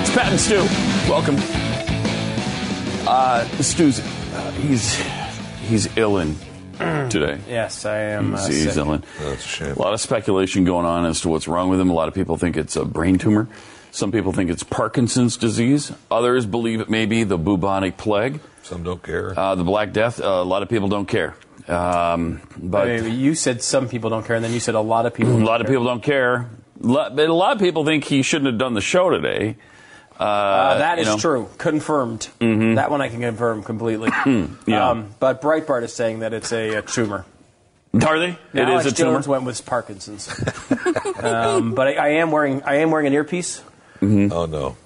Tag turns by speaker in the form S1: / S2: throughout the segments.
S1: It's Pat and Stu. Welcome. Uh, Stu's uh, he's he's illin today.
S2: Yes, I am. Uh,
S1: He's- he's
S2: sick.
S1: illin.
S3: That's a shame.
S1: A lot of speculation going on as to what's wrong with him. A lot of people think it's a brain tumor. Some people think it's Parkinson's disease. Others believe it may be the bubonic plague,
S3: Some don't care.
S2: Um,
S1: uh, the Black Death. Uh, a lot of people don't care, um, but
S2: Wait, wait, you said some people don't care, and then you said a lot of people.
S1: a Mm, lot of people don't care. Lo- But a lot of people think he shouldn't have done the show today. Uh,
S2: Uh, that
S1: you
S2: is
S1: know. Mm-hmm.
S2: true. Confirmed. That one I can confirm completely. Um,
S1: Yeah.
S2: but Breitbart is saying that it's a, a tumor.
S1: Are they?
S2: Now
S1: it is a
S2: Alex
S1: tumor.
S2: Jones went with Parkinson's. um, but I, I am wearing I am wearing an earpiece.
S3: oh no.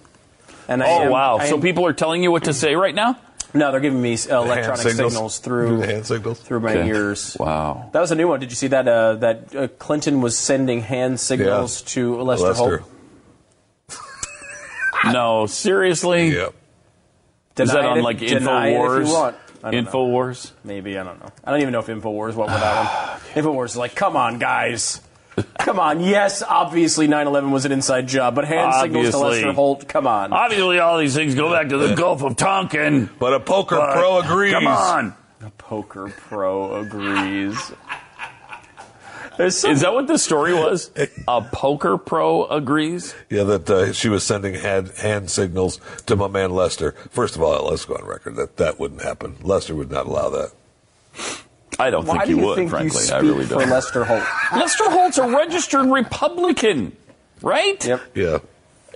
S2: And I
S1: Oh
S2: am-
S1: wow!
S2: I
S1: So
S2: am-
S1: people are telling you what to say right now?
S2: no, they're giving me uh, electronic signals.
S3: signals.
S2: through
S3: Hand signals.
S2: through my
S1: Okay.
S2: ears.
S1: Wow.
S2: That was a new one. Did you see that? Uh, that uh, Clinton was sending hand signals to Lester,
S3: Lester.
S2: Holt.
S1: No, seriously.
S3: Yep.
S1: Is that
S2: Deny
S1: on
S2: it-
S1: like
S2: deny it if you
S1: Infowars?
S2: want. I don't know.
S1: Infowars.
S2: Maybe I don't know. I don't even know if Infowars went with that one. Infowars is like, come on, guys, come on. Yes, obviously 9/11 was an inside job, but hand signals to
S1: Obviously. Uh,
S2: Lester Holt. Come on.
S1: Obviously, all these things go back to the Gulf of Tonkin.
S3: But a poker
S1: but-
S3: pro agrees.
S1: Come on.
S2: Poker Pro agrees. There's some,
S1: Is that what the story was? A poker pro agrees.
S3: Yeah, that uh, she was sending hand, hand signals to my man Lester. First of all, let's go on record that that wouldn't happen. Lester would not allow that.
S1: I don't
S2: why
S1: think
S2: do
S1: you
S2: you
S1: would,
S2: think
S1: frankly.
S2: you speak
S1: I really
S2: for
S1: don't.
S2: Lester Holt?
S1: Lester Holt's a registered Republican, right?
S2: Yep.
S3: Yeah.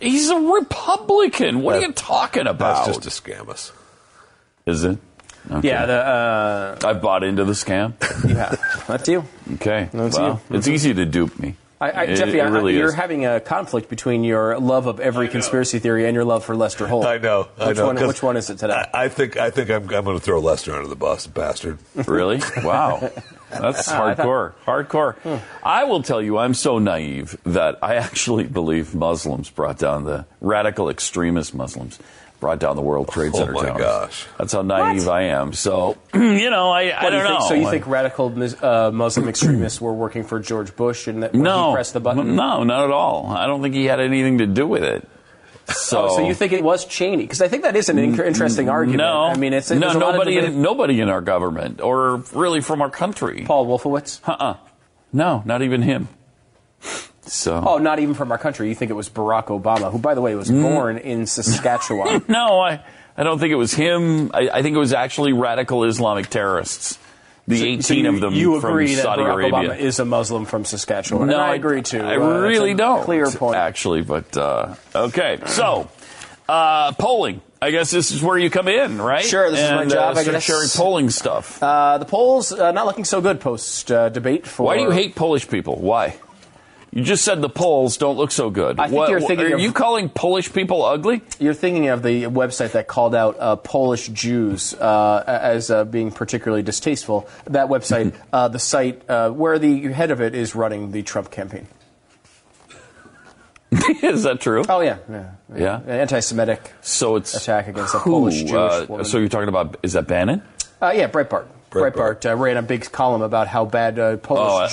S1: He's a Republican. What are you talking
S3: That's
S1: about?
S3: just to scam us.
S1: Is it? Okay.
S2: Yeah, the, uh,
S1: I've bought into the scam.
S2: yeah, that's you.
S1: Okay.
S2: That's
S1: Wow.
S2: you.
S1: It's easy to dupe me.
S2: I, I,
S1: It-
S2: Jeffy,
S1: it
S2: I- I-
S1: really
S2: you're
S1: is.
S2: having a conflict between your love of every conspiracy theory and your love for Lester Holt.
S3: I know. I
S2: Which
S3: know.
S2: one?
S3: 'cause
S2: Which one is it today?
S3: I, I think I think I'm, I'm going to throw Lester under the bus, bastard.
S1: Really? Wow. That's hardcore. Hardcore. I will tell you, I'm so naive that I actually believe Muslims brought down the radical extremist Muslims brought down the World Trade
S3: Oh
S1: Center
S3: my
S1: towers.
S3: gosh.
S1: That's how naive I am. So, you know, I, I
S2: What do
S1: don't
S2: you think?
S1: know.
S2: So you think radical mus- uh, Muslim extremists were working for George Bush and that when
S1: no,
S2: he pressed the button?
S1: No, not at all. I don't think he had anything to do with it. So,
S2: Oh, So you think it was Cheney? Because I think that is an in- interesting argument.
S1: No,
S2: I mean, it's, it's
S1: no
S2: a lot of
S1: nobody
S2: debate.
S1: in, nobody in our government or really from our country.
S2: Paul Wolfowitz.
S1: Uh-uh. No, not even him. So.
S2: Oh, not even from our country. You think it was Barack Obama, who, by the way, was born in Saskatchewan.
S1: No, I, I don't think it was him. I, I think it was actually radical Islamic terrorists. The 18
S2: So you-
S1: of them
S2: You
S1: from
S2: agree that
S1: Saudi
S2: Barack
S1: Arabia.
S2: Obama is a Muslim from Saskatchewan?
S1: no,
S2: and I, agree too.
S1: I
S2: Uh, that's a
S1: really don't.
S2: Clear point.
S1: Actually, but uh, okay. So, uh, polling. I guess this is where you come in, right?
S2: Sure, this is my
S1: And,
S2: job,
S1: Uh,
S2: I
S1: start
S2: guess.
S1: sharing polling stuff.
S2: Uh, the polls uh, not looking so good post uh, debate. For
S1: Why do you hate Polish people? Why? You just said the polls don't look so good.
S2: I think
S1: What-
S2: you're thinking
S1: are
S2: of-
S1: you calling Polish people ugly?
S2: You're thinking of the website that called out uh, Polish Jews uh, as uh, being particularly distasteful. That website,
S1: Mm-hmm.
S2: uh, the site uh, where the head of it is running the Trump campaign.
S1: is that true?
S2: Oh yeah, yeah,
S1: Yeah.
S2: anti-Semitic.
S1: So it's
S2: Attack against a
S1: who,
S2: Polish Jewish
S1: uh,
S2: woman.
S1: So you're talking about is that Bannon?
S2: Uh, yeah, Breitbart. Breitbart,
S3: Breitbart.
S2: uh, ran a big column about how bad uh,
S1: Oh,
S2: Polish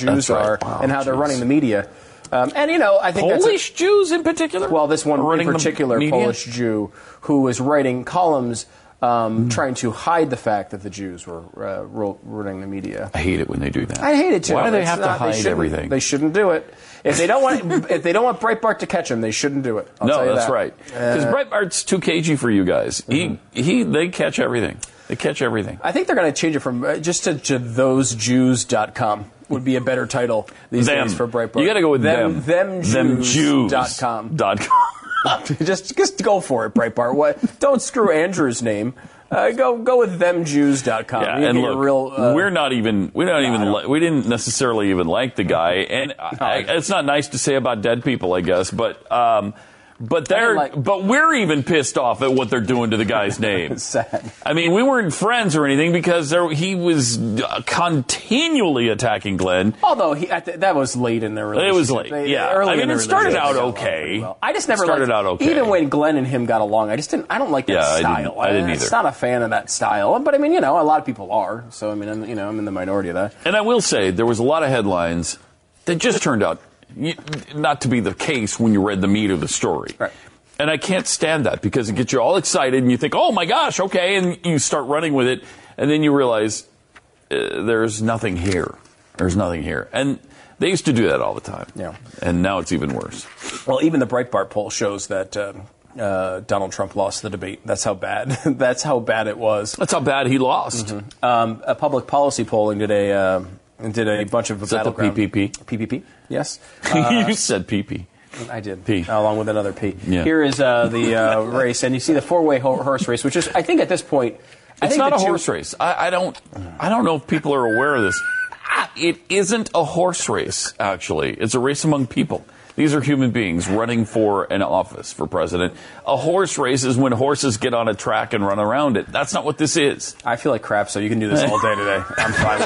S1: that's
S2: Jews
S1: right.
S2: are
S1: Wow,
S2: and how they're
S1: jeez.
S2: running the media. Um, and you know, I think that's a-
S1: Polish Jews in particular?
S2: Well, this one
S1: Running
S2: in
S1: the
S2: particular
S1: media?
S2: Polish Jew who was writing columns um,
S1: Hmm.
S2: trying to hide the fact that the Jews were uh, ru- running the media.
S1: I hate it when they do that.
S2: I hate it too.
S1: Why do they
S2: It's
S1: have to
S2: not- they
S1: hide
S2: shouldn't-
S1: everything?
S2: They shouldn't do it. If they don't want if they don't want Breitbart to catch him, they shouldn't do it. I'll
S1: no,
S2: tell you
S1: that's
S2: that. Uh,
S1: right. Because Breitbart's too cagey for you guys. He, he, they catch everything. They catch everything.
S2: Mm-hmm. I think they're going to change it from uh, just to, to thosejews.com would be a better title these
S1: them
S2: days for Breitbart.
S1: You got to go with them.
S2: them. Them, Jews. Dot com.
S1: Dot com.
S2: just just go for it, Breitbart. What? Don't screw Andrew's name. Uh, go go with themjews.com.
S1: Yeah,
S2: You
S1: and
S2: get a
S1: look,
S2: real, uh,
S1: we're not even we don't even li- we didn't necessarily even like the guy, and I, I, it's not nice to say about dead people, I guess, but um, but they're
S2: like-
S1: but we're even pissed off at what they're doing to the guy's name.
S2: sad.
S1: I mean, we weren't friends or anything because there, he was uh, continually attacking Glenn.
S2: Although he, at the, that was late in their relationship.
S1: was late,
S2: They-
S1: yeah.
S2: early
S1: I mean,
S2: in their
S1: it started out
S2: relationship, they got along
S1: okay.
S2: pretty well. I just never
S1: Started
S2: liked,
S1: out okay.
S2: Even when Glenn and him got along, I just didn't. I don't like that
S1: Yeah, I
S2: style.
S1: didn't- I didn't
S2: I'm
S1: either.
S2: Just not a fan of that style. But I mean, you know, a lot of people are. So I mean, I'm, you know, I'm in the minority of that.
S1: And I will say there was a lot of headlines that just turned out y- not to be the case when you read the meat of the story.
S2: Right.
S1: And I can't stand that because it gets you all excited and you think, "Oh my gosh, okay," and you start running with it, and then you realize uh, there's nothing here. There's nothing here, and they used to do that all the time.
S2: Yeah.
S1: And now it's even worse.
S2: Well, even the Breitbart poll shows that um, uh, Donald Trump lost the debate. That's how bad. That's how bad it was.
S1: That's how bad he lost.
S2: Um, a public policy polling did a uh, did a bunch of
S1: that the
S2: battleground- Uh,
S1: PPP?
S2: PPP. Yes,
S1: you said pee pee.
S2: I did. Uh,
S1: P.
S2: Along with another P.
S1: Yeah.
S2: Here is uh, the uh, race, and you see the four way ho- horse race, which is, I think, at this point, I
S1: It's
S2: think
S1: not
S2: the
S1: a
S2: two-
S1: horse race. I, I don't. I don't know if people are aware of this. Ah, It isn't a horse race. Actually, it's a race among people. These are human beings running for an office for president. A horse race is when horses get on a track and run around it. That's not what this is.
S2: I feel like crap, so you can do this all day today. I'm fine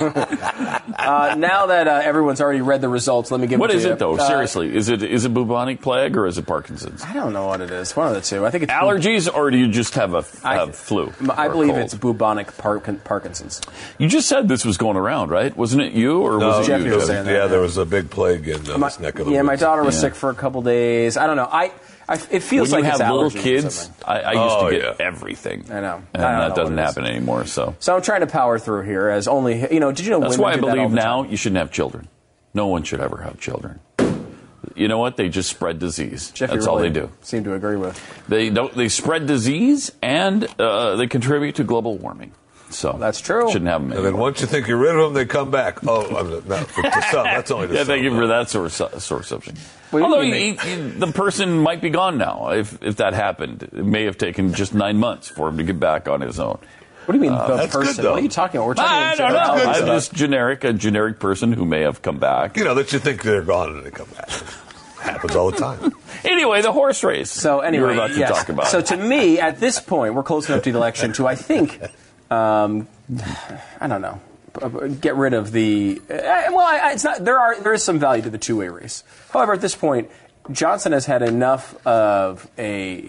S2: with it. uh, now that uh, everyone's already read the results, let me give
S1: What
S2: it to
S1: is
S2: you.
S1: it though?
S2: Uh,
S1: Seriously, is it is it bubonic plague or is it Parkinson's?
S2: I don't know what it is. One of the two. I think it's
S1: Allergies, or do you just have a
S2: I-
S1: have flu?
S2: I
S1: or
S2: believe
S1: cold?
S2: it's bubonic Parkin- Parkinson's.
S1: You just said this was going around, right? Wasn't it you or was it
S2: Jeffy
S1: you?
S2: was
S1: Jeff?
S2: saying that.
S3: Oh, yeah, there was a big plague in uh,
S2: My-
S3: this neck of the
S2: yeah, my
S3: woods.
S2: daughter was
S1: Yeah.
S2: sick for a couple days. I don't know. I, I it feels
S1: When you have
S2: like it's
S1: little
S2: allergies or
S1: kids,
S2: something.
S1: I, I used
S3: Oh,
S1: to
S3: yeah.
S1: get everything.
S2: I know.
S1: and
S2: I don't
S1: that
S2: know
S1: doesn't
S2: what it is.
S1: happen anymore. So
S2: So I'm trying to power through here, as only you know. Did you know
S1: that's
S2: women
S1: why I
S2: do that all
S1: believe
S2: the
S1: now
S2: time?
S1: you shouldn't have children. No one should ever have children. You know what? They just spread disease.
S2: Jeffy
S1: that's all
S2: really
S1: they do.
S2: Seem to agree with.
S1: They don't. They spread disease and uh, they contribute to global warming. So
S2: That's true.
S1: Shouldn't have them.
S3: And then
S1: anymore.
S3: once you think you're rid of them, they come back. Oh, I'm not, for, to some. That's only to
S1: Yeah,
S3: some.
S1: thank you for that source uh, source subject.
S2: What do you
S1: Although
S2: mean
S1: you- you- the person might be gone now. If if that happened, it may have taken just nine months for him to get back on his own.
S2: What do you mean the
S3: that's good,
S2: person? what
S3: though.
S2: are you talking about? We're talking
S1: Uh, I
S2: in
S1: don't
S2: general.
S1: know.
S3: That's
S1: I'm
S3: good
S1: just generic, a generic person who may have come back.
S3: You know, that you think they're gone and they come back. Happens all the time.
S1: Anyway, the horse race.
S2: So anyway,
S1: you were about to
S2: yes.
S1: talk about.
S2: So to me, at this point, we're close enough to the election to I think, um, I don't know, get rid of the. Uh, well, I, I- it's not. There are there is some value to the two way race. However, at this point. Johnson has had enough of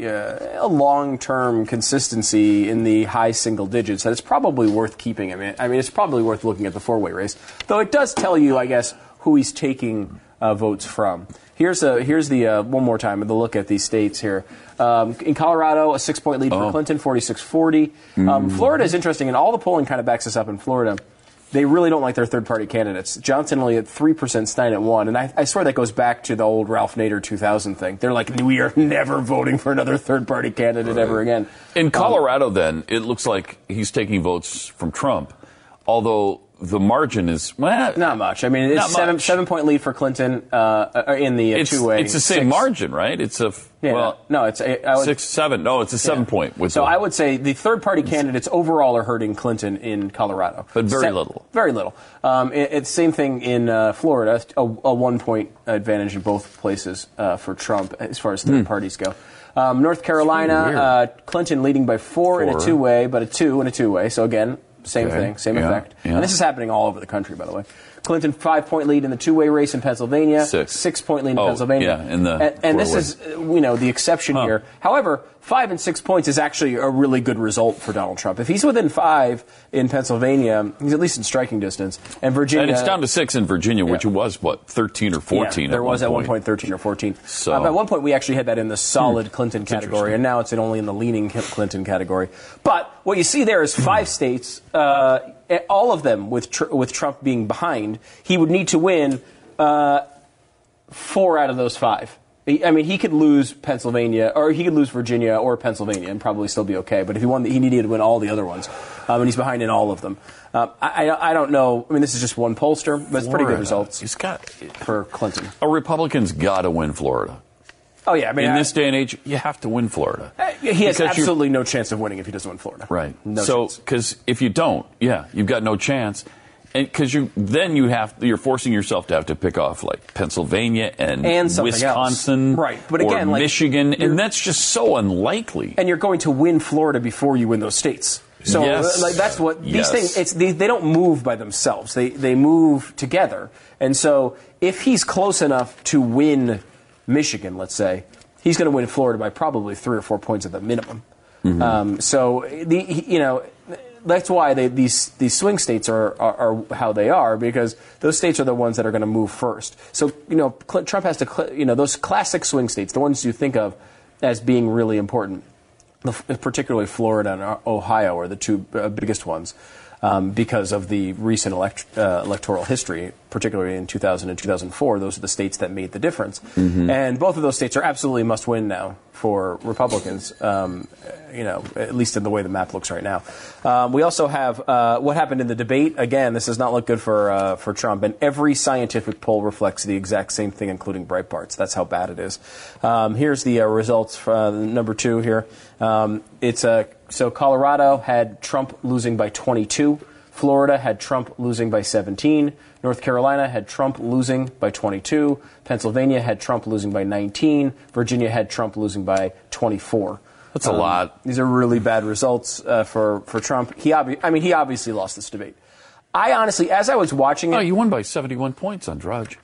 S2: a, uh, a long term consistency in the high single digits that it's probably worth keeping him in. I mean, it's probably worth looking at the four way race. Though it does tell you, I guess, who he's taking uh, votes from. Here's a, here's the uh, one more time the look at these states here. Um, in Colorado, a six point lead
S1: Oh.
S2: for Clinton, 46-40.
S1: Hmm.
S2: Um, Florida is interesting, and all the polling kind of backs us up in Florida. They really don't like their third party candidates. Johnson only at three percent, Stein at one, and I, I swear that goes back to the old Ralph Nader 2000 thing. They're like, we are never voting for another third party candidate ever again.
S1: in Colorado, then it looks like he's taking votes from Trump, although the margin is well,
S2: Not much. I mean,
S1: Not
S2: it's seven
S1: much.
S2: seven point lead for Clinton uh, uh, in the uh,
S1: It's,
S2: two way.
S1: it's the same margin, right? It's a f-
S2: Yeah,
S1: well,
S2: no, it's I I would,
S1: six, seven. No, it's a seven
S2: Yeah.
S1: point. With
S2: so
S1: the-
S2: I would say the third party candidates overall are hurting Clinton in Colorado,
S1: But very little.
S2: Very little. Um, it- it's same thing in uh, Florida, a, a one point advantage in both places uh, for Trump as far as third parties go. Um, North Carolina,
S1: Hmm. weird.
S2: uh, Clinton leading by four, in
S1: Four.
S2: a two way, but a two in a two way. So again, same
S1: Okay.
S2: thing, same
S1: Yeah.
S2: effect.
S1: Yeah.
S2: And this is happening all over the country, by the way. Clinton five point lead in the two way race in Pennsylvania,
S1: Six.
S2: point lead in
S1: Oh,
S2: Pennsylvania,
S1: yeah, in the
S2: and, and this
S1: four-way.
S2: is uh, you know the exception here. However, five and six points is actually a really good result for Donald Trump. If he's within five in Pennsylvania, he's at least in striking distance. And Virginia,
S1: And it's down to six in Virginia, which
S2: uh, Yeah.
S1: was what thirteen or
S2: Yeah,
S1: fourteen.
S2: there
S1: at
S2: was
S1: one
S2: at one
S1: point.
S2: point 13 or 14.
S1: So- Hmm.
S2: Uh, but at one point, we actually had that in the solid Clinton category, and now it's in only in the leaning Cl- Clinton category. But what you see there
S1: Hmm.
S2: is five states, uh, eh, all of them with tr- with Trump being behind. He would need to win uh, four out of those five. He- I mean, he could lose Pennsylvania, or he could lose Virginia or Pennsylvania, and probably still be okay. But if he won, he needed to win all the other ones, um, and he's behind in all of them. Um, I, I, I don't know. I mean, this is just one pollster, but it's pretty
S1: Florida.
S2: good results
S1: He's got
S2: for Clinton.
S1: a Republican's got to win Florida.
S2: Oh yeah, I mean,
S1: In
S2: I-
S1: this day and age, you have to win Florida.
S2: he has
S1: Because you-
S2: absolutely no chance of winning if he doesn't win Florida.
S1: Right.
S2: No
S1: so,
S2: chance.
S1: because if you don't, yeah, you've got no chance, and because you then you have you're forcing yourself to have to pick off like Pennsylvania and,
S2: And something else.
S1: Wisconsin,
S2: Right. But
S1: or
S2: again, like,
S1: Michigan,
S2: you're-
S1: and that's just so unlikely.
S2: And you're going to win Florida before you win those states. So
S1: Yes.
S2: uh, like that's what these
S1: Yes.
S2: things. It's they, they don't move by themselves. They they move together. And so if he's close enough to win Michigan, let's say, he's going to win Florida by probably three or four points at the minimum.
S1: Mm-hmm.
S2: Um, so the he- you know that's why they, these these swing states are, are are how they are because those states are the ones that are going to move first. So you know Cl- Trump has to cl- you know those classic swing states, the ones you think of as being really important, the, f- particularly Florida and O- Ohio are the two uh, biggest ones. Um, because of the recent elect- uh, electoral history, particularly in 2000 and 2004, those are the states that made the difference. And both of those states are absolutely must win now for Republicans. Um, you know, at least in the way the map looks right now. Um, we also have uh, what happened in the debate. Again, this does not look good for uh, for Trump. And every scientific poll reflects the exact same thing, including Breitbart's. That's how bad it is. Um, here's the uh, results for uh, number two here. Um, it's uh, so Colorado had Trump losing by 22. Florida had Trump losing by 17. North Carolina had Trump losing by 22. Pennsylvania had Trump losing by 19. Virginia had Trump losing by 24.
S1: That's a lot.
S2: These are really bad results uh, for for Trump. He obvi- I mean, he obviously lost this debate. I honestly, as I was watching
S1: Oh,
S2: it,
S1: you won by 71 points on Drudge.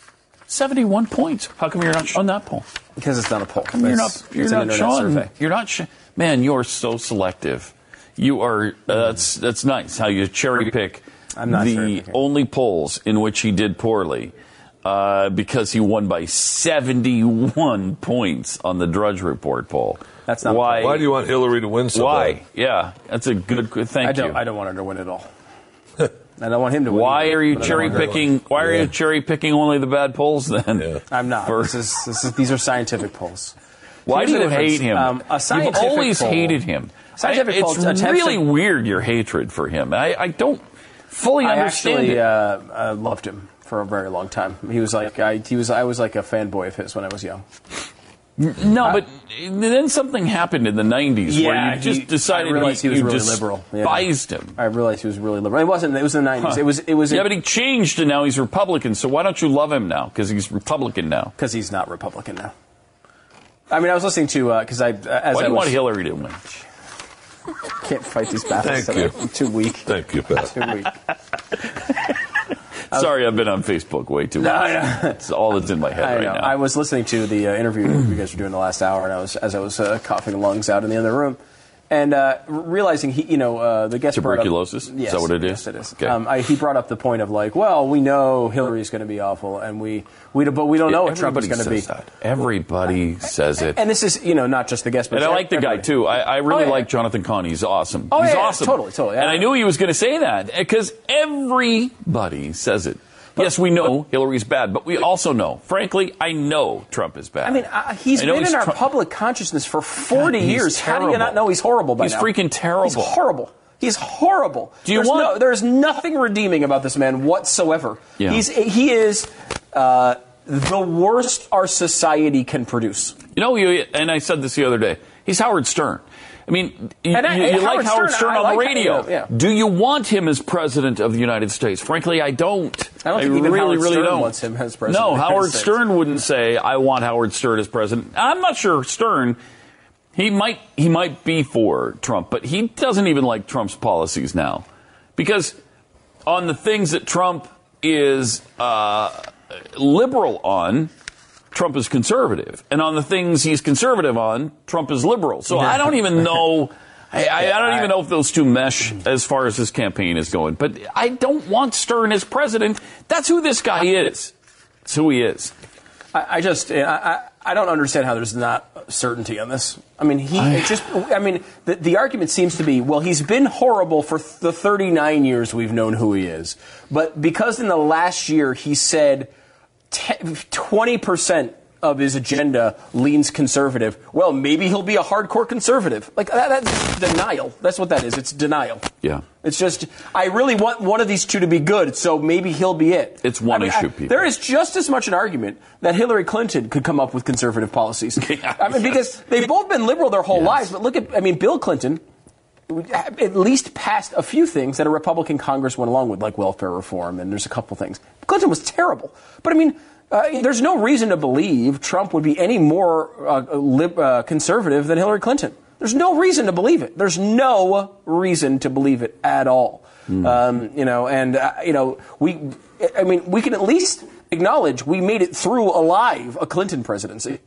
S1: 71 points. How come you're not showing that poll?
S2: because it's not a poll.
S1: You're
S2: It's-
S1: not. You're
S2: it's an
S1: not
S2: internet
S1: showing.
S2: survey.
S1: You're not. Sh- Man, you are so selective. You are. Uh, that's that's nice how you cherry pick
S2: I'm not cherry
S1: the
S2: picking.
S1: only polls in which he did poorly. Uh, because he won by 71 points on the Drudge Report poll.
S2: That's not-
S1: why.
S3: Why do you want Hillary to win so
S1: why?
S3: bad?
S1: Yeah, that's a good. good- Thank
S2: I don't.
S1: you.
S2: I don't want her to win at all. I don't want him to win.
S1: why
S2: either,
S1: are you
S2: but I
S1: cherry
S2: don't want her to win.
S1: picking? Why are
S3: Yeah.
S1: you cherry picking only the bad polls then?
S3: Yeah.
S2: I'm not.
S1: For-
S2: This is, this is, these are scientific polls.
S1: Why
S2: Here's
S1: do
S2: the
S1: you
S2: difference.
S1: hate him?
S2: Um, a
S1: You've
S2: scientific
S1: always
S2: poll-
S1: hated him.
S2: Scientific
S1: I,
S2: poll
S1: it's
S2: attempts to-
S1: really weird your hatred for him. I, I don't fully
S2: I
S1: understand
S2: actually
S1: it.
S2: uh, uh, loved him for a very long time. He was like I, he was. I was like a fanboy of his when I was young.
S1: no, but then something happened in the '90s
S2: Yeah,
S1: where you just
S2: he- I
S1: decided
S2: realized he was
S1: you
S2: really
S1: despised
S2: liberal. Yeah.
S1: him.
S2: I realized he was really liberal. It wasn't. It was in the 90s. It was. It was.
S1: Yeah, but he changed and now he's Republican. So why don't you love him now? Because he's Republican now.
S2: because he's not Republican now. I mean, I was listening to because I uh, as
S1: Why
S2: I
S1: do you want
S2: was,
S1: Hillary to win?
S2: can't fight these battles.
S3: Thank you.
S2: tonight. I'm Too weak.
S3: Thank you, Pat.
S2: Too weak.
S1: Sorry, I've been on Facebook way too
S2: No,
S1: much.
S2: I know.
S1: That's all that's in my head
S2: I
S1: right
S2: know.
S1: now.
S2: I was listening to the uh, interview you guys were doing the last hour, and I was as I was uh, coughing lungs out in the other room, and uh, r- realizing he, you know, uh, the guest brought up-
S1: Tuberculosis? Is
S2: yes,
S1: that what it is?
S2: Yes, it is.
S1: Okay.
S2: Um, I, he brought up the point of like, well, we know Hillary's going to be awful, and we we don't, but we don't know what Trump is
S1: Everybody
S2: going to be.
S1: says that. Everybody says it.
S2: And this is you know not just the guest, but
S1: And I like the guy
S2: everybody.
S1: too. I, I really
S2: Oh, yeah.
S1: like Jonathan Conn. He's awesome.
S2: Oh,
S1: He's
S2: yeah, yeah,
S1: awesome.
S2: totally, totally.
S1: And
S2: I-
S1: I knew he was going to say that because everybody says it. yes, we know Hillary's bad, but we also know, frankly, I know Trump is bad.
S2: I mean, uh, he's
S1: I know
S2: been in our
S1: Trump-
S2: public consciousness for 40
S1: God, he's
S2: years. How do you
S1: terrible.
S2: not know he's horrible by
S1: He's
S2: now?
S1: freaking terrible.
S2: He's horrible. He's horrible.
S1: Do you
S2: There's
S1: want-
S2: No, there's nothing redeeming about this man whatsoever.
S1: Yeah.
S2: He's he is uh, the worst our society can produce.
S1: You know, you, and I said this the other day. He's Howard Stern. I mean, you,
S2: And I-
S1: you-
S2: and
S1: you like
S2: Howard
S1: Howard
S2: Stern,
S1: Stern,
S2: I
S1: on
S2: like
S1: the
S2: him,
S1: radio.
S2: yeah.
S1: Do you want him as president of the United States? Frankly, I don't.
S2: I don't think even
S1: really,
S2: Howard
S1: really
S2: Stern
S1: don't.
S2: wants him as president
S1: No,
S2: of the United
S1: Howard
S2: States.
S1: Stern wouldn't say, "I want Howard Stern as president." I'm not sure Stern. He might he might be for Trump, but he doesn't even like Trump's policies now, because on the things that Trump is uh, liberal on, Trump is conservative, and on the things he's conservative on, Trump is liberal. So I don't even know. I, I, I don't even know if those two mesh as far as his campaign is going. But I don't want Stern as president. That's who this guy is. That's who he is.
S2: I, I just I, I I don't understand how there's not certainty on this. I mean, he it just I mean the the argument seems to be well he's been horrible for th- the 39 years we've known who he is, but because in the last year he said twenty percent of his agenda leans conservative. Well, maybe he'll be a hardcore conservative. Like that, that's denial. That's what that is. It's denial.
S1: Yeah.
S2: It's just I really want one of these two to be good, so maybe he'll be it.
S1: It's one
S2: I mean,
S1: issue,
S2: I-
S1: people.
S2: There is just as much an argument that Hillary Clinton could come up with conservative policies. I mean, because they've both been liberal their whole
S1: Yes.
S2: lives. But look at I mean, Bill Clinton at least passed a few things that a Republican Congress went along with, like welfare reform, and there's a couple things. Clinton was terrible, but I mean, uh, there's no reason to believe Trump would be any more uh, lib- uh, conservative than Hillary Clinton. There's no reason to believe it. There's no reason to believe it at all. Um, you know, and uh, you know, we, I mean, we can at least acknowledge we made it through alive a Clinton presidency.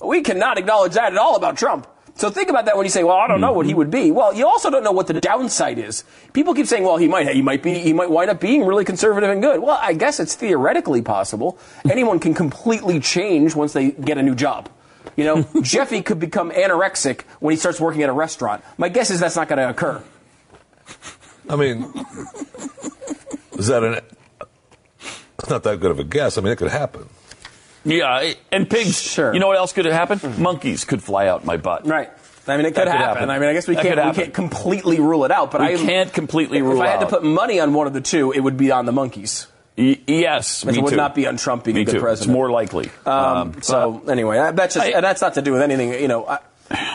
S2: We cannot acknowledge that at all about Trump. So think about that when you say, "Well, I don't know
S1: Mm-hmm.
S2: what he would be." Well, you also don't know what the downside is. People keep saying, "Well, he might he might be he might wind up being really conservative and good." Well, I guess it's theoretically possible. Anyone can completely change once they get a new job. You know, Jeffy could become anorexic when he starts working at a restaurant. My guess is that's not going to occur.
S3: I mean, is that an? It's not that good of a guess. I mean, it could happen.
S1: Yeah, and pigs.
S2: Sure.
S1: You know what else could happen? Monkeys could fly out my butt.
S2: Right. I mean, it could,
S1: That could
S2: happen.
S1: happen.
S2: I mean, I guess we
S1: That
S2: can't
S1: could
S2: we
S1: happen.
S2: can't completely rule it out, but
S1: We
S2: I
S1: can't completely
S2: If
S1: rule
S2: I had to
S1: out.
S2: put money on one of the two, it would be on the monkeys.
S1: Y- yes,
S2: It
S1: me
S2: would
S1: too.
S2: not be on Trump being
S1: me
S2: a good
S1: too.
S2: president.
S1: It's more likely.
S2: Um, so anyway, that- that's just
S1: I-
S2: and that's not to do with anything. You know, I,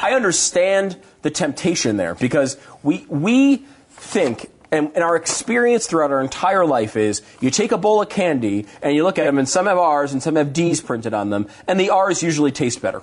S2: I understand the temptation there because we we think. And, and our experience throughout our entire life is you take a bowl of candy and you look at them, and some have R's and some have D's printed on them, and the R's usually taste better.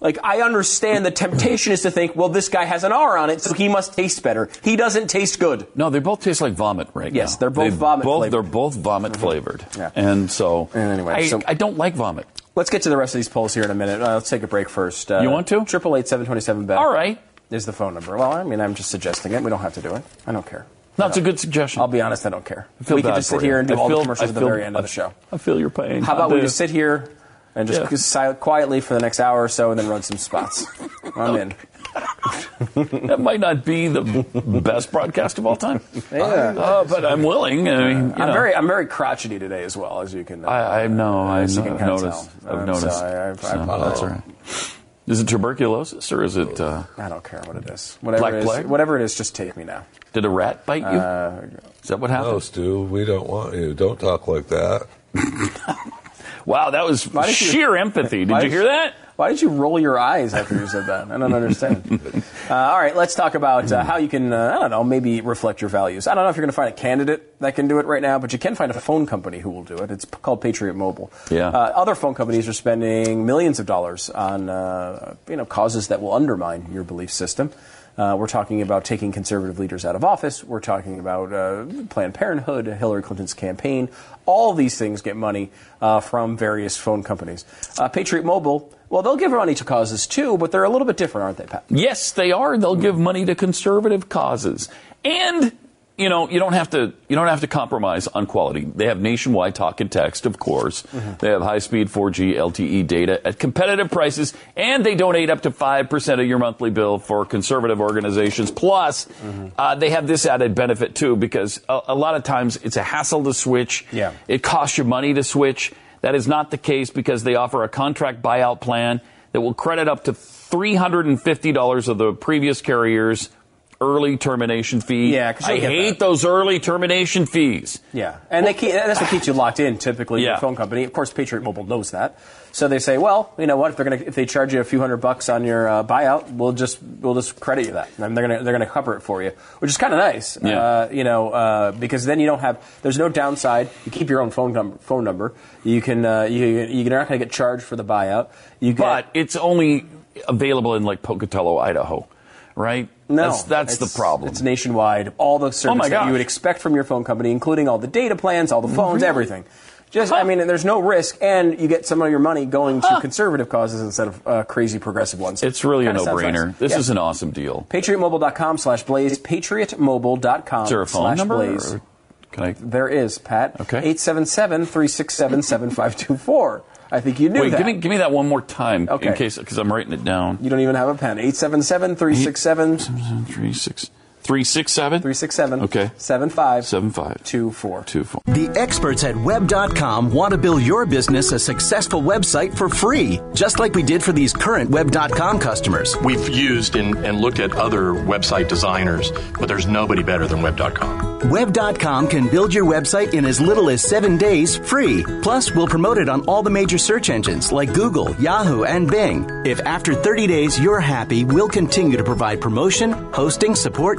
S2: Like, I understand the temptation is to think, well, this guy has an R on it, so he must taste better. He doesn't taste good.
S1: no, they both taste like vomit right now.
S2: Yes, they're both vomit flavored.
S1: They're both vomit flavored.
S2: Yeah.
S1: And so,
S2: And anyway,
S1: I,
S2: so-
S1: I don't like vomit.
S2: Let's get to the rest of these polls here in a minute. Uh, let's take a break first. Uh,
S1: You want to?
S2: Triple eight seven twenty seven bet.
S1: All right.
S2: Is the phone number? Well, I mean, I'm just suggesting it. We don't have to do it. I don't care.
S1: No, it's a good suggestion.
S2: Uh, I'll be honest. I don't care.
S1: I feel
S2: we could
S1: bad
S2: just
S1: for
S2: sit
S1: you.
S2: here and do
S1: I
S2: all
S1: feel-
S2: the commercials
S1: I
S2: at the
S1: feel-
S2: very end of
S1: I-
S2: the show.
S1: I feel your pain. Uh,
S2: How about
S1: I
S2: we
S1: do.
S2: just sit here and just
S1: Yeah.
S2: sil- quietly for the next hour or so, and then run some spots? I'm in.
S1: That might not be the best broadcast of all time.
S2: Yeah.
S1: Uh, but I'm willing. I mean, you
S2: I'm
S1: know.
S2: very, I'm very crotchety today as well, as you can.
S1: I, I know. I
S2: As you
S1: know,
S2: can
S1: I've
S2: kinda
S1: noticed.
S2: tell.
S1: I've
S2: Um,
S1: noticed.
S2: So I, I, I,
S1: So, that's all right. Is it tuberculosis or is it? Uh,
S2: I don't care what it is. Whatever
S1: Black
S2: it is,
S1: plague?
S2: whatever it is, just take me now.
S1: did a rat bite you?
S2: Uh,
S1: is that what
S3: No,
S1: happened?
S3: Stu, we don't want you. Don't talk like that.
S1: Wow, that was
S2: did you-
S1: sheer empathy. Did
S2: Why
S1: you
S2: did-
S1: hear that?
S2: Why did you roll your eyes after you said that? I don't understand. uh, all right, let's talk about uh, how you can, uh, I don't know, maybe reflect your values. I don't know if you're going to find a candidate that can do it right now, but you can find a phone company who will do it. It's p- called Patriot Mobile.
S1: Yeah.
S2: Uh, other phone companies are spending millions of dollars on uh, you know causes that will undermine your belief system. Uh, we're talking about taking conservative leaders out of office. We're talking about uh, Planned Parenthood, Hillary Clinton's campaign. All these things get money uh, from various phone companies. Uh, Patriot Mobile, well, they'll give money to causes too, but they're a little bit different, aren't they, Pat?
S1: Yes, they are. They'll give money to conservative causes, and you know you don't have to you don't have to compromise on quality. They have nationwide talk and text, of course.
S2: Mm-hmm.
S1: They have high speed 4G LTE E data at competitive prices, and they donate up to five percent of your monthly bill for conservative organizations. Plus,
S2: Mm-hmm.
S1: uh, they have this added benefit too, because a, a lot of times it's a hassle to switch.
S2: Yeah.
S1: It costs you money to switch. That is not the case because they offer a contract buyout plan that will credit up to $350 of the previous carrier's early termination fee.
S2: Yeah, 'cause you'll
S1: I
S2: get
S1: hate
S2: that.
S1: those early termination fees.
S2: Yeah, and they keep, that's what keeps you locked in. Typically, your
S1: Yeah.
S2: phone company, of course, Patriot Mobile knows that. So they say, well, you know what? If they're gonna, if they charge you a few hundred bucks on your uh, buyout, we'll just we'll just credit you that, and they're gonna they're gonna cover it for you, which is kind of nice.
S1: Yeah.
S2: Uh, you know, uh, because then you don't have there's no downside. You keep your own phone num- phone number. You can uh, you you're not gonna get charged for the buyout. You get,
S1: But it's only available in like Pocatello, Idaho, right?
S2: No,
S1: That's, that's the
S2: it's-
S1: problem. Oh
S2: It's nationwide. All the service
S1: my
S2: that
S1: gosh. Mm-hmm.
S2: you would expect from your phone company, including all the data plans, all the phones, everything. Just, I mean, and there's no risk, and you get some of your money going to conservative causes instead of uh, crazy progressive ones.
S1: It's really
S2: Kinda
S1: a
S2: sounds
S1: no-brainer.
S2: nice.
S1: This
S2: Yeah.
S1: is an awesome deal.
S2: PatriotMobile.com slash Blaze. PatriotMobile.com
S1: Is there a phone
S2: slash
S1: number?
S2: Blaze.
S1: or Can I?
S2: There is, Pat.
S1: Okay.
S2: 877 367 7524. I think you knew
S1: Wait,
S2: that.
S1: give me give me that one more time in
S2: Okay.
S1: case because I'm writing it down.
S2: you don't even have a pen. 877 367
S1: Three six three six seven
S2: 367
S1: Okay.
S2: 7524.
S1: seven five two two four.
S4: The experts at web.com want to build your business a successful website for free, just like we did for these current web.com customers.
S5: We've used and, and looked at other website designers, but there's nobody better than Web.com.
S4: Web.com can build your website in as little as seven days free. Plus, we'll promote it on all the major search engines like Google, Yahoo, and Bing. If after 30 days you're happy, we'll continue to provide promotion, hosting, support,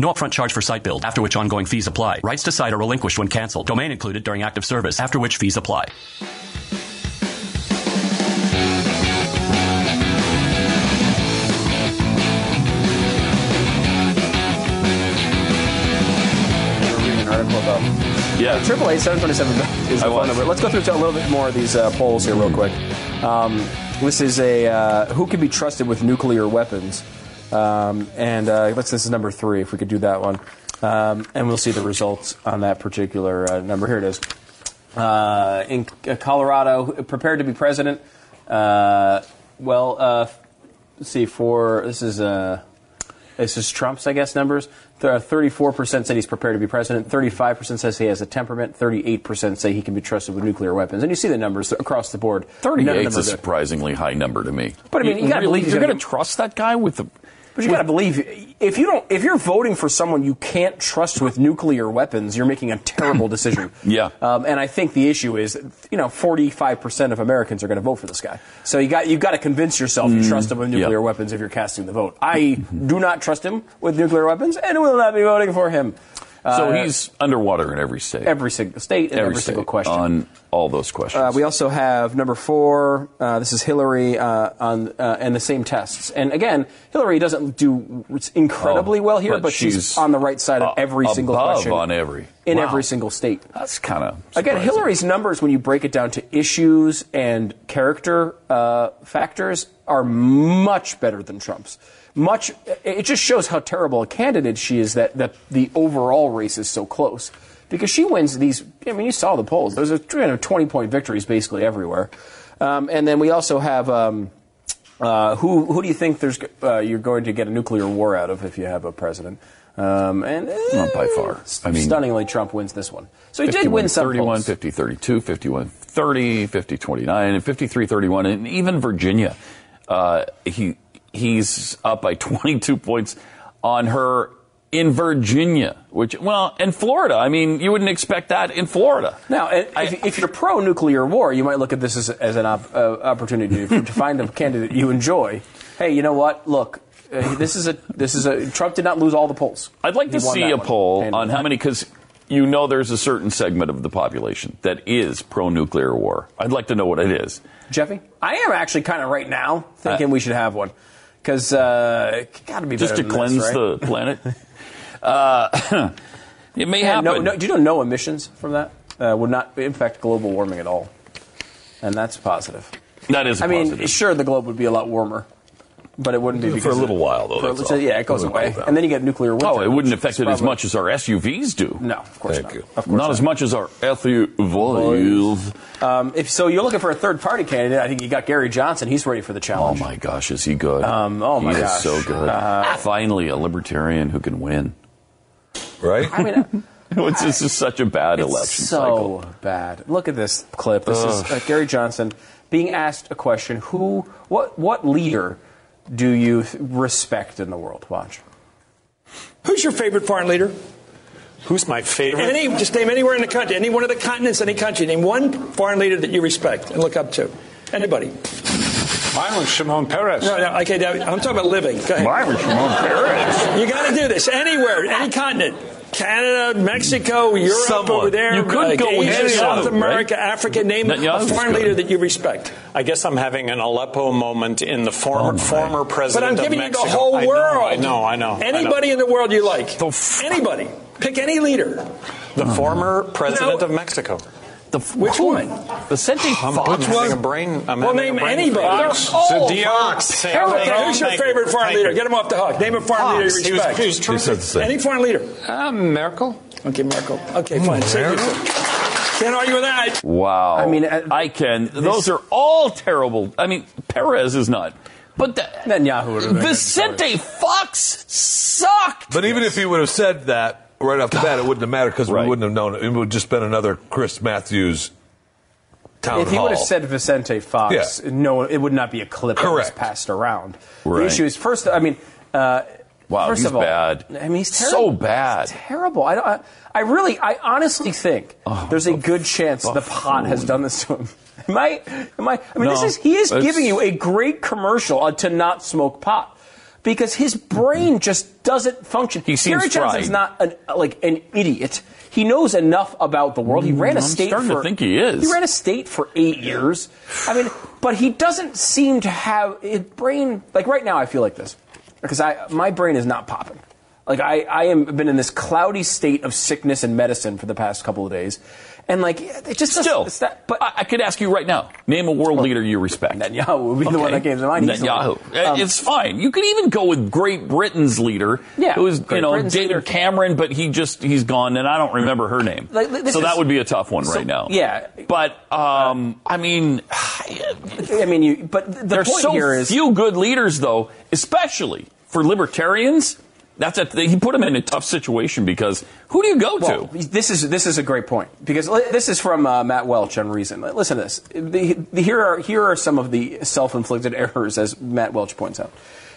S6: No upfront charge for site build, after which ongoing fees apply. Rights to site are relinquished when canceled. Domain included during active service, after which fees apply.
S2: Reading an article about
S1: Yeah.
S2: Triple eight seven twenty seven is the
S1: I
S2: phone
S1: was.
S2: number. Let's go through a little bit more of these uh, polls here real quick. Um, this is a uh, who can be trusted with nuclear weapons, um, and uh, let's this is number three if we could do that one, um, and we'll see the results on that particular uh, number. Here it is. Uh, in uh, Colorado, prepared to be president. Uh, well, uh, f- let's see. For this is uh, this is Trump's, I guess, numbers. There are 34% said he's prepared to be president. 35% says he has a temperament. 38% say he can be trusted with nuclear weepons. And you see the numbers across the board. None of
S1: Thirty-eight
S2: them
S1: is
S2: are
S1: a
S2: good.
S1: surprisingly high number to me.
S2: But I mean, you gotta
S1: really,
S2: believe he's
S1: you're
S2: gonna
S1: to
S2: get-
S1: trust that guy with the.
S2: But you got to believe if you don't if you're voting for someone you can't trust with nuclear weapons, you're making a terrible decision.
S1: Yeah.
S2: Um, and I think the issue is, you know, 45 percent of Americans are going to vote for this guy. So you got you got to convince yourself you trust him with nuclear
S1: Mm. yeah. Mm-hmm.
S2: weapons if you're casting the vote. I do not trust him with nuclear weapons, and will not be voting for him.
S1: uh, so he's underwater in every state.
S2: every single state and every,
S1: state
S2: single question.
S1: on all those questions.
S2: Uh, we also have number four. Uh, this is Hillary uh, on uh, and the same tests. And again, Hillary doesn't do incredibly
S1: Oh,
S2: well here,
S1: but
S2: but, she's,
S1: she's
S2: on the right side of
S1: a-
S2: every single
S1: above
S2: question
S1: on every-
S2: in
S1: Wow.
S2: every single state.
S1: That's kind of
S2: Again, Hillary's numbers, when you break it down to issues and character uh, factors, are much better than Trump's. Much. It just shows how terrible a candidate she is that, that the overall race is so close. Because she wins these. I mean, you saw the polls. Those are 20 point victories basically everywhere. Um, and then we also have. Um, uh, who who do you think there's uh, you're going to get a nuclear war out of if you have a president? Um, and eh,
S1: Not by far. I mean-
S2: stunningly, Trump wins this one. So he
S1: 51,
S2: did win some
S1: 31,
S2: polls.
S1: 50, 32, 51, 30, 50, 29, and 53, 31, and even Virginia. Uh, he he's up by 22 points on her in Virginia, which well, and Florida. I mean, you wouldn't expect that in Florida.
S2: Now, if,
S1: I-
S2: if you're pro nuclear war, you might look at this as, as an op- uh, opportunity for, to find a candidate you enjoy. Hey, you know what? Look, uh, this is a this is a Trump did not lose all the polls.
S1: I'd like
S2: He
S1: to
S2: won
S1: see
S2: that
S1: a
S2: one.
S1: poll
S2: And-
S1: on how many, because you know there's a certain segment of the population that is pro nuclear war. I'd like to know what it is.
S2: Jeffy. I am actually kind of right now thinking we should have one because uh, got to be
S1: Uh, Just
S2: better
S1: to
S2: than
S1: cleanse
S2: this, right?
S1: the planet. Uh, it may
S2: Yeah,
S1: happen.
S2: no, no, do you know no emissions from that uh, would not impact global warming at all, and that's positive.
S1: that is
S2: I mean,
S1: positive.
S2: sure, the globe would be a lot warmer, but it wouldn't be because
S3: for a
S2: of-
S3: little while though.
S2: for a
S3: that's
S2: little-
S3: all.
S2: yeah, it goes
S3: Little
S2: away,
S3: while.
S2: and then you get nuclear winter.
S1: Oh, it wouldn't
S2: which
S1: affect
S2: is
S1: it as
S2: probably-
S1: much as our SUVs do.
S2: No, of course
S3: Thank
S2: not.
S3: you.
S2: Of course
S1: Not as much as our SUVs.
S2: Um, if so, you're looking for a third party candidate. I think you got Gary Johnson. He's ready for the
S1: Oh
S2: challenge.
S1: my gosh, is he good?
S2: Um, oh my
S1: he
S2: gosh. Uh-huh.
S1: is so good. Finally, a libertarian who can win.
S3: Right?
S2: I mean,
S1: It's- this is such a bad
S2: it's
S1: election
S2: so
S1: cycle.
S2: bad. Look at this clip. This is uh, Gary Johnson being asked a question: Who, what, what leader do you respect in the world? Watch.
S7: Who's your favorite foreign leader?
S8: Who's my favorite?
S7: Any, just name anywhere in the country, any one of the continents, any country. Name one foreign leader that you respect and look up to. Anybody?
S8: Mine was Shimon Peres.
S7: No, no, okay, now, I'm talking about living. Go ahead.
S8: Mine was Shimon Peres.
S7: You got to do this anywhere, any continent. Canada, Mexico, Europe
S8: Someone.
S7: over there,
S8: You could
S7: uh,
S8: go with
S7: Asia, South
S8: anyone,
S7: America,
S8: right?
S7: Africa, name a
S8: Netanyahu's
S7: foreign
S8: good.
S7: leader that you respect.
S8: I guess I'm having an Aleppo moment in the former former
S7: But
S8: president
S7: I'm giving
S8: of
S7: you
S8: Mexico.
S7: the whole
S8: I know,
S7: world.
S8: I know, I know. I know.
S7: Anybody in the world you like. Anybody. Pick any leader.
S8: The former president
S7: No.
S8: of Mexico.
S1: The
S7: Which one?
S1: Vicente
S8: I'm,
S1: Fox.
S8: I'm having a brain. I'm
S7: Well,
S8: having
S7: name
S8: a brain
S7: anybody.
S8: freeze.
S7: They're all
S8: Zediox.
S7: Parrot, who's your favorite foreign leader? Get him off the hook. Name a foreign
S8: Fox.
S7: leader you
S8: He was-
S7: respect.
S8: he was terrific. He said the same.
S7: Any foreign leader.
S8: Uh, Merkel.
S7: Okay, Merkel.
S8: Hmm,
S7: Okay, fine. Save yourself. Can't argue with that.
S1: Wow. I mean,
S2: uh,
S1: I can. Those are all terrible. I mean, Perez is not. But the,
S2: Netanyahu would have been
S1: Vicente Fox sucked.
S3: But even if he would have said that right off the bat, it wouldn't have mattered because
S1: Right.
S3: we wouldn't have known. It It would have just been another Chris Matthews town
S2: if he
S3: hall.
S2: would have said Vicente Fox,
S3: Oh. Yeah.
S2: no, it would not be a clip that was
S3: Correct.
S2: passed around.
S1: Right.
S2: The issue is first. I mean, uh,
S1: Wow,
S2: first
S1: he's
S2: of all,
S1: bad.
S2: I mean, he's
S1: So
S2: terrible.
S1: bad.
S2: He's terrible. I, don't- I, I really, I honestly think
S1: Oh,
S2: there's a good chance the pot has done this to him. Am I? Am I? I mean, this
S1: No,
S2: is he is
S1: it's-
S2: giving you a great commercial on to not smoke pot. Because his brain just doesn't function.
S1: He seems
S2: Gary Johnson's
S1: fried.
S2: not an, like an idiot. He knows enough about the world. He ran a
S1: Mm-hmm, I'm
S2: state
S1: starting to
S2: for-
S1: think he is.
S2: He ran a state for eight years. I mean, but he doesn't seem to have his brain. Like right now, I feel like this because I my brain is not popping. Like I I am been in this cloudy state of sickness and medicine for the past couple of days, and like it just doesn't-
S1: Still, Uh,
S2: It's that, but
S1: I, I could ask you right now. Name a world leader you respect.
S2: Netanyahu would be the one that came to mind. easily.
S1: Netanyahu. Uh,
S2: Um,
S1: it's fine. You could even go with Great Britain's leader,
S2: Yeah,
S1: who is you
S2: Great
S1: know
S2: Britain's
S1: David
S2: leader.
S1: Cameron, but he just he's gone, and I don't remember her name.
S2: Like, this
S1: so
S2: is-
S1: that would be a tough one
S2: so-
S1: right now.
S2: yeah.
S1: but um, I mean,
S2: I mean, you. But the
S1: there's
S2: point
S1: so
S2: here is
S1: few good leaders, though, especially for libertarians. That's a thing. He put him in a tough situation because who do you go
S2: Well,
S1: to?
S2: this is this is a great point because li- this is from uh, Matt Welch on Reason. Li- Listen to this. The, the- here are here are some of the self-inflicted errors, as Matt Welch points out.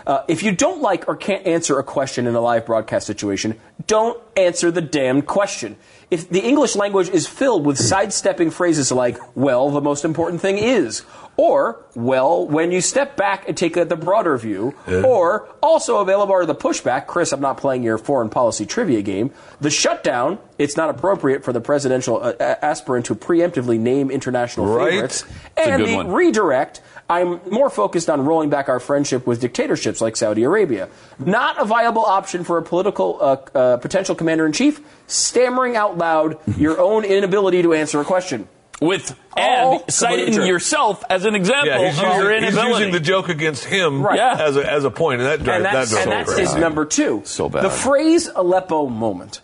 S2: Uh, if you don't like or can't answer a question in a live broadcast situation, don't answer the damn question. If the English language is filled with sidestepping phrases like "well, the most important thing is," or "well, when you step back and take a, the broader view," or also available are the pushback. Chris, I'm not playing your foreign policy trivia game. The shutdown. It's not appropriate for the presidential uh, a- aspirant to preemptively name international
S3: Right.
S2: favorites.
S1: a
S2: And
S1: good
S2: the
S1: one.
S2: redirect. I'm more focused on rolling back our friendship with dictatorships like Saudi Arabia. Not a viable option for a political uh, uh, potential commander in chief. Stammering out loud your own inability to answer a question.
S1: With
S2: All
S1: and citing
S2: completely true.
S1: yourself as an example
S3: yeah, he's,
S1: of your
S3: using, he's
S1: inability.
S3: using the joke against him
S2: Right.
S1: Yeah.
S3: as, a, as a point, and that drives
S2: and that's,
S3: that
S2: and
S3: drives
S2: that's
S3: me
S2: his
S3: crazy.
S2: number two.
S1: So bad.
S2: The phrase Aleppo moment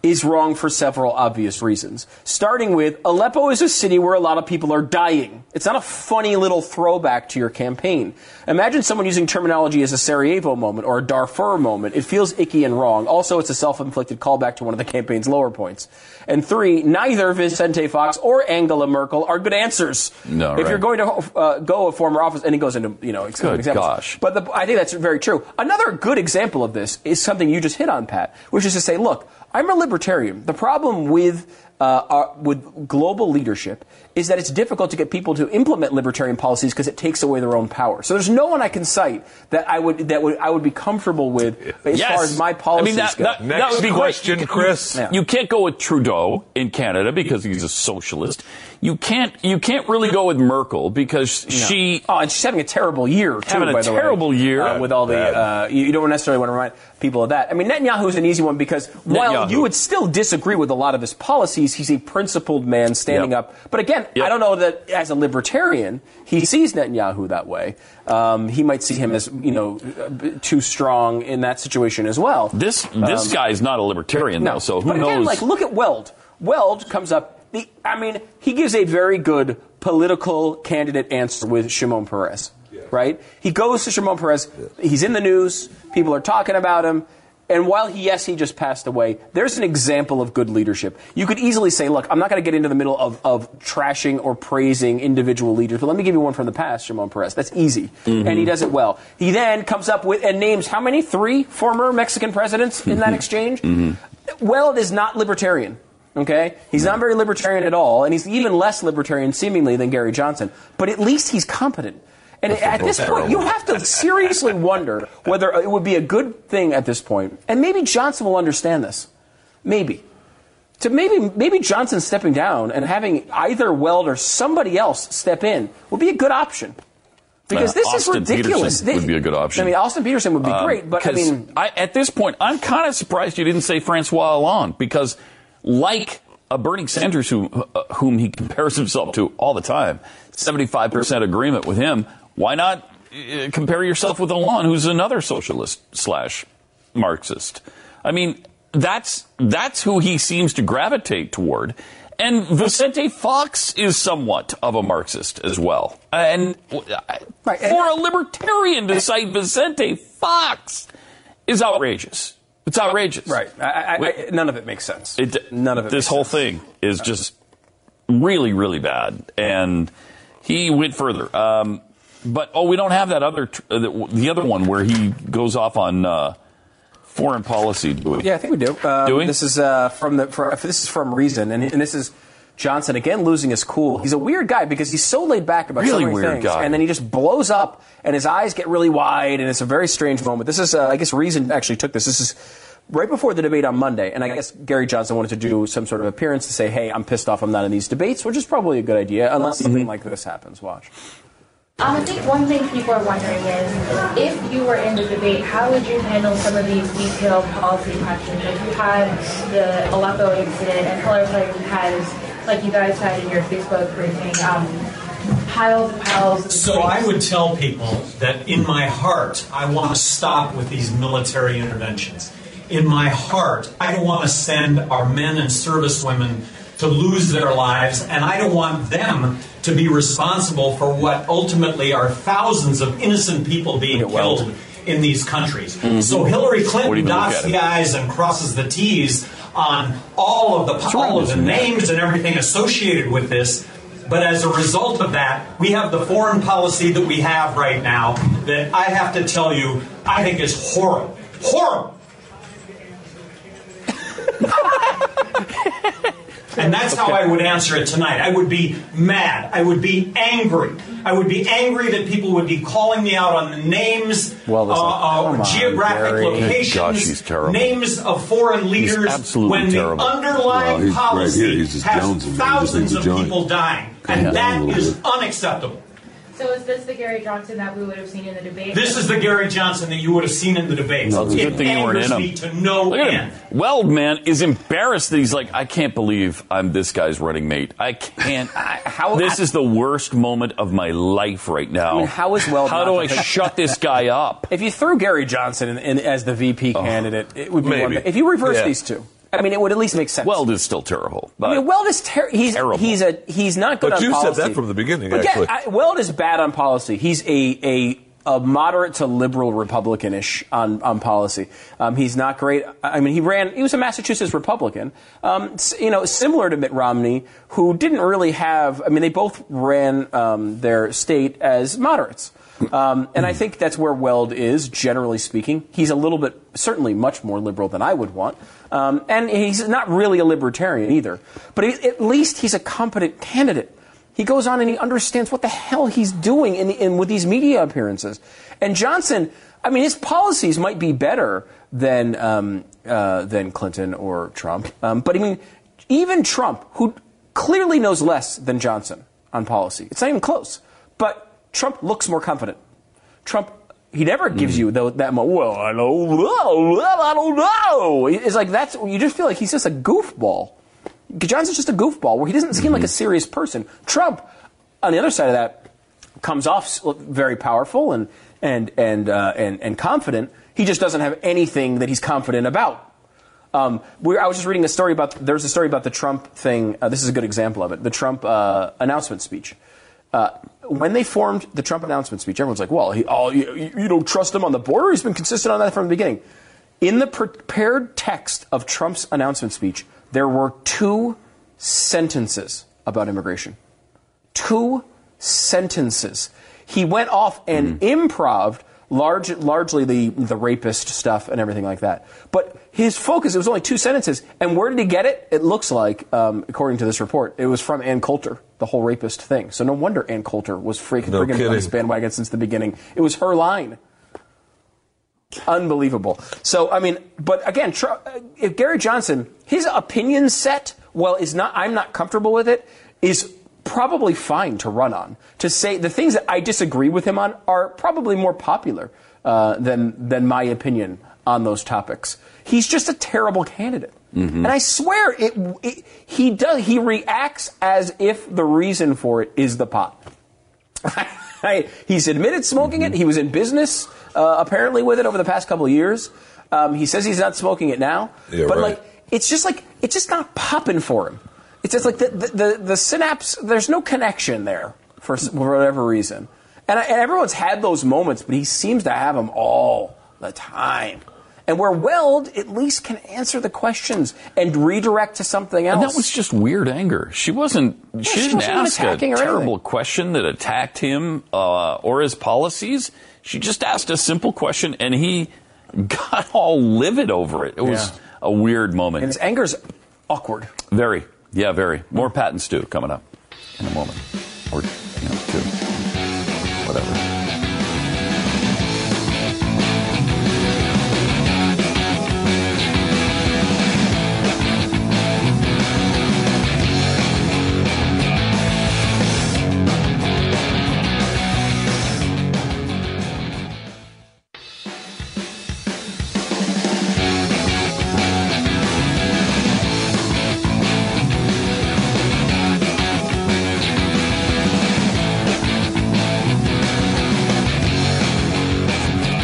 S2: is wrong for several obvious reasons. Starting with Aleppo is a city where a lot of people are dying. It's not a funny little throwback to your campaign. Imagine someone using terminology as a Sarajevo moment or a Darfur moment. It feels icky and wrong. Also, it's a self-inflicted callback to one of the campaign's lower points. And three, neither Vicente Fox or Angela Merkel are good answers.
S1: No,
S2: if
S1: right.
S2: you're going to uh, go a former office, and he goes into you know
S1: Good
S2: examples.
S1: gosh.
S2: But the, I think that's very true. Another good example of this is something you just hit on, Pat, which is to say, look, I'm a libertarian. The problem with uh, our, with global leadership is that it's difficult to get people to implement libertarian policies because it takes away their own power. So there's no one I can cite that I would that would I would be comfortable with as
S1: Yes.
S2: far as my
S1: I mean,
S2: policies
S1: that-
S2: go.
S1: that-
S3: Next
S1: that would be great.
S3: question,
S1: You-
S3: Chris.
S1: You, you can't go with Trudeau in Canada because he's a socialist. You can't. You can't really go with Merkel because she.
S2: Oh, and she's having a terrible year, too,
S1: Having a
S2: by the way.
S1: terrible year.
S2: Uh, with all the, uh, you, you don't necessarily want to remind people of that. I mean, Netanyahu is an easy one because while
S1: Netanyahu.
S2: you would still disagree with a lot of his policies, he's a principled man standing
S1: Yep.
S2: up. But again,
S1: Yep.
S2: I don't know that as a libertarian, he sees Netanyahu that way. Um, he might see him as, you know, a bit too strong in that situation as well.
S1: This this guy's not a libertarian though, so who
S2: Um, but
S1: knows?
S2: Again, like look at Weld. Weld comes up. The, I mean, he gives a very good political candidate answer with Shimon Peres, right? He goes to Shimon Peres. He's in the news. People are talking about him. And while he, yes, he just passed away, there's an example of good leadership. You could easily say, look, I'm not going to get into the middle of, of trashing or praising individual leaders, but let me give you one from the past, Shimon Peres. That's easy.
S1: Mm-hmm.
S2: And he does it well. He then comes up with and names how
S1: Mm-hmm.
S2: many? Three former Mexican presidents in that exchange? Weld is not libertarian. Okay? He's not very libertarian at all, and he's even less libertarian seemingly than Gary Johnson. But at least he's competent. And
S9: Those are
S2: at
S9: both
S2: this point, you
S9: terrible.
S2: have to seriously wonder whether it would be a good thing at this point, and maybe Johnson will understand this. Maybe. To maybe maybe Johnson stepping down and having either Weld or somebody else step in would be a good option. Because
S1: Uh,
S2: this
S1: Austin
S2: is ridiculous.
S1: Peterson
S2: They-
S1: would be a good option.
S2: I mean, Austin Peterson would be
S1: Um,
S2: great, but I
S1: 'cause
S2: mean,
S1: I- at this point, I'm kind of surprised you didn't say Francois Hollande because, like a Bernie Sanders, who, uh, whom he compares himself to all the time, 75% agreement with him. Why not uh, compare yourself with Hollande, who's another socialist slash Marxist? I mean, that's that's who he seems to gravitate toward. And Vicente Fox is somewhat of a Marxist as well. And uh, for a libertarian to cite Vicente Fox is outrageous. It's outrageous. Right.
S2: I, I, I, none of it makes sense.
S1: It,
S2: None of it
S1: This whole thing is just really, really bad. And he went further. Um, but oh, we don't have that other tr- uh, the, the other one where he goes off on uh, foreign policy. Do we?
S2: Yeah, I think we do. Um,
S1: Do we?
S2: This is uh, from the. For, this is from Reason, and, and this is Johnson again losing his cool. He's a weird guy because he's so laid back about so
S1: Really
S2: many
S1: weird
S2: things,
S1: guy.
S2: and then he just blows up, and his eyes get really wide, and it's a very strange moment. This is, uh, I guess, Reason actually took this. This is. Right before the debate on Monday, and I guess Gary Johnson wanted to do some sort of appearance to say, hey, I'm pissed off I'm not in these debates, which is probably a good idea,
S1: Mm-hmm.
S2: unless something like this happens. Watch.
S10: Um, I think one thing people are wondering is if you were in the debate, how would you handle some of these detailed policy questions? Like you had the Aleppo incident, and Color Play has, like you guys had in your Facebook briefing, um, piles and piles of.
S11: So I would tell people that in my heart, I want to stop with these military interventions. In my heart, I don't want to send our men and servicewomen to lose their lives, and I don't want them to be responsible for what ultimately are thousands of innocent people being killed in these countries.
S12: Mhm.
S11: So Hillary
S12: What do
S11: Clinton
S12: you look
S11: dots
S12: at
S11: the
S12: it?
S11: I's and crosses the T's on all of the all of the names and everything associated with this. But as a result of that, we have the foreign policy that we have right now that I have to tell you, I think is horrible. Horrible. and that's how I would answer it tonight. I would be mad. I would be angry. I would be angry that people would be calling me out on the names,
S1: Well, listen,
S11: uh,
S1: come
S11: uh,
S1: on,
S11: geographic
S1: Gary. Good
S11: locations,
S1: gosh, he's terrible.
S11: names of foreign
S1: He's
S11: leaders,
S1: absolutely
S11: when
S1: terrible.
S11: the
S1: Well,
S11: underlying
S1: he's right
S11: policy
S1: here. He's just
S11: has
S1: Jonesing. He just
S11: thousands
S1: needs to
S11: of
S1: join.
S11: people dying, and
S1: Yeah.
S11: that is unacceptable.
S10: So is this the Gary Johnson that we would have seen in the debate?
S11: This is the Gary Johnson that you would have seen in the debates.
S1: No, it's a
S11: it
S1: good thing you weren't
S11: angers
S1: in 'em.
S11: me to no
S1: Look at
S11: end.
S1: him. Weld man is embarrassed that he's like, I can't believe I'm this guy's running mate. I can't. how? This is the worst moment of my life right now.
S2: I mean, how is Weld
S1: How
S2: not
S1: do
S2: the
S1: I
S2: pick-
S1: shut this guy up?
S2: If you threw Gary Johnson in, in, as the VP
S3: Oh,
S2: candidate, it would be one
S1: maybe.
S2: thing. If you reverse
S1: Yeah.
S2: these two, I mean, it would at least make sense.
S1: Weld is still terrible. But
S2: I mean, Weld is ter- he's
S1: Terrible.
S2: he's a he's not good
S3: But
S2: on
S3: you said
S2: policy.
S3: that from the beginning,
S2: But
S3: actually.
S2: yeah, I, Weld is bad on policy. He's a a a moderate to liberal Republican-ish on, on policy. Um, he's not great. I I mean, he ran. He was a Massachusetts Republican. Um, s- you know, similar to Mitt Romney, who didn't really have. I mean, they both ran um, their state as moderates. Um, and I think that's where Weld is, generally speaking. He's a little bit, certainly much more liberal than I would want. Um, and he's not really a libertarian either. But he, at least he's a competent candidate. He goes on and he understands what the hell he's doing in, the, in with these media appearances. And Johnson, I mean, his policies might be better than, um, uh, than Clinton or Trump. Um, but I mean, even Trump, who clearly knows less than Johnson on policy, it's not even close. But Trump looks more confident. Trump, he never gives you tho- that much. Well, I don't know. Well, I don't know. It's like that's you just feel like he's just a goofball. Johnson's just a goofball where he doesn't seem like a serious person. Trump, on the other side of that, comes off s- very powerful and and and uh, and, and confident. He just doesn't have anything that he's confident about. Um, we I was just reading a story about there's a story about the Trump thing. Uh, this is a good example of it. The Trump uh, announcement speech. Uh, when they formed the Trump announcement speech, everyone's like, "Well, he, oh, you, you don't trust him on the border. He's been consistent on that from the beginning." In the prepared text of Trump's announcement speech, there were two sentences about immigration
S3: Mm-hmm.
S2: two sentences. He went off and improv large, largely the, the rapist stuff and everything like that. But his focus, it was only two sentences. And where did he get it? It looks like, um, according to this report, it was from Ann Coulter, the whole rapist thing. So no wonder Ann Coulter was freaking
S3: No
S2: friggin' on this
S3: kidding.
S2: bandwagon since the beginning. It was her line. Unbelievable. So I mean, but again, tr- uh, if Gary Johnson, his opinion set, well, is not. I'm not comfortable with it. Is probably fine to run on. To say the things that I disagree with him on are probably more popular uh, than than my opinion on those topics. He's just a terrible candidate.
S3: Mm-hmm.
S9: Mhm.
S2: And I swear, it, it, he does. He reacts as if the reason for it is the pot. Right. He's admitted smoking
S3: Mm-hmm.
S2: it. He was in business uh, apparently with it over the past couple of years. Um, he says he's not smoking it now,
S3: Yeah,
S2: but
S3: right.
S2: like it's just like it's just not popping for him. It's just like the the, the, the synapse. There's no connection there for, s- for whatever reason. And, I, and everyone's had those moments, but he seems to have them all the time. And where Weld at least can answer the questions and redirect to something else.
S1: And that was just weird anger. She wasn't. she
S2: she
S1: didn't
S2: wasn't even
S1: ask a
S2: attacking or
S1: terrible
S2: anything.
S1: question that attacked him uh, or his policies. She just asked a simple question, and he got all livid over it. It was
S2: Yeah.
S1: a weird moment.
S2: And his anger's awkward.
S1: Very, yeah, very. More patents do coming up in a moment, or you know, two, whatever.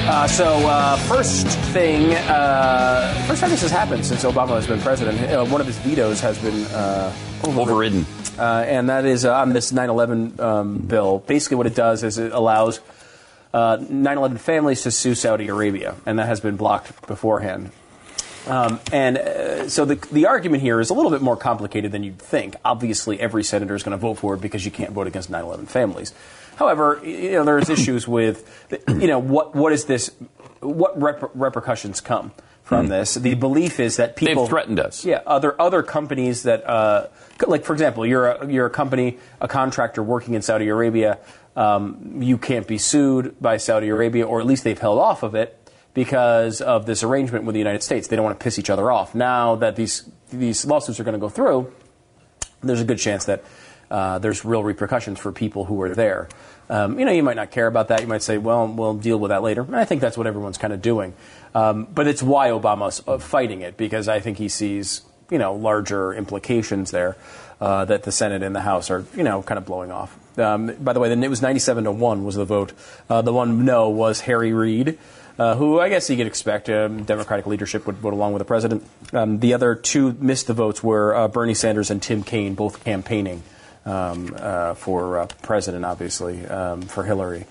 S2: Uh, so, uh, first thing, uh, first time this has happened since Obama has been president, uh, one of his vetoes has been uh,
S1: overridden.
S2: Uh, and that is uh, on this 9 11 um, bill. Basically, what it does is it allows 9 11 families to sue Saudi Arabia, and that has been blocked beforehand. Um, and uh, so the, the argument here is a little bit more complicated than you'd think. Obviously, every senator is going to vote for it because you can't vote against 9 11 families. However, y- you know, there's issues with, you know, what, what is this, what rep- repercussions come from this? The belief is that people.
S1: They've threatened us.
S2: Yeah, other other companies that, uh, c- like for example, you're a, you're a company, a contractor working in Saudi Arabia. Um, you can't be sued by Saudi Arabia, or at least they've held off of it because of this arrangement with the United States. They don't want to piss each other off. Now that these these lawsuits are going to go through, there's a good chance that uh, there's real repercussions for people who are there. Um, you know, you might not care about that. You might say, well, we'll deal with that later. And I think that's what everyone's kind of doing. Um, but it's why Obama's uh, fighting it, because I think he sees, you know, larger implications there uh, that the Senate and the House are, you know, kind of blowing off. Um, by the way, then it was 97 to 1 was the vote. Uh, the one no was Harry Reid, uh, who I guess you could expect um, Democratic leadership would vote along with the president. Um, the other two missed the votes were uh, Bernie Sanders and Tim Kaine, both campaigning um, uh, for uh, president, obviously, um, for Hillary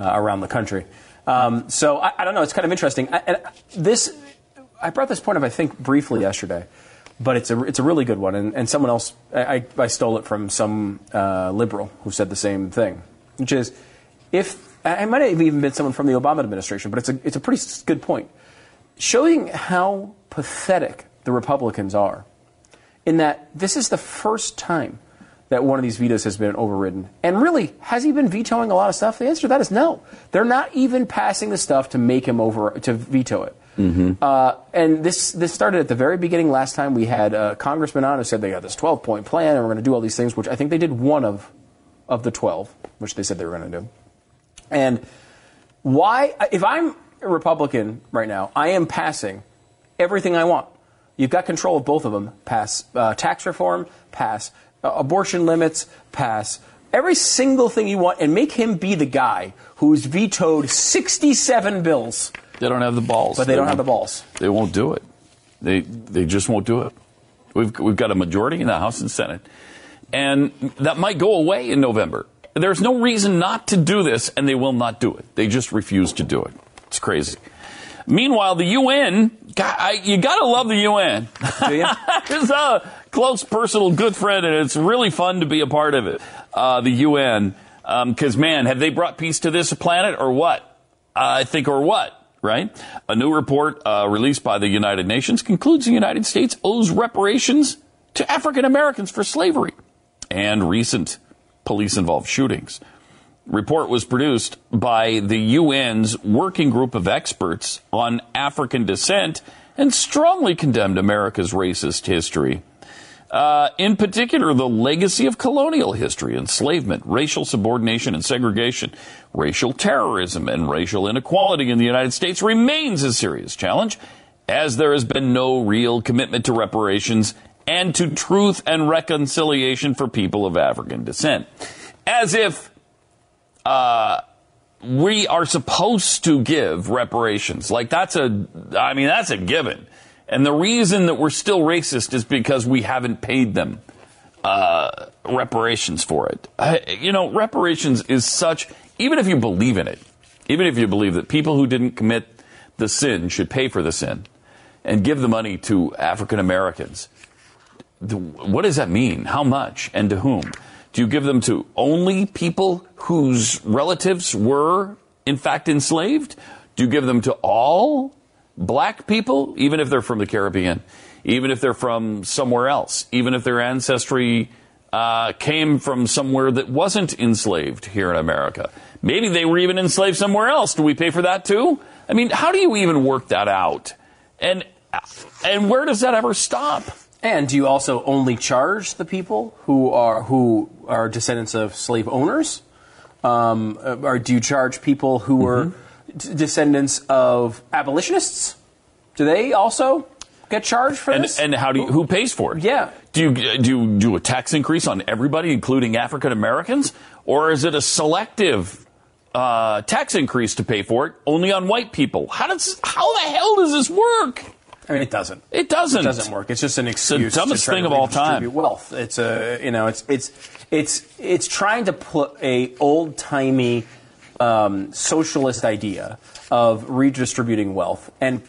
S2: uh, around the country. Um, so I, I don't know. It's kind of interesting. I, and this, I brought this point up, I think, briefly yesterday but it's a it's a really good one. And, and someone else, I, I, I stole it from some uh, liberal who said the same thing, which is if it might have even been someone from the Obama administration, but it's a it's a pretty s- good point, showing how pathetic the Republicans are, in that this is the first time that one of these vetoes has been overridden. And really, has he been vetoing a lot of stuff? The answer to that is no. They're not even passing the stuff to make him over to veto it. Uh, and this this started at the very beginning. Last time we had uh, Congressman on who said they got this 12 point plan and we're going to do all these things, which I think they did one of of the 12, which they said they were going to do. And why, if I'm a Republican right now, I am passing everything I want. You've got control of both of them. Pass uh, tax reform, pass uh, abortion limits, pass every single thing you want, and make him be the guy who's vetoed 67 bills.
S1: They don't have the balls.
S2: But they don't have
S1: won't-
S2: the balls.
S1: They won't do it. They they just won't do it. We've we've got a majority in the House and Senate, and that might go away in November. There's no reason not to do this, and they will not do it. They just refuse to do it. It's crazy. Meanwhile, the UN, God, I, you gotta love the UN. it's a close personal good friend, and it's really fun to be a part um, of it. Uh, the UN, because man, have they brought peace to this planet or what? I think, or what? Right? A new report uh, released by the United Nations concludes the United States owes reparations to African Americans for slavery and recent police involved shootings. Report was produced by the UN's working group of experts on African descent and strongly condemned America's racist history. Uh, in particular, the legacy of colonial history, enslavement, racial subordination and segregation, racial terrorism, and racial inequality in the United States remains a serious challenge, as there has been no real commitment to reparations and to truth and reconciliation for people of African descent. As if uh, we are supposed to give reparations. Like that's a, I mean, that's a given. And the reason that we're still racist is because we haven't paid them uh, reparations for it. I, you know, reparations is such, even if you believe in it, even if you believe that people who didn't commit the sin should pay for the sin and give the money to African Americans, the- what does that mean? How much and to whom? Do you give them to only people whose relatives were in fact enslaved? Do you give them to all black people, even if they're from the Caribbean, even if they're from somewhere else, even if their ancestry uh, came from somewhere that wasn't enslaved here in America? Maybe they were even enslaved somewhere else. Do we pay for that too? I mean, how do you even work that out? And and where does that ever stop?
S2: And do you also only charge the people who are who are descendants of slave owners, um, uh, or do you charge people who were
S1: Mm-hmm.
S2: d- descendants of abolitionists? Do they also get charged for
S1: And
S2: this?
S1: and how do you, who pays for it? Yeah. Do you do you do a tax increase on everybody, including African Americans, or is it a selective uh, tax increase to pay for it only on white people? How does how the hell does this work?
S2: I mean, it doesn't.
S1: It doesn't.
S2: It doesn't work. It's just an excuse.
S1: It's the dumbest
S2: to try
S1: thing
S2: to
S1: of all
S2: redistribute
S1: time.
S2: Wealth. It's a you know it's it's it's it's trying to put a old timey um, socialist idea of redistributing wealth and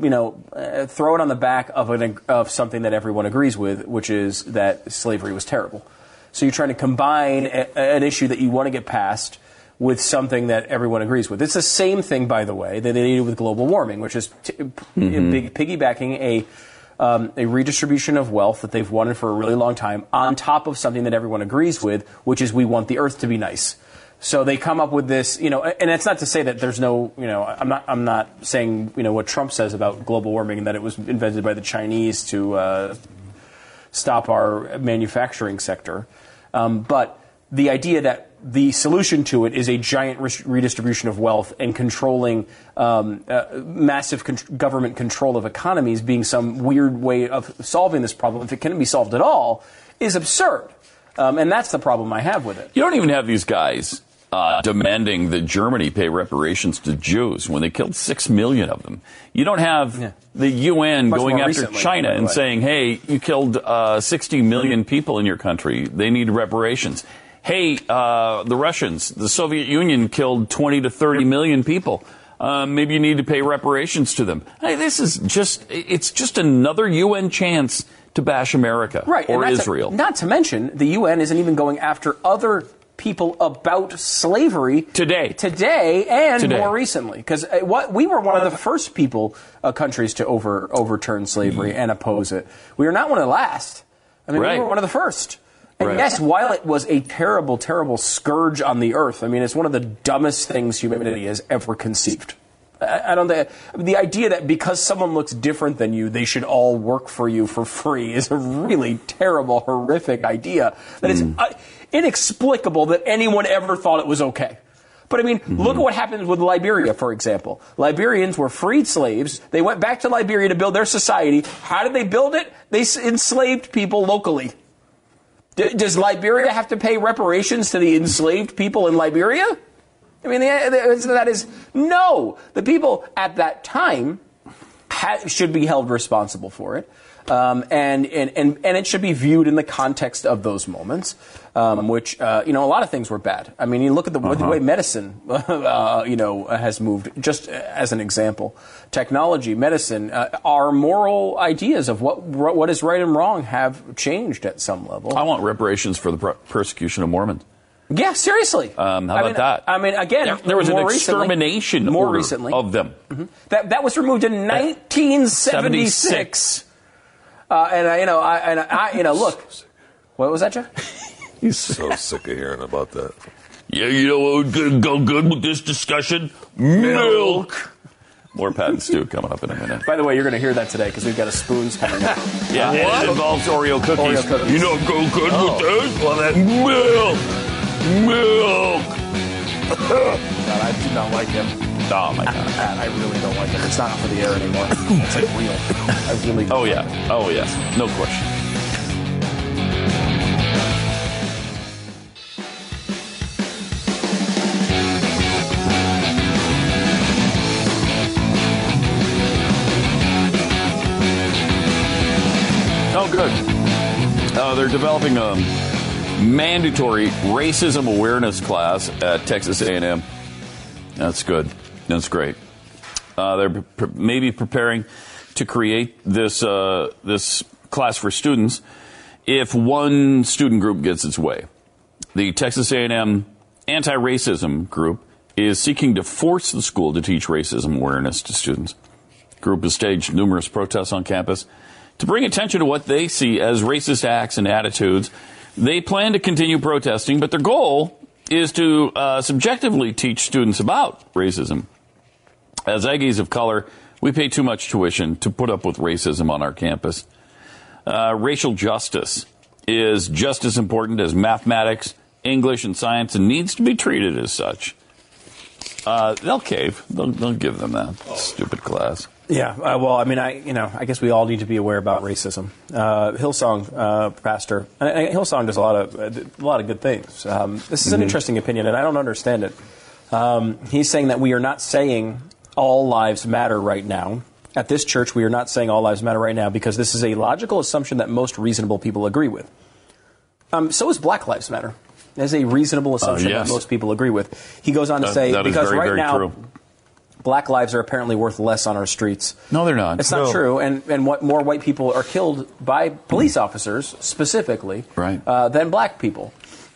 S2: you know uh, throw it on the back of an of something that everyone agrees with, which is that slavery was terrible. So you're trying to combine a, an issue that you want to get past with something that everyone agrees with. It's the same thing, by the way, that they did with global warming, which is t-
S1: Mm-hmm.
S2: big, piggybacking a um, a redistribution of wealth that they've wanted for a really long time on top of something that everyone agrees with, which is we want the earth to be nice. So they come up with this, you know, and it's not to say that there's no, you know, I'm not, I'm not saying, you know, what Trump says about global warming and that it was invented by the Chinese to uh, stop our manufacturing sector. Um, but the idea that the solution to it is a giant res- redistribution of wealth and controlling um, uh, massive con- government control of economies being some weird way of solving this problem, if it can be solved at all, is absurd. Um, and that's the problem I have with it.
S1: You don't even have these guys uh, demanding that Germany pay reparations to Jews when they killed six million of them. You don't have the UN
S9: Much
S1: going
S9: more
S1: after
S9: recently,
S1: China
S9: by the
S1: and
S9: way.
S1: saying, "Hey, you killed uh, 60 million people in your country. They need reparations." Hey, uh, the Russians, the Soviet Union killed 20 to 30 million people. Uh, maybe you need to pay reparations to them. Hey, this is just—it's just another UN chance to bash America
S2: Right. and
S1: or
S2: not to-
S1: Israel.
S2: not to mention, the UN isn't even going after other people about slavery today, today, and
S1: Today.
S2: more recently, because what we were one of the first people uh, countries to over overturn slavery and oppose it. We are not one of the last. I mean,
S1: Right.
S2: we were one of the first. And
S1: Right.
S2: yes, while it was a terrible, terrible scourge on the earth, I mean, it's one of the dumbest things humanity has ever conceived. I I don't think the idea that because someone looks different than you, they should all work for you for free is a really terrible, horrific idea. That it's uh, inexplicable that anyone ever thought it was okay. But I mean, look at what happens with Liberia, for example. Liberians were freed slaves. They went back to Liberia to build their society. How did they build it? They s- enslaved people locally. D- does Liberia have to pay reparations to the enslaved people in Liberia? I mean, the, the answer to that is no. The people at that time ha- should be held responsible for it. Um, and, and, and, and it should be viewed in the context of those moments, um, which, uh, you know, a lot of things were bad. I mean, you look at the, the way medicine, uh, you know, has moved, just as an example. Technology, medicine, uh, our moral ideas of what, what is right and wrong have changed at some level.
S1: I want reparations for the per- persecution of Mormons.
S2: Yeah, seriously.
S1: Um, how
S2: I
S1: about
S2: mean,
S1: that?
S2: I mean, again,
S1: There- there was an
S2: more recently-
S1: extermination
S2: more
S1: order
S2: recently. Mm-hmm.
S1: of them.
S2: That that was removed in 1976. Uh, and I, you know, I, and I, you know, look. What was that, Jeff?
S3: He's so sick of hearing about that.
S1: Yeah, you know what would go- go good with this discussion? Milk. More Pat and Stu coming up in a minute.
S2: By the way, you're going to hear that today because we've got a spoons coming up.
S1: Yeah,
S2: Uh,
S1: and it involves Oreo cookies.
S2: Oreo cookies.
S1: You know what go good
S2: Oh.
S1: with this? Well, that milk. Milk.
S2: God, I do not like him.
S1: Oh my god,
S2: Pat, I really don't like him. It's not for the air anymore. It's like real. I really.
S1: Oh yeah. Oh yes. No question. Oh, good. Uh, they're developing a mandatory racism awareness class at Texas A&M. That's good. That's great. Uh, they're pre- maybe preparing to create this uh, this class for students if one student group gets its way. The Texas A&M anti-racism group is seeking to force the school to teach racism awareness to students. The group has staged numerous protests on campus to bring attention to what they see as racist acts and attitudes. They plan to continue protesting, but their goal is to uh, subjectively teach students about racism. As Aggies of color, we pay too much tuition to put up with racism on our campus. Uh, racial justice is just as important as mathematics, English, and science and needs to be treated as such. Uh, they'll cave. They'll, they'll give them that stupid class.
S2: Yeah, uh, well, I mean, I you know, I guess we all need to be aware about racism. Uh, Hillsong uh, pastor, and, and Hillsong does a lot of uh, a lot of good things. Um, this is an
S1: Mm-hmm.
S9: Mhm.
S2: interesting opinion, and I don't understand it. Um, he's saying that we are not saying all lives matter right now. At this church, we are not saying all lives matter right now because this is a logical assumption that most reasonable people agree with. Um, so is Black Lives Matter. That is a reasonable assumption
S1: Uh, yes.
S2: that most people agree with. He goes on to
S1: That-
S2: say
S1: that is
S2: because
S1: very,
S2: right
S1: very
S2: now
S1: true.
S2: black lives are apparently worth less on our streets.
S1: No, they're not.
S2: It's not
S1: No.
S2: true. And and what more white people are killed by police officers specifically
S1: Mm-hmm. Right.
S2: uh, than black people.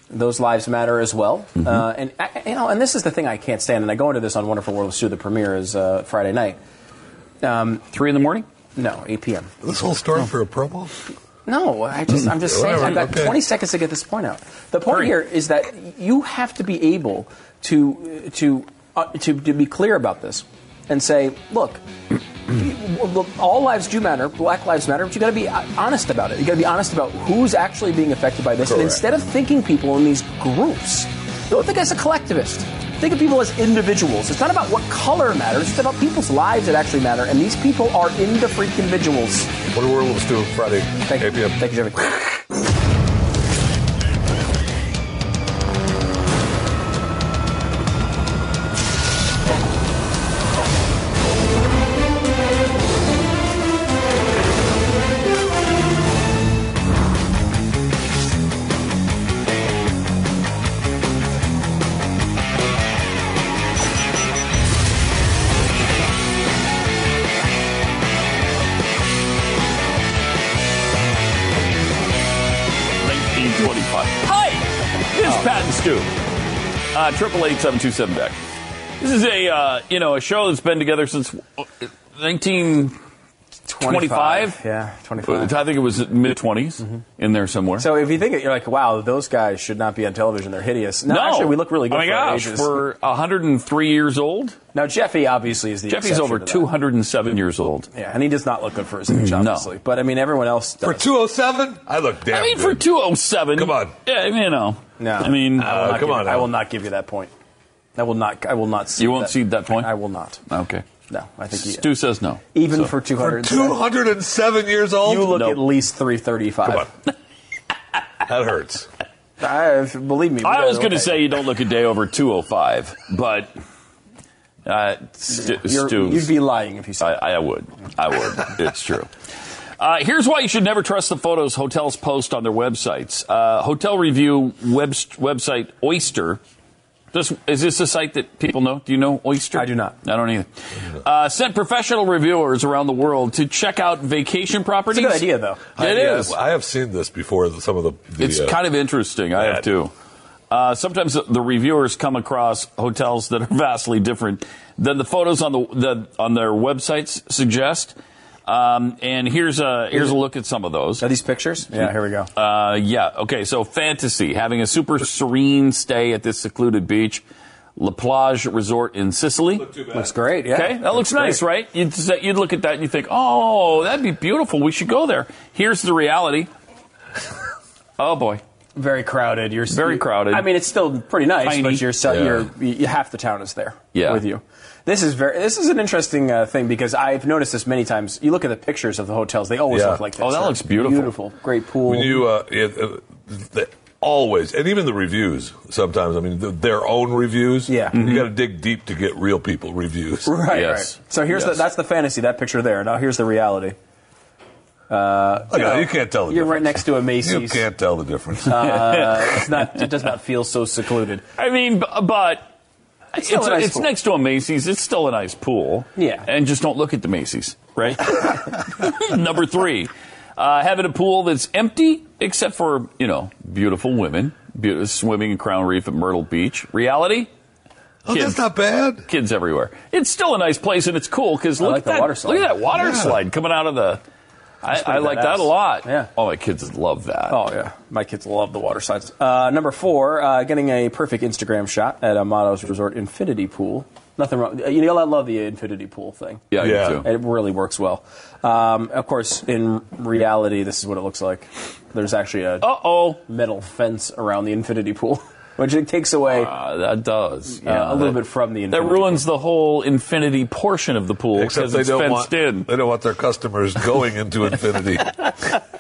S2: Those lives matter as well.
S1: Mm-hmm.
S2: Uh, and I, I- you know, and this is the thing I can't stand. And I go into this on Wonderful World of Sue. The premiere is uh, Friday night. Um,
S1: Three in the morning?
S2: No, eight p.m.
S3: This whole story for a promo?
S2: No, I just, I'm just saying.
S3: Whatever,
S2: I've got
S3: okay.
S2: 20 seconds to get this point out. The point here is that you have to be able to to uh, to, to be clear about this and say, look, all lives do matter, black lives matter, but you got to be uh, honest about it. You got to be honest about who's actually being affected by this. And
S12: Correct.
S2: instead of thinking people in these groups, don't think as a collectivist. Think of people as individuals. It's not about what color matters. It's about people's lives that actually matter. And these people are individuals. individuals.
S3: What are we going to do Friday?
S2: Thank you. Thank you, Jimmy.
S1: Nineteen twenty-five. Hi, this
S2: Oh.
S1: is Pat and Stu. Uh, Triple eight seven two seven back. This is a uh, you know a show that's been together since uh, nineteen twenty-five.
S2: Yeah, 25.
S1: I think it was mid 20s in there somewhere.
S2: So if you think it, you're like, wow, those guys should not be on television. They're hideous. No, actually, we look really good
S1: Oh my
S2: for our
S1: gosh,
S2: ages.
S1: we're 103 years old.
S2: Now Jeffy obviously is the
S1: Jeffy's
S2: exception
S1: over
S2: to that.
S1: 207 years old.
S2: Yeah, and he does not look good for his age, obviously. But I mean, everyone else does.
S3: For 207? I look damn
S1: I mean,
S3: good.
S1: for 207. Come on. Yeah, you know.
S2: No, Uh,
S1: I mean,
S2: I will not give you- I will not give you that point. I will not. I will not. Cede
S1: You won't
S2: that.
S1: cede that point?
S2: I will not.
S1: uh, Okay.
S2: No, I think he-
S1: Stu says no.
S2: Even
S1: So-
S2: for 200.
S3: For 207 years old?
S2: You look
S3: No.
S2: at least 335. Come on.
S3: that hurts.
S2: I, believe me. we
S1: I
S2: don't
S1: was
S2: know
S1: going to
S2: that.
S1: say you don't look a day over 205, but uh, St-
S2: You're-
S1: Stu's-
S2: you'd be lying if you
S1: said I, I would. I would. it's true. Uh, here's why you should never trust the photos hotels post on their websites. Uh, hotel review web, website Oyster. This, is this a site that people know? Do you know Oyster? I do not. I don't either. Uh, sent professional reviewers around the world to check out vacation properties.
S3: good idea, though.
S1: It
S3: I, uh,
S1: is.
S3: I have seen this before. Some of the, the
S1: It's
S3: uh,
S1: kind of interesting. I have too. Uh, sometimes the reviewers come across hotels that are vastly different than the photos on the, the on their websites suggest. Um, and here's a here's a look at some of those. Are
S2: these pictures? Yeah, here we go.
S1: Uh, yeah. Okay. So fantasy, having a super serene stay at this secluded beach, La Plage Resort in Sicily.
S2: Looks great. Yeah.
S1: Okay, that looks, nice, right? You'd, s- you'd look at that and you think, oh, that'd be beautiful. We should go there. Here's the reality. oh boy.
S2: Very crowded. You're
S1: very crowded.
S2: I mean, it's still pretty nice,
S1: Tiny.
S2: but you're, se-
S1: Yeah.
S2: you're you, half the town is there
S1: Yeah.
S2: with you. This is very. This is an interesting uh, thing because I've noticed this many times. You look at the pictures of the hotels; they always
S3: Yeah.
S2: look like this.
S3: Oh, that
S2: They're
S3: looks beautiful.
S2: Beautiful, great pool.
S3: When you uh, it, uh, the, always, and even the reviews sometimes. I mean, th their own reviews. Yeah,
S2: Mm-hmm.
S3: you got to dig deep to get real people reviews.
S2: Right, right. So here's the, that's the fantasy. That picture there. Now here's the reality. Uh,
S3: Look at that, you can't tell the
S2: You're right next to a Macy's.
S3: You can't tell the difference.
S2: Uh, it's not. It does not feel so secluded.
S1: I mean, b- but. It's,
S2: still a nice
S1: it's
S2: pool.
S1: next to a Macy's. It's still a nice pool. Yeah. And just don't look at the Macy's, right? Number three, uh, having a pool that's empty except for, you know, beautiful women be- swimming in Crown Reef at Myrtle Beach. Reality?
S3: Oh, that's not bad.
S1: Kids everywhere. It's still a nice place and it's cool because look,
S2: like
S1: at
S2: the
S1: that-
S2: water slide.
S1: look at that water
S2: Yeah.
S1: slide coming out of the. I,
S2: pretty
S1: I like that
S2: badass.
S1: a lot.
S2: Yeah.
S1: Oh, my kids love that.
S2: Oh yeah, my kids love the water slides. Uh, number four, uh, getting a perfect Instagram shot at Amato's Resort Infinity Pool. Nothing wrong. uh, You know, I love the Infinity Pool thing.
S1: Yeah, I do, Yeah. too.
S2: It really works well. Um, of course, in reality, this is what it looks like. There's actually
S1: Oh!
S2: a
S1: uh-oh
S2: metal fence around the Infinity Pool, which it takes away.
S1: Ah. that does
S2: uh, a little
S1: that-
S2: bit from the
S1: That
S2: Infinity.
S1: ruins the whole infinity portion of the pool
S3: Except
S1: because
S3: they
S1: it's
S3: don't
S1: fenced
S3: want
S1: in.
S3: they don't want their customers going into infinity.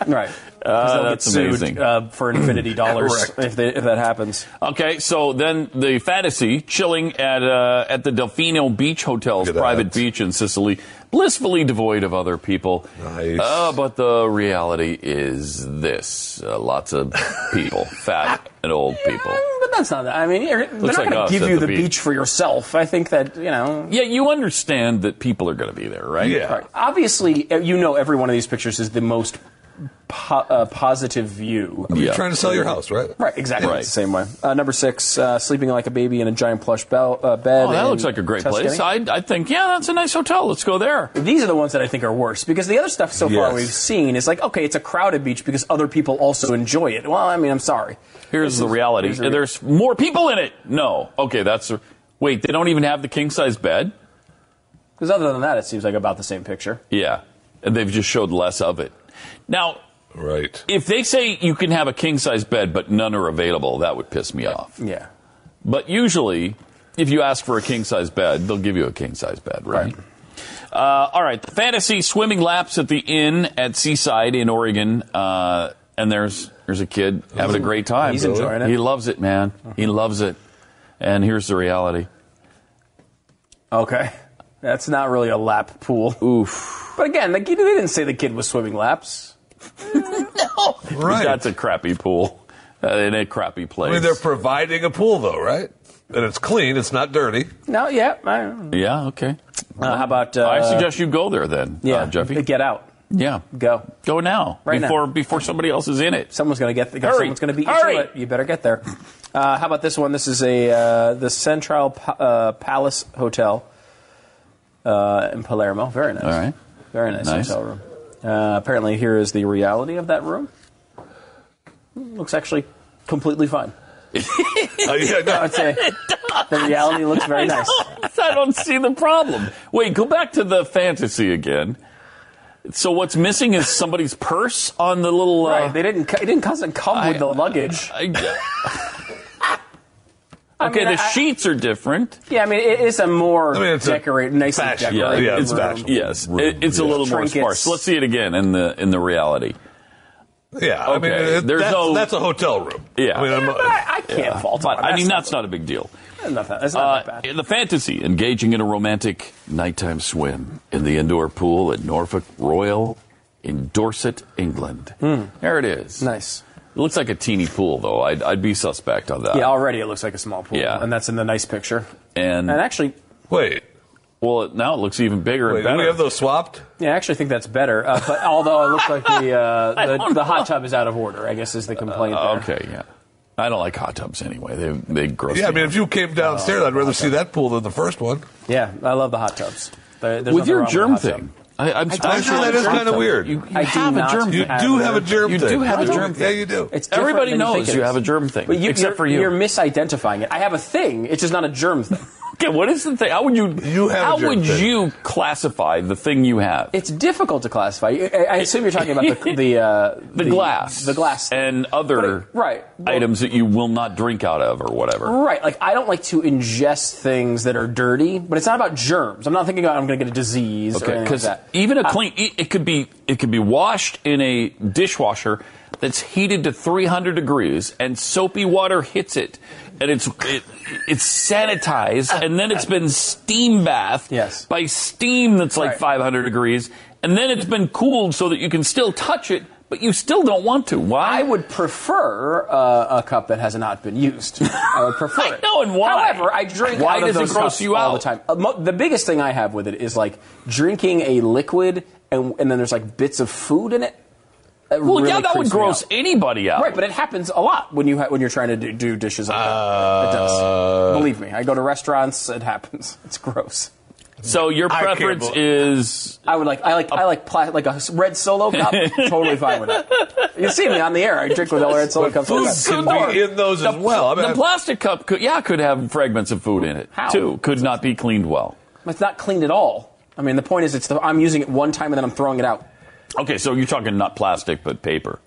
S2: right. 'Cause
S1: Uh,
S2: they'll get
S1: that's
S2: sued,
S1: amazing.
S2: uh, for Infinity dollars
S1: Correct.
S2: if, they, if that happens.
S1: Okay, so then the fantasy chilling at uh, at the Delfino Beach Hotel's private beach in Sicily, blissfully devoid of other people. Nice. Uh, but the reality is this: uh, lots of people, fat and old people.
S2: But that's not. I mean, you're, they're not
S1: like
S2: going
S1: us
S2: to give
S1: at
S2: you
S1: the
S2: the
S1: beach.
S2: beach for yourself. I think that you know.
S1: Yeah, you understand that people are going to be there, right?
S2: Right. Obviously, uh, you know every one of these pictures is the most po- uh, positive view.
S3: I mean, You're trying to sell your house, right?
S2: Right, exactly.
S3: Right.
S2: It's the same way. Uh, number six, uh, sleeping like a baby in a giant plush bell, uh, bed.
S1: Oh, that
S2: in
S1: looks like a great
S2: Tuscany.
S1: place. I, I think, yeah, that's a nice hotel. Let's go there.
S2: These are the ones that I think are worse because the other stuff so far
S1: Yes.
S2: we've seen is like, okay, it's a crowded beach because other people also enjoy it. Well, I mean, I'm sorry.
S1: Here's the reality.
S2: here's the-
S1: There's more people in it. No. Okay, that's. Wait, they don't even have the king size bed?
S2: Because other than that, it seems like about the same picture.
S1: Yeah. And they've just showed less of it. Now,
S3: right.
S1: if they say you can have a king size bed, but none are available, that would piss me off.
S2: Yeah.
S1: But usually, if you ask for a king size bed, they'll give you a king size bed, right? Uh, all right, the fantasy swimming laps at the inn at Seaside in Oregon, uh, and there's there's a kid having a great time.
S2: He's enjoying it.
S1: He loves it, man. He loves it. And here's the reality.
S2: Okay. That's not really a lap pool. Oof. But again, the kid, they didn't say the kid was swimming laps.
S3: Right.
S1: That's a crappy pool uh, in a crappy place.
S3: I mean, they're providing a pool though, right? And it's clean. It's not dirty.
S2: No, yeah. I,
S1: Yeah. Okay.
S2: Uh, how about? Uh,
S1: I suggest you go there then,
S2: Yeah,
S1: uh, Jeffy.
S2: Get out.
S1: Yeah.
S2: Go.
S1: Go now.
S2: Right now.
S1: before before somebody else is in it.
S2: Someone's gonna get. The,
S1: Hurry.
S2: Someone's gonna beat you
S1: Hurry.
S2: to it. You better get there. Uh, how about this one? This is a uh, the Central Pa- uh, Palace Hotel uh, in Palermo. Very nice.
S1: All right.
S2: Very nice,
S1: Nice.
S2: hotel room. Uh, apparently, here is the reality of that room. Looks actually completely fine. I would say the reality looks very nice.
S1: I don't see the problem. Wait, go back to the fantasy again. So what's missing is somebody's purse on the little. Uh,
S2: Right. They didn't. It didn't come come with the luggage. I
S1: okay,
S2: mean,
S1: the
S2: I-
S1: sheets are different.
S2: Yeah, I mean, it is a more
S1: I mean, it's a
S2: decorate, nicely
S1: Fashion.
S2: decorated.
S1: yeah, it's
S2: room.
S1: fashionable. Yes, it- it's a
S2: Yeah.
S1: little
S2: Trinkets.
S1: more sparse. Let's see it again in the in the reality.
S3: Yeah, I mean,
S1: Okay,
S3: it-
S1: there's
S3: that's,
S1: no-
S3: that's a hotel room.
S1: Yeah,
S3: I mean, I'm- uh,
S2: I can't fault
S1: But,
S2: him.
S1: I mean,
S2: That's
S1: that's not a big deal.
S2: Eh, Not that, that's
S1: Uh,
S2: not that bad.
S1: In the fantasy, engaging in a romantic nighttime swim in the indoor pool at Norfolk Royal in Dorset, England. There it is.
S2: Hmm. Nice.
S1: It looks like a teeny pool, though. I'd, I'd be suspect on that.
S2: yeah, already it looks like a small pool.
S1: Yeah.
S2: And that's in the nice picture.
S1: And,
S2: And actually,
S3: wait.
S1: Well, it- now it looks even bigger
S3: Wait,
S1: and
S3: do
S1: better.
S3: we have those swapped?
S2: yeah, I actually think that's better. Uh, but although it looks like the, uh, the, the hot tub is out of order, I guess is the complaint.
S1: Okay, yeah. I don't like hot tubs anyway. They they gross.
S3: Yeah, I
S1: me
S3: mean,
S1: out.
S3: if you came downstairs,
S1: Oh,
S3: I'd rather
S1: hot
S3: see that pool than the first one.
S2: Yeah, I love the hot tubs. There- there's
S1: with
S2: nothing
S1: your
S2: wrong
S1: germ
S2: hot tub.
S1: thing. I, I'm
S2: I don't
S1: I'm
S2: have
S1: sure
S2: a
S1: that's
S2: germ
S1: kinda
S2: thing.
S1: weird. You,
S2: I
S1: you
S2: do
S1: have a
S2: not
S1: germ.
S2: You do have a germ
S1: You
S2: thing.
S1: do have
S2: I
S1: a
S2: don't.
S1: germ thing.
S2: Yeah, you
S3: do.
S2: It's different
S1: Everybody
S2: than you think
S1: knows
S2: it
S1: you
S2: is.
S1: have a germ thing,
S2: But you,
S1: except
S2: are
S1: for you.
S2: You're misidentifying it. I have a thing. It's just not a germ thing.
S1: okay, what is the thing? How would you?
S3: You have a
S1: how
S3: germ
S1: would
S3: thing.
S1: you classify the thing you have?
S2: It's difficult to classify. I, I assume you're talking about the the, uh,
S1: the, glass,
S2: the glass,
S1: and other
S2: But I- right. Well-
S1: items that you will not drink out of or whatever.
S2: Right. Like I don't like to ingest things that are dirty, but it's not about germs. I'm not thinking about I'm going to get a disease or
S1: Okay,
S2: anything like
S1: because
S2: that.
S1: even a
S2: I-
S1: clean, e, it, it could be it could be washed in a dishwasher that's heated to 300 degrees, and soapy water hits it, and it's it, it's sanitized,
S2: Uh,
S1: and then it's been steam bathed by steam that's like 500 degrees, and then it's been cooled so that you can still touch it, but you still don't want to. Why?
S2: I would prefer uh, a cup that has not been used. I would prefer it.
S1: No, and why?
S2: However, I drink
S1: Why
S2: out of
S1: does
S2: those
S1: it gross
S2: cups
S1: you
S2: all
S1: out?
S2: the time. Uh, mo- the biggest thing I have with it is like drinking a liquid and, and then there's like bits of food in it. That
S1: Well,
S2: really
S1: yeah, that would
S2: creeps me
S1: gross
S2: out.
S1: anybody out.
S2: Right, but it happens a lot when you ha- when you're trying to do, do dishes. Like that. It
S1: Uh,
S2: does. Believe me, I go to restaurants. It happens. It's gross.
S1: So your
S2: I can't
S1: preference
S2: bel-
S1: is
S2: I would like I like I like pla- like a s- red solo cup. totally fine with that. You see me on the air. I drink with all red solo cups. all the
S3: food
S2: time.
S3: can be in those as well. I mean,
S1: the plastic cup, could, yeah, could have fragments of food in it
S2: How?
S1: too. Could not be cleaned well.
S2: It's not cleaned at all. I mean, the point is, it's the, I'm using it one time and then I'm throwing it out.
S1: Okay, so you're talking not plastic but paper.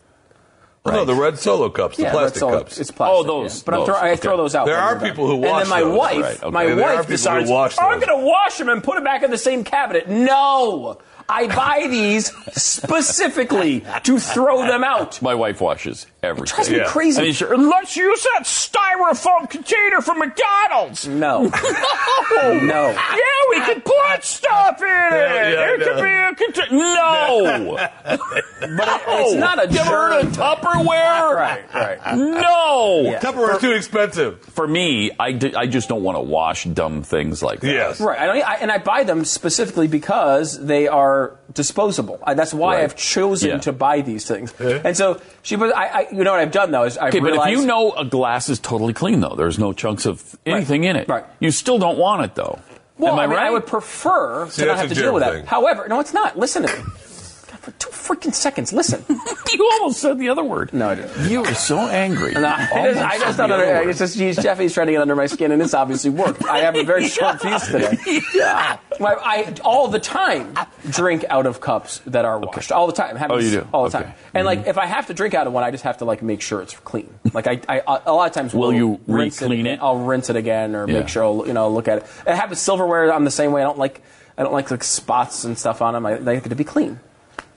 S3: No, the red solo cups, the
S2: Yeah,
S3: plastic
S2: that's all-
S3: cups.
S2: It's plastic.
S1: Oh, those,
S2: yeah. But I'm
S1: those,
S2: throw, I
S1: okay.
S2: throw those out.
S3: There
S2: when
S3: are
S2: they're done.
S3: people who
S2: And
S3: wash
S2: then my
S3: those,
S2: wife,
S3: right, okay.
S2: my
S3: Yeah, there are people
S2: wife
S3: who
S2: decides,
S3: wash
S2: I'm
S3: those."
S2: going to wash them and put them back in the same cabinet. No, I buy these specifically to throw them out.
S1: My wife washes everything. It
S2: drives me crazy.
S1: I mean, sure, let's use that styrofoam container from McDonald's.
S2: No.
S1: no.
S2: No.
S1: Yeah, we could put stuff in
S2: Yeah,
S1: it.
S2: yeah,
S1: it could
S2: no.
S1: be a container. No.
S2: But it- it's not a
S1: You ever heard
S2: germ
S1: of
S2: thing.
S1: Tupperware?
S2: Right, right.
S1: No.
S2: Yeah. Tupperware's
S3: too expensive.
S1: For me, I, d- I just don't want to wash dumb things like that.
S3: Yes.
S2: Right, I don't, I, and I buy them specifically because they are disposable. I, that's why
S1: Right.
S2: I've chosen
S1: Yeah.
S2: to buy these things. And so she, but I, I, you know what I've done though is I've
S1: Okay, but
S2: realized
S1: if you know a glass is totally clean, though, there's no chunks of anything in it. Right. You still don't want it, though.
S2: Well,
S1: Am I,
S2: I, mean,
S1: right?
S2: I would prefer
S1: See,
S2: to not
S1: that's
S2: have
S1: a
S2: to deal with
S1: germ
S2: that.
S1: thing.
S2: However, no, it's not. Listen to me. God, for two freaking seconds, listen.
S1: you almost said the other word.
S2: No, I didn't.
S1: You were so angry.
S2: No, I just, I just don't under, it's just he's, Jeffy's trying to get under my skin, and it's obviously worked. I have a very short fuse today. Yeah. My, I all the time drink out of cups that are washed. All the time. It happens
S1: Oh, you do?
S2: All the
S1: Okay. Mm-hmm.
S2: time. And like, if I have to drink out of one, I just have to like make sure it's clean. Like, I, I a lot of times
S1: Will
S2: we'll
S1: you
S2: rinse
S1: re-clean
S2: it,
S1: it?
S2: I'll rinse it again or
S1: Yeah.
S2: make sure I'll you know look at it. It happens silverware. I'm the same way. I don't like I don't like like spots and stuff on them. I like it to be clean.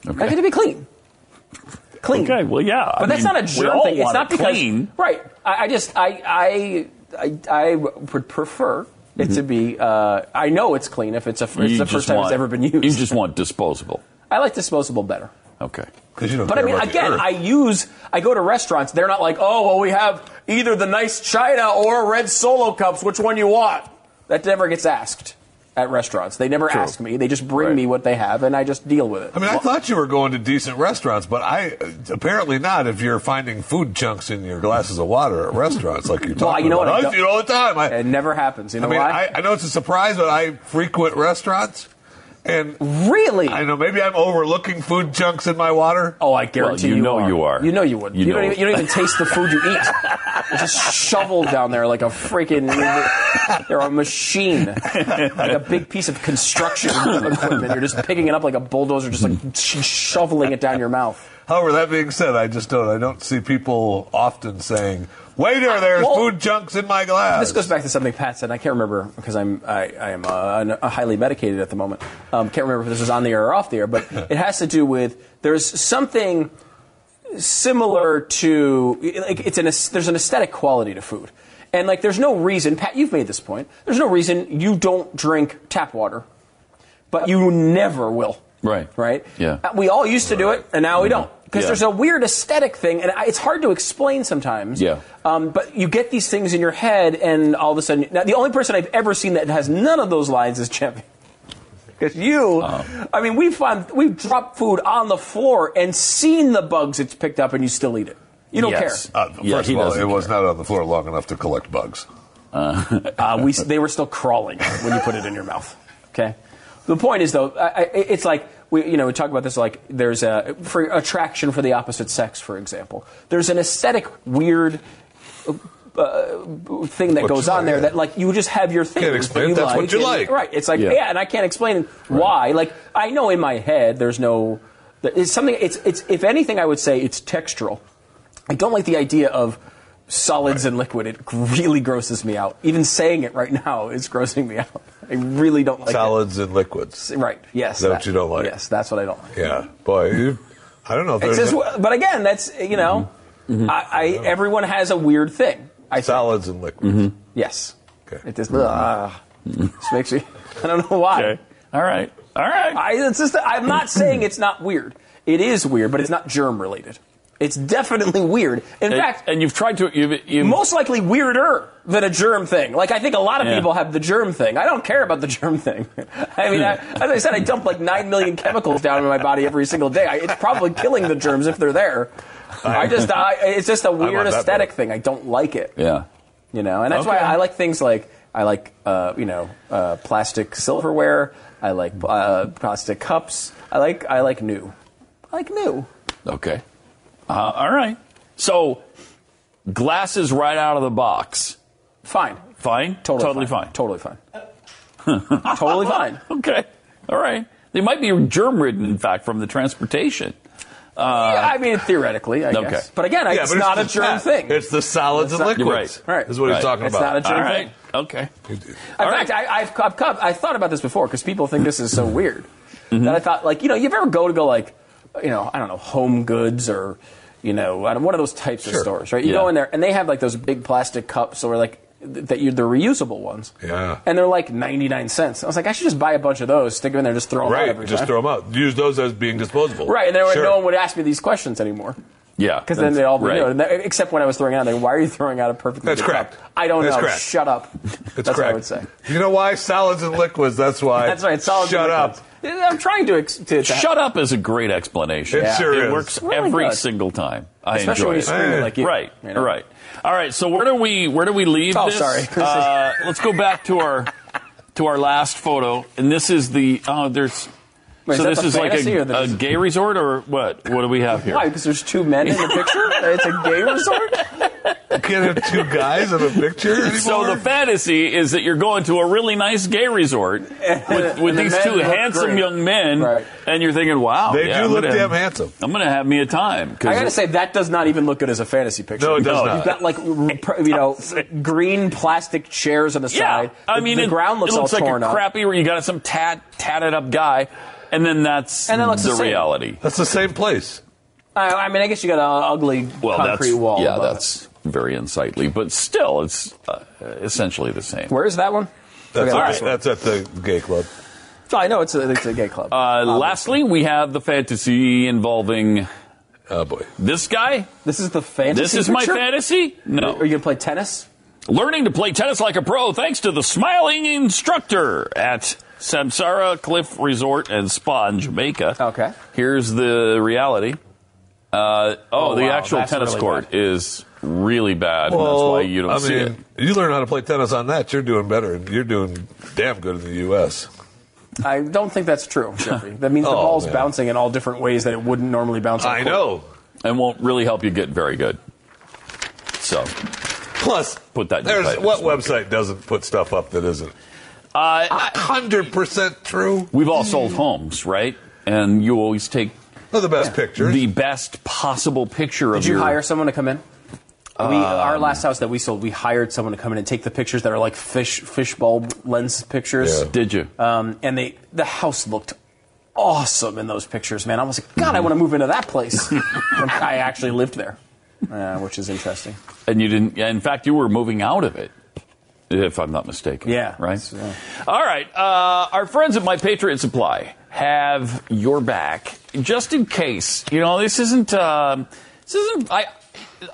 S2: I like it to be clean. Clean.
S1: Okay, well, yeah.
S2: But
S1: I
S2: that's
S1: mean,
S2: not a
S1: we
S2: germ
S1: all
S2: thing. It's
S1: want
S2: not
S1: it
S2: because
S1: clean.
S2: right. I, I just I I I, I would prefer it to be. Uh, I know it's clean if it's a
S1: You
S2: it's the
S1: just
S2: first time
S1: want-
S2: it's ever been used.
S1: You just want disposable.
S2: I like disposable better.
S1: Okay.
S3: Because you
S2: But I mean, again, I use I go to restaurants. They're not like, oh well, we have either the nice china or red solo cups. Which one you want? That never gets asked at restaurants. They never
S3: True.
S2: ask me. They just bring me what they have, and I just deal with it.
S3: I mean, I thought you were going to decent restaurants, but I apparently not. If you're finding food chunks in your glasses of water at restaurants, like you're talking
S2: Well, you know what?
S3: about,
S2: I
S3: I see it all the time. I, it
S2: never happens. You know
S3: I mean,
S2: why?
S3: I, I know it's a surprise, but I frequent restaurants, and
S2: really,
S3: I know maybe I'm overlooking food chunks in my water.
S2: Oh, I guarantee
S1: you know you are.
S2: You know you would.
S1: You
S2: You, don't,
S1: know.
S2: even, you don't even taste the food you eat. It's just shoveled down there like a freaking. They're a machine, like a big piece of construction equipment. You're just picking it up like a bulldozer, just like sh- shoveling it down your mouth.
S3: However, that being said, I just don't. I don't see people often saying, "Waiter, there's
S2: Uh, Well-
S3: food chunks in my glass."
S2: This goes back to something Pat said. and I can't remember because I'm I, I am uh, un- uh, highly medicated at the moment. Um, can't remember if this is on the air or off the air, but it has to do with there's something similar to like it's an aes- there's an aesthetic quality to food, and like there's no reason Pat you've made this point. There's no reason you don't drink tap water, but you never will.
S1: Right.
S2: Right.
S1: Yeah. Mm-hmm.
S2: Uh, We all used to do it, and now we don't because
S1: Yeah.
S2: there's a weird aesthetic thing, and I- it's hard to explain sometimes.
S1: Yeah.
S2: Um, but you get these things in your head, and all of a sudden, now, the only person I've ever seen that has none of those lines is Chevy. Because you,
S1: Uh-huh.
S2: I mean, we've found, we've dropped food on the floor and seen the bugs it's picked up, and you still eat it. You don't care.
S3: Uh, first of all, it was not on the floor long enough to collect bugs.
S2: Uh, we, they were still crawling when you put it in your mouth. Okay. The point is, though, I, I, it's like we, you know, we talk about this like there's a for attraction for the opposite sex, for example. There's an aesthetic weird uh, thing that
S3: What
S2: goes
S3: you
S2: on there
S3: like.
S2: that like you just have your thing.
S3: Can't
S2: that
S3: explain it. That's what you
S2: and-
S3: like.
S2: right? It's like
S3: Yeah.
S2: yeah. and I can't explain why. Like I know in my head, there's no. there- It's something. It's it's if anything, I would say it's textural. I don't like the idea of solids and liquid. It really grosses me out. Even saying it right now is grossing me out. I really don't like
S3: Solids and liquids.
S2: it. Right. Yes.
S3: Is that what you don't like?
S2: Yes, that's what I don't like.
S3: Yeah, boy, you, I don't know if
S2: It's
S3: there's
S2: just,
S3: a-
S2: but again, that's you know,
S3: Mm-hmm.
S2: I, I everyone has a weird thing. I
S3: solids and liquids.
S2: Yes. It just,
S3: Mm-hmm.
S2: ah, just makes me. I don't know why.
S1: All right. All right.
S2: I, it's just, I'm not saying it's not weird. It is weird, but it's not germ related. It's definitely weird. In
S1: And-
S2: fact,
S1: and you've tried to you've, you've
S2: most likely weirder than a germ thing. Like I think a lot of
S1: Yeah.
S2: people have the germ thing. I don't care about the germ thing. I mean, I, as I said, I dump like nine million chemicals down in my body every single day. I, it's probably killing the germs if they're there. I just, I, it's just a
S1: I'm on
S2: weird
S1: that
S2: aesthetic thing. I don't like it.
S1: yeah.
S2: You know, and that's why
S1: Okay.
S2: I like things like I like uh, you know uh, plastic silverware. I like uh, plastic cups. I like I like new. I like new.
S1: Okay. Uh, all right. So glasses right out of the box.
S2: Fine.
S1: Fine.
S2: Totally,
S1: fine.
S2: Totally fine. totally fine.
S1: Okay. All right. They might be germ ridden, in fact, from the transportation. Uh,
S2: I mean, theoretically, I
S1: okay.
S2: guess. But again, I- it's not a germ thing.
S3: It's the solids
S2: It's
S3: and
S2: not-
S3: liquids.
S2: Right.
S3: Is what he's
S2: Right.
S3: talking
S2: It's
S3: about.
S2: not a germ
S3: All
S2: thing.
S1: Okay.
S2: In fact, I, I've, I've, come- I thought about this before because people think this is so
S3: Mm-hmm.
S2: weird. That I thought, like, you know, you've ever go to go like, you know, I don't know, Home Goods or, you know, I don't- one of those types of
S3: Sure.
S2: stores, right? You
S3: Yeah.
S2: go in there and they have like those big plastic cups or like th- that you the reusable ones,
S3: Yeah.
S2: and they're like ninety nine cents. I was like, I should just buy a bunch of those, stick them in there, just throw them out
S3: Right.
S2: every
S3: Just
S2: time.
S3: throw them out. Use those as being disposable.
S2: Right, and then
S3: Sure.
S2: no one would ask me these questions anymore.
S1: Yeah.
S2: Because then
S1: that's
S2: they all
S1: right.
S2: you know, and that- except when I was throwing out, like, why are you throwing out a perfectly
S3: That's
S2: good cup?
S3: correct.
S2: I don't
S3: That's
S2: know.
S3: correct.
S2: Shut up.
S3: It's
S2: That's what I
S3: correct.
S2: would say.
S3: You know why solids and liquids? That's why.
S2: That's right. Solid
S3: Shut up.
S2: I'm trying to, ex- to to-
S1: Shut up is a great explanation.
S3: It Yeah. sure is.
S1: works
S2: Really
S1: every
S2: good.
S1: single time. I
S2: Especially when
S1: enjoy
S2: you
S1: it.
S2: scream it like you,
S1: Right.
S2: you know?
S1: Right. All right. So where do we where do we leave
S2: Oh,
S1: this?
S2: sorry.
S1: Uh, let's go back to our to our last photo, and this is the oh there's.
S2: Wait, is
S1: so
S2: that
S1: this
S2: the
S1: is like
S2: fantasy
S1: a,
S2: or the-
S1: a gay resort, or what? What do we have here?
S2: Why? Because there's two men in the picture. it's a gay resort.
S3: Can't have two guys in a picture anymore.
S1: So the fantasy is that you're going to a really nice gay resort with, with
S2: And the
S1: these
S2: men
S1: two
S2: look
S1: handsome
S2: great.
S1: young men,
S2: Right.
S1: and you're thinking, "Wow,
S3: They
S1: yeah,
S3: do
S1: I'm
S3: look
S1: gonna-
S3: damn handsome.
S1: I'm going to have me a time." 'cause-
S2: I gotta say that does not even look good as a fantasy picture.
S3: No, it does
S1: No,
S3: not.
S1: you've
S2: You've got like r- pr- you know green plastic chairs on the
S1: yeah,
S2: side.
S1: I
S2: The-
S1: mean,
S2: the
S1: it,
S2: ground looks,
S1: it looks
S2: all
S1: like
S2: torn
S1: a
S2: up.
S1: crappy where you got some tat tatted up guy, and then that's
S2: And that looks the
S1: the
S2: same.
S1: reality.
S3: That's the same place.
S2: I, I mean, I guess you got an ugly
S1: Well,
S2: concrete
S1: that's
S2: wall.
S1: yeah,
S2: above it.
S1: that's very unsightly, but still, it's uh, essentially the same.
S2: Where is that one?
S3: That's,
S2: Okay,
S3: at-
S2: this one.
S3: that's at the gay club.
S2: No, I know it's a, it's a gay club.
S1: Uh, lastly, we have the fantasy involving
S3: Oh boy.
S1: this guy.
S2: this is the fantasy.
S1: This is my
S2: picture?
S1: fantasy. No,
S2: Are you gonna play tennis?
S1: Learning to play tennis like a pro thanks to the smiling instructor at Samsara Cliff Resort and Spa in Jamaica.
S2: Okay.
S1: Here's the reality. Uh, oh,
S2: Oh,
S1: the
S2: wow,
S1: actual
S2: that's
S1: tennis
S2: really
S1: court is really bad, and that's why you don't
S3: I
S1: see it.
S3: mean, you learn how to play tennis on that. You're doing better. You're doing damn good in the U.S.
S2: I don't think that's true, Jeffrey. That means the
S3: Oh,
S2: ball's
S3: man.
S2: bouncing in all different ways that it wouldn't normally bounce. on
S3: I
S2: court.
S3: know.
S1: And won't really help you get very good. So,
S3: Plus,
S1: Put that in
S3: There's
S1: your
S3: what
S1: papers.
S3: website doesn't put stuff up that isn't
S1: uh,
S3: hundred percent true?
S1: we've all sold homes, right? And you always take
S3: They're the best pictures.
S1: the best possible picture of
S2: Did you
S1: your
S2: hire someone to come in? we,
S3: Um,
S2: our last house that we sold, we hired someone to come in and take the pictures that are like fish fishbowl lens pictures.
S3: Yeah.
S1: Did you?
S2: Um, and they the house looked awesome in those pictures, man. I was like, God, I want to move into that place. And I actually lived there, uh, which is interesting.
S1: And you didn't. yeah, In fact, you were moving out of it, if I'm not mistaken.
S2: Yeah.
S1: Right.
S2: Yeah.
S1: All right. Uh, our friends at My Patriot Supply have your back, just in case. You know, this isn't. um this isn't. I.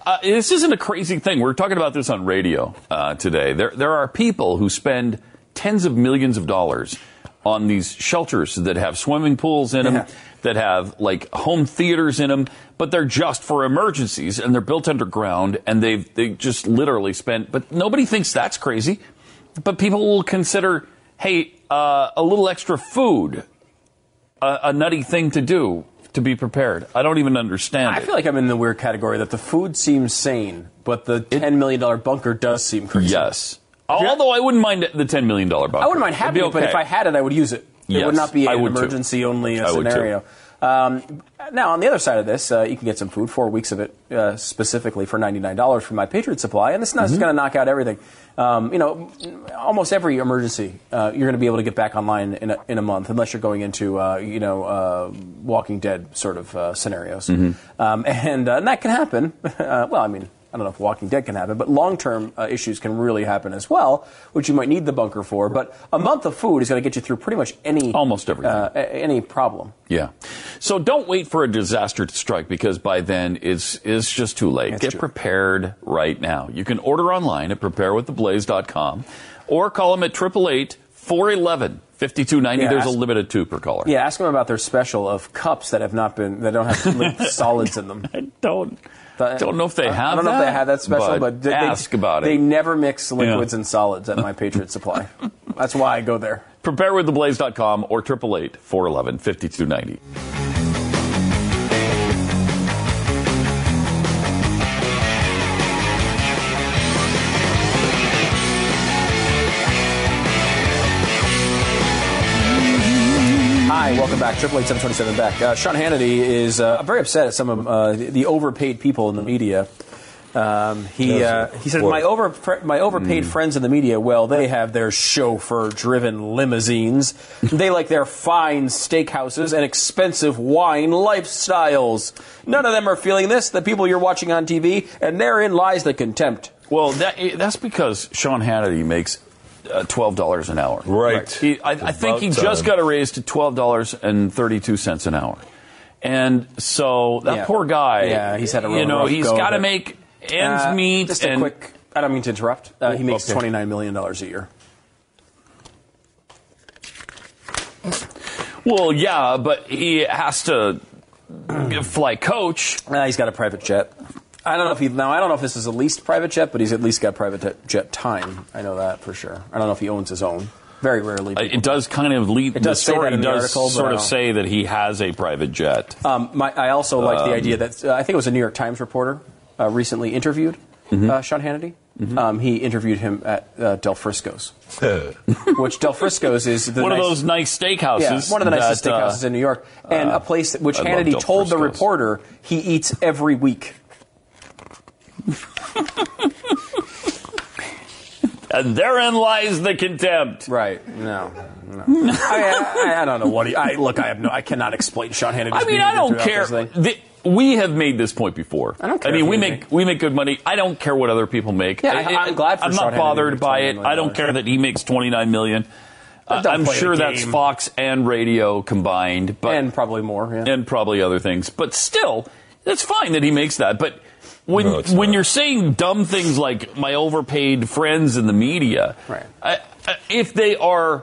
S1: Uh, this isn't a crazy thing. We're talking about this on radio uh, today. There, there are people who spend tens of millions of dollars on these shelters that have swimming pools in them, that have like home theaters in them, but they're just for emergencies and they're built underground and they've they just literally spent. But nobody thinks that's crazy. But people will consider, hey, uh, a little extra food, a, a nutty thing to do to be prepared. I don't even understand.
S2: I feel like I'm in the weird category that the food seems sane, but the ten million dollar bunker does seem crazy.
S1: Yes. Although I wouldn't mind the ten million dollar bunker.
S2: I wouldn't mind having
S1: It'd
S2: it,
S1: be
S2: but
S1: okay.
S2: if I had it, I would use it. It
S1: Yes,
S2: would not be
S1: I
S2: an
S1: would too.
S2: emergency only
S1: I would too.
S2: scenario. Um, now, on the other side of this, uh, you can get some food, four weeks of it uh, specifically for $99 from my Patriot Supply, and it's not just
S9: Mhm.
S2: going to knock out everything. Um, you know, almost every emergency, uh, you're going to be able to get back online in a, in a month, unless you're going into, uh, you know, uh, Walking Dead sort of uh, scenarios.
S12: Mhm.
S2: Um, and, uh, and that can happen. Uh, well, I mean, I don't know if Walking Dead can happen, but long term uh, issues can really happen as well, which you might need the bunker for. But a month of food is going to get you through pretty much any almost
S1: everything,
S2: uh, a- any problem.
S1: Yeah. So don't wait for a disaster to strike because by then it's, it's just too late. Get prepared right now. You can order online at preparewiththeblaze.com or call them at 888 411 5290.
S2: Yeah,
S1: There's a
S2: ask-
S1: limit of two per caller.
S2: Yeah, ask them about their special of cups that have not been that don't have like, solids in them. I
S1: don't. don't know if they
S2: I
S1: have
S2: don't know if
S1: that,
S2: they have that special,
S1: but
S2: but, they,
S1: ask about it.
S2: They never mix liquids
S1: Yeah.
S2: and solids at my Patriot Supply. That's why I go there.
S1: Preparewiththeblaze.com or 888 411 5290.
S2: Hi, welcome back. Triple eight seven twenty seven back. Uh, Sean Hannity is uh, very upset at some of uh, the, the overpaid people in the media. Um, he uh, he said
S9: Whoa.
S2: my over my overpaid friends in the media. Well, they have their chauffeur driven limousines. they like their fine steakhouses and expensive wine lifestyles. None of them are feeling this. The people you're watching on TV, and therein lies the contempt.
S1: Well, that, eh, that's because Sean Hannity makes uh, $12 an hour.
S3: Right.
S1: He, I, I think
S3: About
S1: he just
S3: time.
S1: got a raise to $12.32 an hour. And so that
S2: Yeah.
S1: poor guy,
S2: Yeah, he's had a real
S1: you know,
S2: rough
S1: he's
S2: go
S1: got to
S2: of it.
S1: make ends
S2: Uh,
S1: meet.
S2: Just a
S1: and-
S2: quick. I don't mean to interrupt. Uh, he makes
S1: Okay.
S2: twenty nine million dollars a year.
S1: Well, yeah, but he has to fly coach.
S2: he's got a private jet. I don't know if he now. I don't know if this is a leased private jet, but he's at least got private jet- jet time. I know that for sure. I don't know if he owns his own. Very rarely.
S1: Uh, It does kind of lead.
S2: It does
S1: the
S2: say that
S1: story
S2: in the
S1: does
S2: article, but I
S1: sort of
S2: don't-
S1: say that he has a private jet.
S2: Um, my, I also like
S1: Um,
S2: the idea that uh, I think it was a New York Times reporter uh, recently interviewed
S1: Mm-hmm.
S2: uh, Sean Hannity. Um, he interviewed him at uh, Del Frisco's, which Del Frisco's is the
S1: one
S2: nice-
S1: of those nice steakhouses.
S2: Yeah, one of the nicest
S1: that, uh,
S2: steakhouses in New York, and
S1: uh,
S2: a place that- which
S1: I love
S2: Hannity
S1: Del
S2: told the
S1: Frisco's.
S2: reporter he eats every week.
S1: and therein lies the contempt.
S2: Right. No. no. I, mean, I, I don't know what he. I, look, I have no. I cannot explain Sean Hannity's
S1: I mean,
S2: behavior
S1: I don't
S2: throughout
S1: care.
S2: this thing.
S1: The- we have made this point before. I don't
S2: care
S1: I mean,
S2: if
S1: we
S2: you
S1: make we make good money. I don't care what other people make.
S2: Yeah, I-
S1: It- it-
S2: I'm glad for
S1: I'm
S2: Sean
S1: not
S2: Hannity
S1: bothered
S2: makes
S1: by
S2: $29
S1: it.
S2: million.
S1: I don't care that he makes twenty nine million. Uh,
S2: don't
S1: I'm
S2: play the
S1: sure that's
S2: game.
S1: Fox and radio combined, but
S2: and probably more. Yeah.
S1: and probably other things. But still, it's fine that he makes that. But when
S2: No, it's
S1: when you're saying dumb things like my overpaid friends in the media, I, I, if they are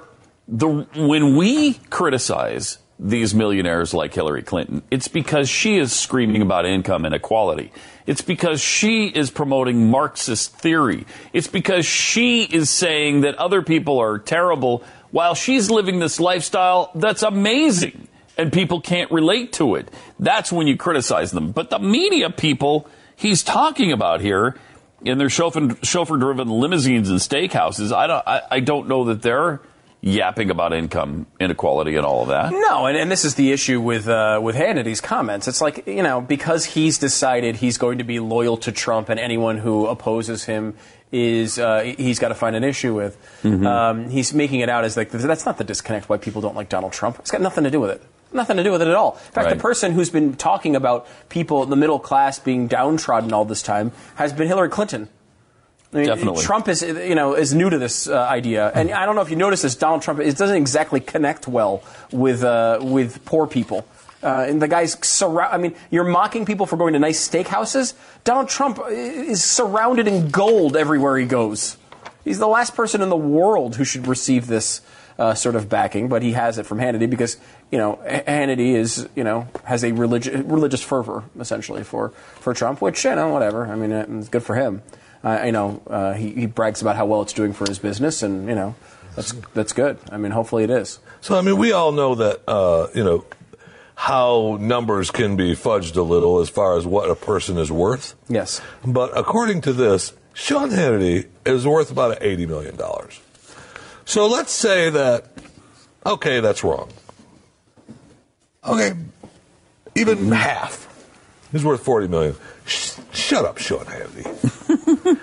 S1: the when we criticize these millionaires like Hillary Clinton, it's because she is screaming about income inequality. It's because she is promoting Marxist theory. It's because she is saying that other people are terrible while she's living this lifestyle that's amazing and people can't relate to it. That's when you criticize them. But the media people he's talking about here in their chauffeur chauffeur driven limousines and steakhouses, I don't I, I don't know that they're yapping about income inequality and all of that.
S2: No, and, and this is the issue with uh, with Hannity's comments. It's like you know because he's decided he's going to be loyal to Trump, and anyone who opposes him is uh, he's got to find an issue with.
S9: Mhm.
S2: Um, he's making it out as like that's not the disconnect why people don't like Donald Trump. It's got nothing to do with it. Nothing to do with it at all. In fact,
S9: Right.
S2: the person who's been talking about people in the middle class being downtrodden all this time has been Hillary Clinton. I mean,
S1: Definitely.
S2: Trump is you know is new to this uh, idea, and I don't know if you noticed this. Donald Trump it doesn't exactly connect well with uh, with poor people. Uh, and the guy's surround. I mean, you're mocking people for going to uh, nice steakhouses. Donald Trump i- is surrounded in gold everywhere he goes. He's the last person in the world who should receive this uh, sort of backing, but he has it from Hannity because you know H- Hannity is you know has a religious religious fervor essentially for for Trump, which you know whatever. I mean, uh, it's good for him. Uh, you know, uh, he, he brags about how well it's doing for his business, and you know that's that's good. I mean, hopefully it is.
S3: So I mean, we all know that uh, you know how numbers can be fudged a little as far as what a person is worth.
S2: Yes.
S3: But according to this, Sean Hannity is worth about eighty million dollars. So let's say that okay, that's wrong. Okay, even half. He's worth forty million. Sh- shut up, Sean Hannity.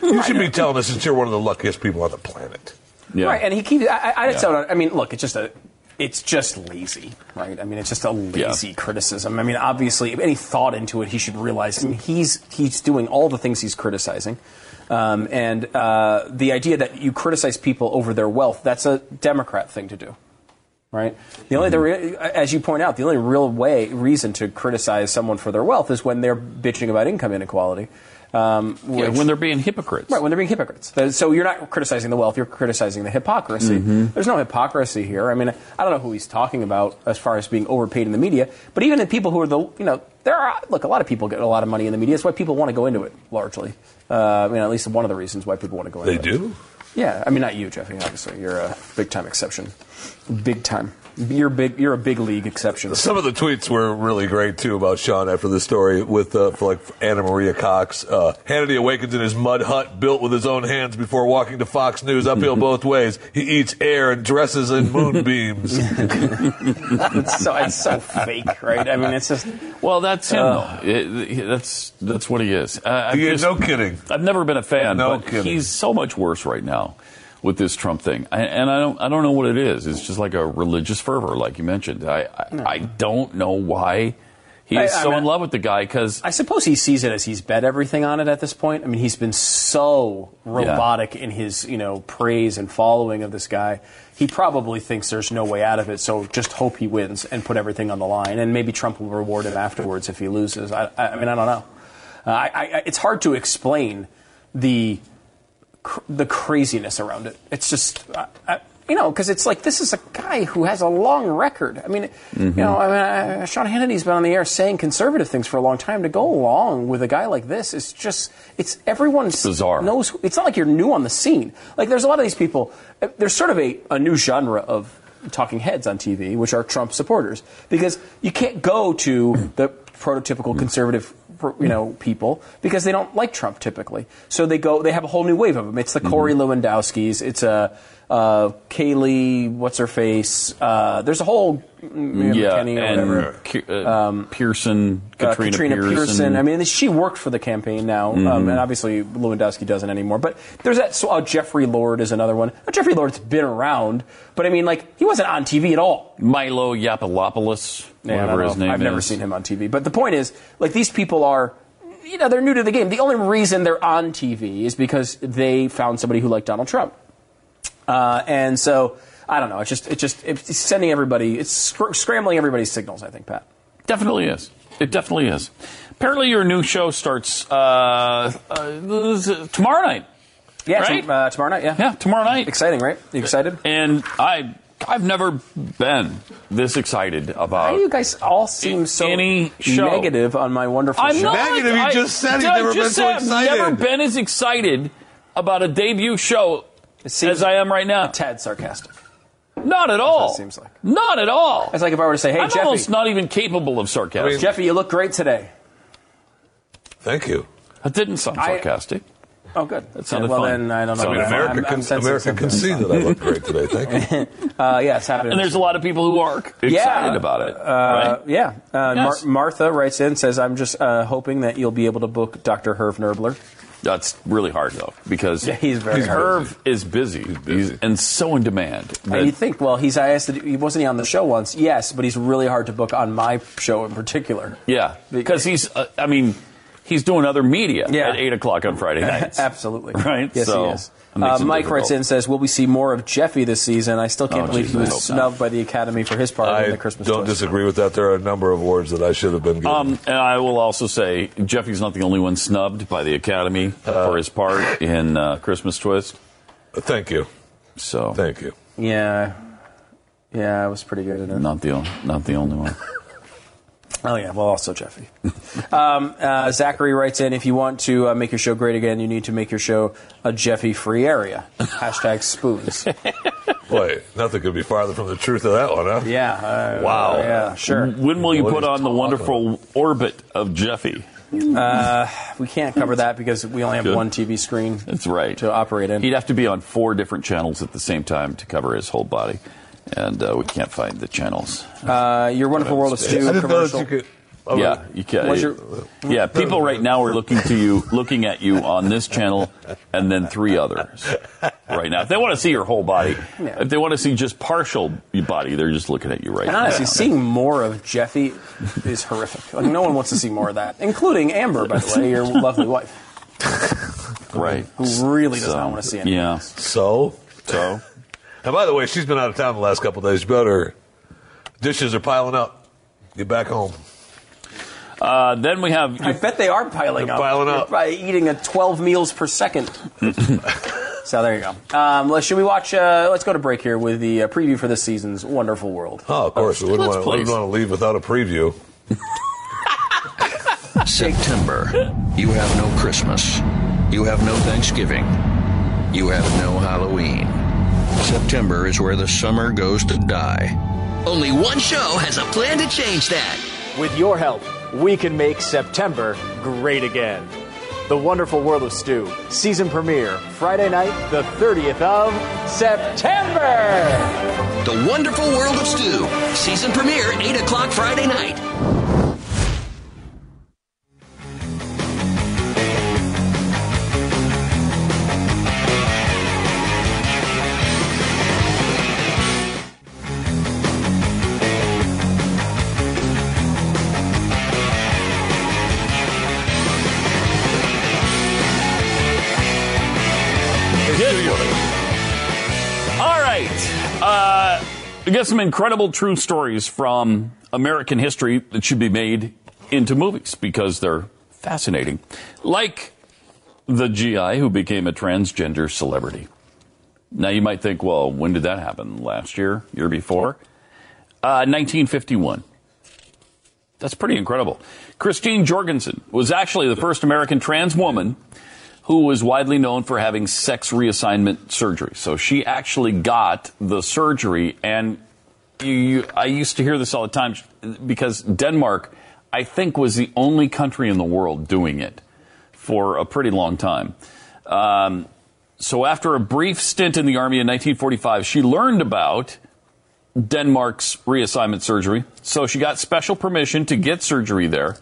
S3: you should be telling us that you're one of the luckiest people on the planet.
S2: Right, and he keeps. I, I, I just
S3: Yeah.
S2: don't. I mean, look, it's just a. It's just lazy, right? I mean, it's just a lazy criticism. I mean, obviously, if any thought into it, he should realize I mean, he's he's doing all the things he's criticizing, um, and uh, the idea that you criticize people over their wealth—that's a Democrat thing to do right? The only, the re- as you point out, the only real way reason to criticize someone for their wealth is when they're bitching about income inequality. Um, which-
S1: when they're being hypocrites.
S2: Right, when they're being hypocrites. Th- So you're not criticizing the wealth; you're criticizing the hypocrisy.
S3: Mm-hmm.
S1: Mhm.
S2: There's no hypocrisy here. I mean, I don't know who he's talking about as far as being overpaid in the media, but even the people who are the, you know, there are look a lot of people get a lot of money in the media. That's why people want to go into it largely. Uh, you know, at least one of the reasons why people want to go
S3: They
S2: into it.
S3: do.
S2: Yeah, I mean, not you, Jeffy. Obviously, you're a big time exception. Big time. You're big. You're a big league exception.
S3: Some of the tweets were really great too about Sean after the story with uh, for like Anna Maria Cox. Uh, Hannity awakens in his mud hut built with his own hands before walking to Fox News uphill both ways. He eats air and dresses in moonbeams.
S2: it's so it's so fake, right? I mean, it's just
S1: well, that's him.
S2: Uh.
S1: though. It- it- that's that's what he is. Uh,
S3: Yeah, no kidding.
S1: I've never been a fan.
S3: No
S1: but
S3: kidding.
S1: He's so much worse right now with this Trump thing, I, and I don't I don't know what it is. It's just like a religious fervor, like you mentioned. I I, I don't know why he is
S2: I- I
S1: so
S2: mean-
S1: in love with the guy because
S2: I suppose he sees it as he's bet everything on it at this point. I mean, he's been so robotic in his, you know, praise and following of this guy. He probably thinks there's no way out of it, so just hope he wins and put everything on the line. And maybe Trump will reward him afterwards if he loses. I, I, I mean, I don't know. Uh, I, I, it's hard to explain the cr- the craziness around it. It's just, I, I, you know, because it's like this is a guy who has a long record. I mean,
S9: Mhm.
S2: you know, I mean, I, Sean Hannity's been on the air saying conservative things for a long time. To go along with a guy like this is just, it's everyone's
S1: bizarre.
S2: Knows who, it's not like you're new on the scene. Like there's a lot of these people. uh, There's sort of a, a new genre of talking heads on TV, which are Trump supporters, because you can't go to the prototypical conservative, you know, people because they don't like Trump typically. So they go, they have a whole new wave of them. It's the
S1: Mm-hmm.
S2: Corey Lewandowski's. It's a uh, Kaylee, what's her face? Uh, there's a whole mm,
S1: yeah,
S2: Kenny or whatever. Um,
S1: and Ki- uh, Pearson,
S2: Uh,
S1: Katrina, Pearson.
S2: I mean, she worked for the campaign now, um,
S1: Mhm.
S2: and obviously Lewandowski doesn't anymore. But there's that. So uh, Jeffrey Lord is another one. Uh, Jeffrey Lord's been around, but I mean, like he wasn't on TV at all.
S1: Milo Yapalopoulos,
S2: Yeah, I don't
S1: whatever
S2: know.
S1: his name
S2: I've
S1: is.
S2: never seen him on TV. But the point is, like these people are. You know, they're new to the game. The only reason they're on TV is because they found somebody who liked Donald Trump. Uh, and so, I don't know. It's just, it's just, it's sending everybody, it's scr- scrambling everybody's signals, I think, Pat.
S1: Definitely is. It definitely is. Apparently, your new show starts uh, uh, tomorrow night.
S2: Yeah,
S1: right?
S2: tom- uh, tomorrow night. Yeah,
S1: yeah, tomorrow night.
S2: Exciting, right? You excited?
S1: And I, I've never been this excited
S2: Why
S1: about.
S2: do you guys all seem so
S1: Uh, any show.
S2: negative on my wonderful
S1: I'm
S2: show?
S1: not. I- I just said I've never been as excited about a debut show as I am right now.
S2: tad sarcastic.
S1: Not at all.
S2: it seems like.
S1: Not at all.
S2: It's like if I were to say, "Hey,
S1: I'm
S2: Jeffy,
S1: almost not even capable of sarcasm.
S2: Jeffy, you look great today."
S3: Thank you.
S1: That didn't sound
S2: I-
S1: sarcastic.
S2: Oh, good.
S1: That sounded
S2: Yeah, well,
S1: fun.
S2: then I don't know.
S3: I mean,
S2: I'm-
S3: America
S2: I'm- I'm
S3: can,
S2: sensing
S3: America can see
S2: something's
S3: that I look great today. Thank you.
S2: not- Uh, yeah, it's happening.
S1: And there's a lot of people who are excited
S2: Yeah.
S1: about it.
S2: Uh,
S1: right?
S2: Yeah. Uh,
S1: Yes.
S2: Mar- Martha writes in says, "I'm just uh, hoping that you'll be able to book Dr. Herv Nerbler."
S1: That's really hard though, because
S2: Yeah, he's very hard.
S1: Irv is busy, he's and so in demand.
S2: And you think, well, he's I asked, that- he wasn't he on the show once? Yes, but he's really hard to book on my show in particular.
S1: yeah, because he's. Uh, I mean, he's doing other media
S2: Yeah.
S1: at eight o'clock on Friday nights.
S2: Absolutely.
S1: Right.
S2: Yes,
S1: so
S2: he
S1: it
S2: is. Uh,
S1: makes it
S2: Mike writes
S1: difficult.
S2: in and says, "Will we see more of Jeffy this season? I still can't
S3: Oh,
S2: believe
S3: geez,
S2: he
S3: I
S2: was
S3: hope
S2: snubbed by the Academy for his part in
S3: I
S2: the Christmas
S3: don't
S2: Toast.
S3: disagree with that. There are a number of awards that I should have been given.
S1: Um, and I will also say, Jeffy's not the only one snubbed by the Academy for his part in uh, Christmas Twist.
S3: Thank you.
S1: So
S3: thank you.
S2: Yeah, yeah, I was pretty good at it.
S1: Not the only, not the only one.
S2: Oh yeah, well also Jeffy. um, uh, Zachary writes in: If you want to uh, make your show great again, you need to make your show a Jeffy-free area. Hashtag spoons.
S3: Boy, nothing could be farther from the truth of that one, huh?
S2: Yeah. uh,
S3: wow.
S2: yeah, sure.
S1: When will you
S2: What
S1: put
S2: is
S1: on the
S2: talking?
S1: wonderful orbit of Jeffy?
S2: uh, we can't cover that because we only have
S1: Good.
S2: one TV screen.
S1: That's right.
S2: To operate in.
S1: He'd have to be on four different channels at the same time to cover his whole body. And uh, we can't find the channels.
S2: Uh, your wonderful world of
S1: Yeah.
S2: stew
S1: I didn't know that
S2: commercial.
S1: you
S2: Oh,
S1: yeah, you can.
S2: What's your-
S1: yeah, people right now are looking to you, looking at you on this channel, and then three others right now. If they want to see your whole body,
S2: Yeah.
S1: if they want to see just partial body, they're just looking at you right
S2: and
S1: now.
S2: honestly, seeing more of Jeffy is horrific. Like no one wants to see more of that, including Amber, by the way, your lovely wife.
S1: right?
S2: Who really does
S3: So-
S2: not want to see it?
S1: Yeah.
S3: So?
S1: So?
S3: And by the way, she's been out of town the last couple days. You better. Dishes are piling up. Get back home.
S1: Uh, then we have.
S2: I bet they are piling
S3: They're
S2: up.
S3: piling
S2: They're
S3: up.
S2: probably eating at 12 meals per second. so there you go. Um, let's, should we watch? Uh, let's go to break here with the uh, preview for this season's Wonderful World.
S3: Oh, of course. We wouldn't
S2: Let's
S3: want to, wouldn't
S2: please.
S3: want to leave without a preview.
S9: September. You have no Christmas. You have no Thanksgiving. You have no Halloween. September is where the summer goes to die.
S12: Only one show has a plan to change that. With your help, we can make September great again. The Wonderful World of Stew, season premiere, Friday night, the 30th of September.
S9: The Wonderful World of Stew.
S12: Season premiere, 8 o'clock Friday night.
S1: All right. Uh, we got some incredible true stories from American history that should be made into movies because they're fascinating. Like the GI who became a transgender celebrity. Now you might think, well, when did that happen? Last year? Year before? Uh, 1951. That's pretty incredible. Christine Jorgensen was actually the first American trans woman who was widely known for having sex reassignment surgery. So she actually got the surgery, and you, you, I used to hear this all the time because Denmark, I think, was the only country in the world doing it for a pretty long time. Um, so after a brief stint in the army in 1945, she learned about Denmark's reassignment surgery. So she got special permission to get surgery there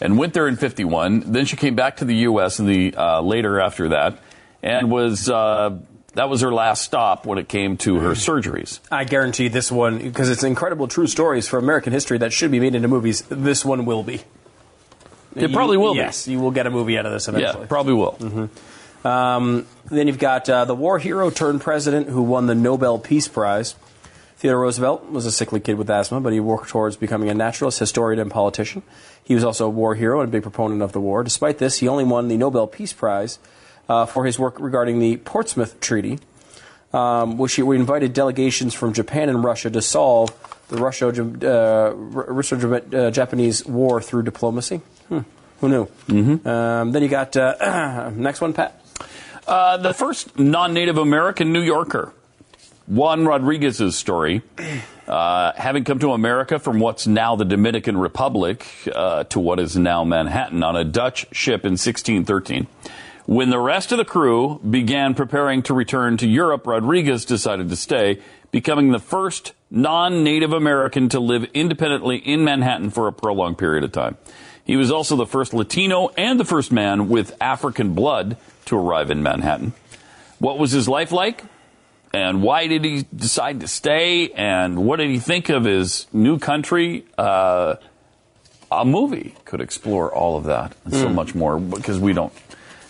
S1: and went there in 51. Then she came back to the U.S. in the uh, later after that and was uh, that was her last stop when it came to her surgeries.
S2: I guarantee this one because it's incredible true stories for American history that should be made into movies. This one will be.
S1: It probably will be.
S2: Yes, you will get a movie out of this eventually.
S1: Yeah, probably will.
S2: hmm Um, then you've got uh, the war hero turned president who won the Nobel Peace Prize. Theodore Roosevelt was a sickly kid with asthma, but he worked towards becoming a naturalist, historian, and politician. He was also a war hero and a big proponent of the war. Despite this, he only won the Nobel Peace Prize uh, for his work regarding the Portsmouth Treaty, um, which he, we invited delegations from Japan and Russia to solve the Russia, uh, Russo uh, Japanese war through diplomacy. Hmm. Who knew? Mm-hmm. Um, then you got uh, next one, Pat.
S1: Uh, the first non-native American New Yorker, Juan Rodriguez's story, uh, having come to America from what's now the Dominican Republic uh, to what is now Manhattan on a Dutch ship in 1613. When the rest of the crew began preparing to return to Europe, Rodriguez decided to stay, becoming the first non-native American to live independently in Manhattan for a prolonged period of time. He was also the first Latino and the first man with African blood to arrive in Manhattan. What was his life like? And why did he decide to stay? And what did he think of his new country? Uh, a movie could explore all of that and so
S2: Mm.
S1: much more because we don't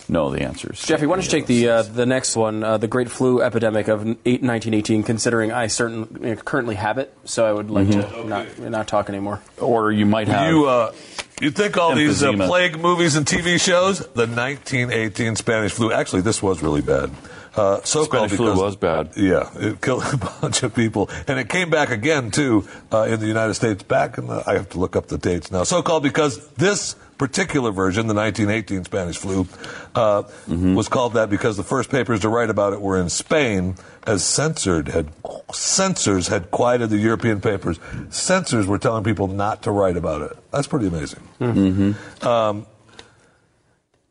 S1: know the answers.
S2: Jeffy, why don't you take the uh, the next one, uh, the Great Flu Epidemic of n- eight- 1918? Considering I certain uh, currently have it, so I would like to not not talk anymore.
S1: Or you might
S3: You, uh, you think all these uh,
S2: Emphysema.
S3: plague movies and TV shows? The 1918 Spanish flu. Actually, this was really bad. Uh, so called
S1: Spanish flu
S3: because-
S1: was bad.
S3: Yeah, it killed a bunch of people, and it came back again too uh, in the United States. Back in the, I have to look up the dates now. So called because this particular version, the 1918 Spanish flu, uh, was called that because the first papers to write about it were in Spain, as censored had censors had quieted the European papers. Censors were telling people not to write about it. That's pretty amazing. Um,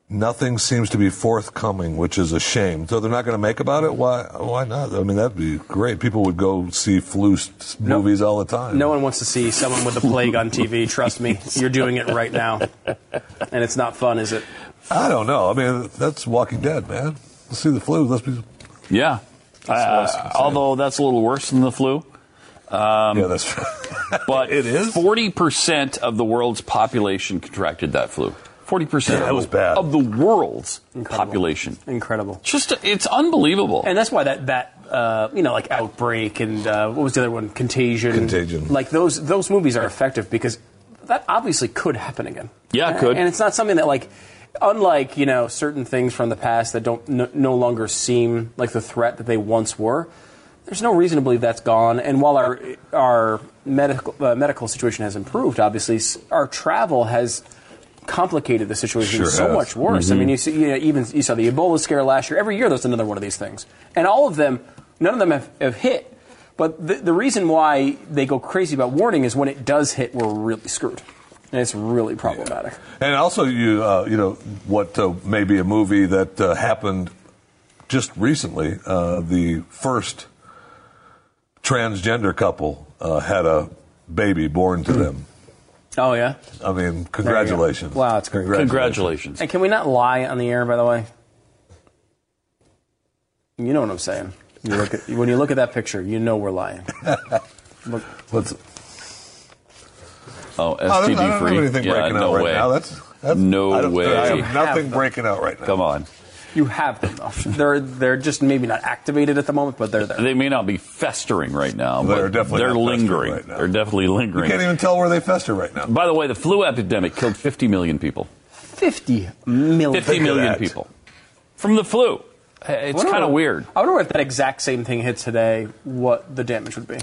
S3: nothing seems to be forthcoming, which is a shame. So they're not going to make about it. Why? Why not? I mean, that'd be great. People would go see flu s- movies all the time.
S2: No one wants to see someone with the plague on TV. Trust me, you're doing it right now, and it's not fun, is it?
S3: I don't know. I mean, that's Walking Dead, man. Let's see the flu. Let's be.
S1: Yeah. Uh, although that's a little worse than the flu. Um,
S3: yeah, that's right.
S1: but it is. 40% of the world's population contracted that flu. 40%
S2: Yeah, that was
S1: bad. of the world's
S2: Incredible.
S1: population.
S2: Incredible.
S1: Just it's unbelievable.
S2: And that's why that that uh, you know like outbreak and uh, what was the other one? Contagion.
S3: Contagion.
S2: Like those those movies are effective because that obviously could happen again.
S1: Yeah, it
S2: And-
S1: could.
S2: And it's not something that like. Unlike you know certain things from the past that don't no, no longer seem like the threat that they once were, there's no reason to believe that's gone. And while our our medical uh, medical situation has improved, obviously s- our travel has complicated the situation
S3: Sure
S2: so
S3: has.
S2: much worse. I
S3: Mhm.
S2: mean, you see, you know, even you saw the Ebola scare last year. Every year, there's another one of these things, and all of them, none of them have, have hit. But the, the reason why they go crazy about warning is when it does hit, we're really screwed, and it's really problematic.
S3: And also, you uh, you know what uh, may be a movie that uh, happened just recently. Uh, the first transgender couple uh, had a baby born to them.
S2: Oh yeah,
S3: I mean,
S2: Hmm. There you go.
S3: congratulations!
S2: Wow, it's great. And can we not lie on the air? By the way, you know what I'm saying. You look at, when you look at that picture, you know we're lying. Look,
S3: What's
S1: Oh,
S3: I don't- I
S1: STD
S3: don't have
S1: free.
S3: anything
S1: yeah,
S3: breaking
S1: no
S3: out right
S1: way.
S3: now. That's- that's-
S1: no
S3: I don't-
S1: way.
S3: I have nothing breaking out right now.
S1: Come on.
S2: You have them though. they're they're just maybe not activated at the moment, but they're there.
S1: They may not be festering right now,
S3: They're
S1: but
S3: definitely
S1: they're
S3: not festering
S1: lingering.
S3: right now.
S1: They're definitely
S3: You
S1: lingering.
S3: can't even tell where they fester right now.
S1: By the way, the flu epidemic killed 50 million people.
S2: 50 million.
S1: 50 million people from the flu. It's
S2: I wonder-
S1: kind of weird.
S2: I wonder if that exact same thing hit today, what the damage would be.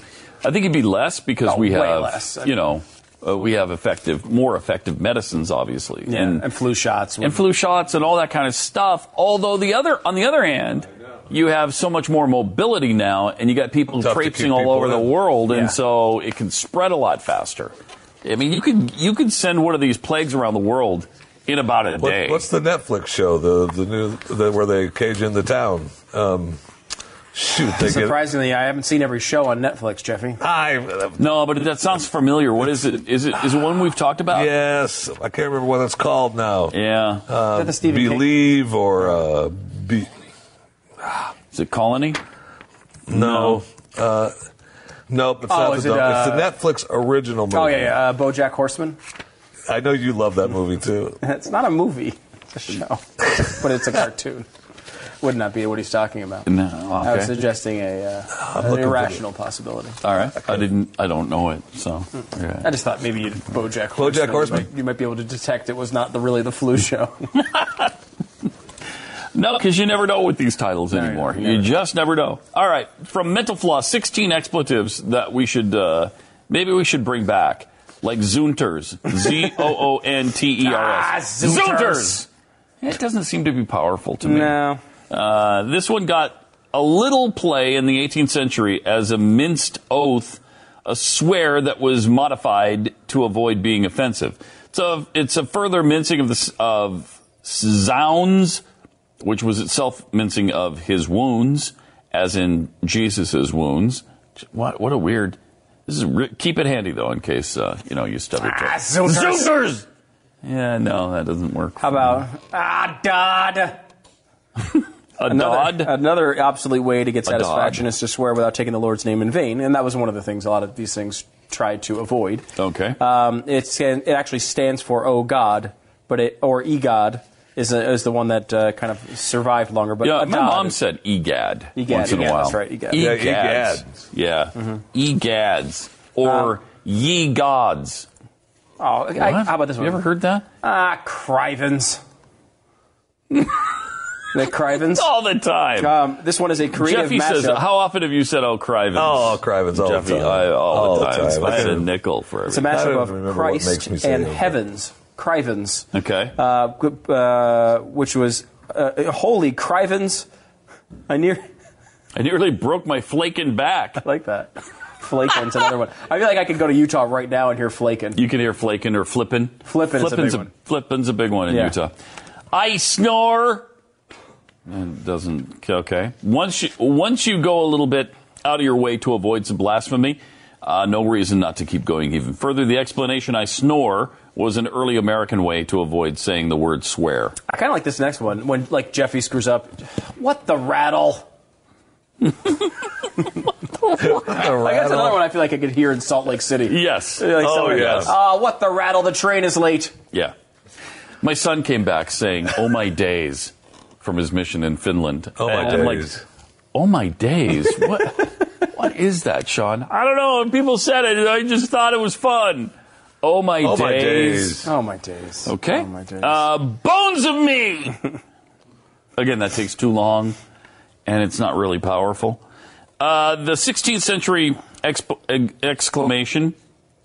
S1: I think it'd be less because
S2: Oh,
S1: we
S2: way
S1: have,
S2: less. I
S1: you know, uh, we have effective, more effective medicines, obviously,
S2: Yeah, and,
S1: and,
S2: flu shots.
S1: and flu shots and all that kind of stuff. Although the other, on the other hand, you have so much more mobility now, and you got people
S3: Tough to
S1: traipsing
S3: keep
S1: all
S3: people
S1: over the
S3: in.
S1: world,
S3: Yeah.
S1: and so it can spread a lot faster. I mean, you could you could send one of these plagues around the world in about a
S3: What-
S1: day.
S3: what's the Netflix show? The the new the, where they cage in the town. Um, shoot, they
S2: Surprisingly, I haven't seen every show on Netflix, Jeffy.
S1: Oh,
S3: I,
S1: no, but that sounds familiar. What is it? Is it is it one we've talked about?
S3: uh, Yes, I can't remember what it's called now.
S1: Yeah,
S3: get uh,
S1: Is that the Stephen King?
S3: believe or uh, be.
S1: Is it Colony?
S3: No. Uh, nope, it's
S2: Oh,
S3: not
S2: is
S3: the
S2: it,
S3: doc-
S2: uh,
S3: It's the Netflix original movie.
S2: Oh, yeah, yeah. Uh, Bojack Horseman.
S3: I know you love that movie too.
S2: It's not a movie, it's a show, but it's a cartoon. Would not be what he's talking about.
S1: No,
S2: I was
S1: okay.
S2: suggesting a, uh,
S1: I'm
S2: an
S1: looking for
S2: irrational possibility.
S1: All right. I didn't. I don't know it. So.
S3: Hmm.
S1: yeah.
S2: I just thought maybe you'd Bojack Horseman.
S1: Bojack
S2: you
S1: Horseman.
S2: might- You might be able to detect it was not the really the flu show.
S1: No, because you never know with these titles anymore. you just never know. All right, from mental flaw, sixteen expletives that we should uh, maybe we should bring back, like zoonters, z o o n t e r s,
S2: Ah, Zoonters.
S1: It doesn't seem to be powerful to me.
S2: No.
S1: Uh, this one got a little play in the 18th century as a minced oath, a swear that was modified to avoid being offensive. So it's a further mincing of the s- of sounds, which was itself mincing of his wounds, as in Jesus's wounds. What what a weird. This is re- keep it handy though in case uh, you know you stutter. Ah,
S2: Zooters.
S1: Yeah, no, that doesn't work.
S2: How about ah Dodd?
S1: A
S2: another,
S1: Dodd?
S2: Another obsolete way to get
S1: A Dodd.
S2: satisfaction is to swear without taking the Lord's name in vain, and that was one of the things a lot of these things tried to avoid.
S1: Okay.
S2: Um, it's it actually stands for "Oh God," but it or "Egod" is a, is the one that uh, kind of survived longer. But
S1: yeah,
S2: a
S1: my
S2: Dodd
S1: mom
S2: is-
S1: said egad,
S2: Egad,
S1: once in a
S2: egad,
S1: while.
S2: that's right, egad. Yeah, E
S1: Egads. Yeah. E Egads. Or ye gods.
S2: Oh, I,
S1: What?
S2: how about this
S1: You
S2: one?
S1: ever heard that?
S2: Ah, Crivens. The Crivens?
S1: All the time.
S2: Um, this one is a creative
S1: Oh. Jeffy says,
S2: mashup.
S1: "How often have you said oh Crivens?
S3: Oh, Crivens all the
S1: Jeffy,
S3: time.
S1: I, all,
S3: All
S1: the
S3: the
S1: time.
S3: time.
S1: I had
S3: I
S1: a
S3: don't-
S1: nickel for
S2: It's a
S1: everything.
S2: mashup
S3: remember
S2: of
S3: what
S2: Christ
S3: makes me say
S2: and
S3: that.
S2: Heavens, Crivens,
S1: Okay.
S2: uh, g- uh, which was uh, holy Crivens. I near.
S1: I nearly broke my flaking back. I
S2: like that. Flakin's another one. I feel like I could go to Utah right now and hear Flakin.
S1: You can hear flaking or flipping.
S2: Flippin' is a big
S1: Flippin's
S2: one.
S1: Flippin's a big one in
S2: Yeah.
S1: Utah. I snore. And doesn't okay. Once you once you go a little bit out of your way to avoid some blasphemy, uh, no reason not to keep going even further. The explanation "I snore" was an early American way to avoid saying the word swear.
S2: I kind of like this next one when like Jeffy screws up. What the rattle? Like, that's another one I feel like I could hear in Salt Lake City.
S1: Yes.
S2: Like
S1: Oh,
S2: someone,
S1: yes.
S2: "Ah, what the rattle? The train is late.
S1: Yeah. My son came back saying, "Oh my days," from his mission in Finland.
S3: Oh, my
S1: And I'm like,
S3: days.
S1: oh my days. What? what is that, Sean? I don't know. People said it. I just thought it was fun. Oh my
S3: Oh,
S1: days.
S3: my days.
S2: Oh my days.
S1: Okay.
S2: Oh my days.
S1: Uh, bones of me. Again, that takes too long, and it's not really powerful. Uh, the 16th century exp- ex- exclamation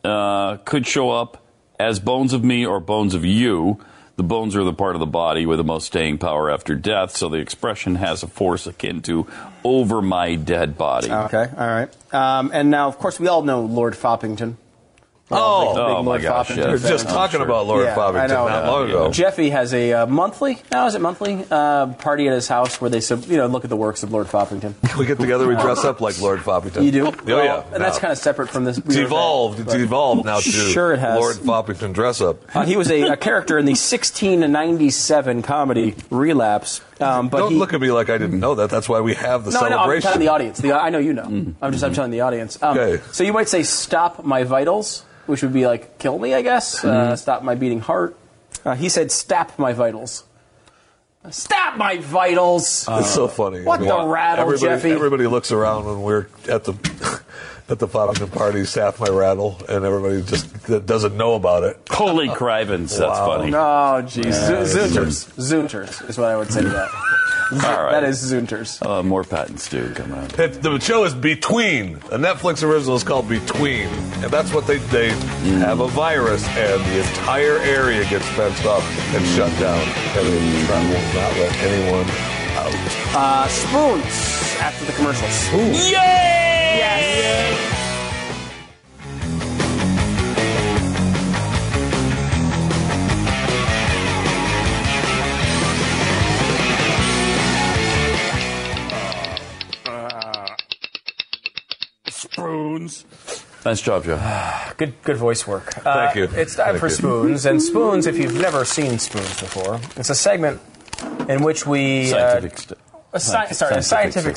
S1: uh, could show up as bones of me or bones of you. The bones are the part of the body with the most staying power after death, so the expression has a force akin to over my dead body.
S2: Okay. All right. Um, and now, of course, we all know Lord Foppington. We're all
S1: Oh.
S2: big- big
S1: Oh, my
S2: Lord
S1: gosh,
S2: Foppington
S1: yeah. We were just
S2: fans.
S1: talking I'm sure. about Lord
S2: yeah,
S1: Foppington
S2: I know.
S1: not long ago.
S2: Jeffy has a uh, monthly. Now is it monthly? Uh, party at his house where they sub, you know look at the works of Lord Foppington.
S3: We get together, we dress up like Lord Foppington.
S2: You do?
S3: Oh,
S2: Well,
S3: yeah.
S2: And that's
S3: No.
S2: kind of separate from this.
S3: It's evolved. It's evolved now to
S2: Sure, it has.
S3: Lord Foppington dress up.
S2: Uh, he was a, a character in the 1697 comedy Relapse. Um, but
S3: Don't
S2: he,
S3: look at me like I didn't know that. That's why we have the
S2: no, I know, I'm
S3: celebration. Mm. Mm-hmm.
S2: telling the audience. The, I know you know. I'm just I'm telling the audience. Um,
S3: Okay.
S2: So you might say, "Stop my vitals," which would be like, "Kill me," I guess. Uh,
S3: Mhm.
S2: stop my beating heart. Uh, he said, "Stop my vitals." Stop my vitals! Uh,
S3: it's so funny.
S2: What the
S3: Yeah.
S2: rattle,
S3: everybody,
S2: Jeffy?
S3: Everybody looks around when we're at the at the Foppington party. Staff my rattle, and everybody just that doesn't know about it.
S1: Holy Crivens, that's
S3: Wow.
S1: funny.
S2: Oh, jeez.
S3: Yeah,
S2: Zo-
S3: it's-
S2: Zoonters. Zoonters is what I would say to that.
S1: All right.
S2: That is Zoonters.
S1: Uh, more patents do coming up.
S3: It, the show is Between. A Netflix original is called Between. And that's what they they have a virus and the entire area gets fenced up and shut down. And they not- will not let anyone out.
S2: Uh, spoons after the commercials.
S3: Yay!
S2: Yes!
S1: Spoons. Nice job, Joe.
S2: Good, good voice work. Uh,
S1: Thank you.
S2: It's time
S1: Thank
S2: for
S1: you.
S2: spoons, and spoons. If you've never seen spoons before, it's a segment in which we
S1: Scientific
S2: uh,
S1: st-
S2: a sci-
S1: scientific-
S2: sorry, a
S1: scientific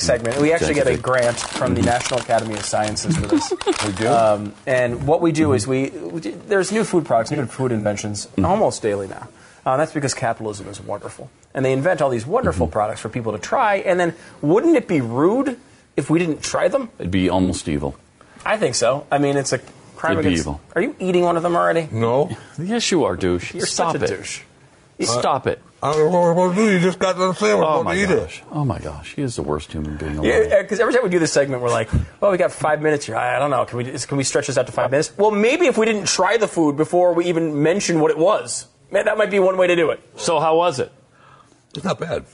S2: scientific segment. We actually get a
S1: Scientific. Mm-hmm.
S2: grant from the National Academy of Sciences for this. we do. Um, and what we do is we there's new food products, new food inventions
S1: Mm-hmm.
S2: almost daily now. Uh, that's because capitalism is wonderful, and they invent all these wonderful
S1: Mm-hmm.
S2: products for people to try. And then, wouldn't it be rude if we didn't try them?
S1: It'd be almost evil.
S2: I think so. I mean, it's a crime
S1: It'd be
S2: against.
S1: evil.
S2: Are you eating one of them already?
S3: No.
S1: Yes, you are, douche.
S2: You're
S1: Stop
S2: such a
S1: it.
S2: douche.
S1: Stop it.
S3: I don't know what we're going to do. You just got done saying we're
S1: Oh
S3: going
S1: my
S3: to eat it.
S1: gosh. Oh my gosh. He is the worst human being alive.
S2: Yeah, because every time we do this segment, we're like, "Well, we got five minutes here. I I don't know. Can we is- can we stretch this out to five minutes? Well, maybe if we didn't try the food before we even mentioned what it was, man, that might be one way to do it."
S1: So how was it?
S3: It's not bad.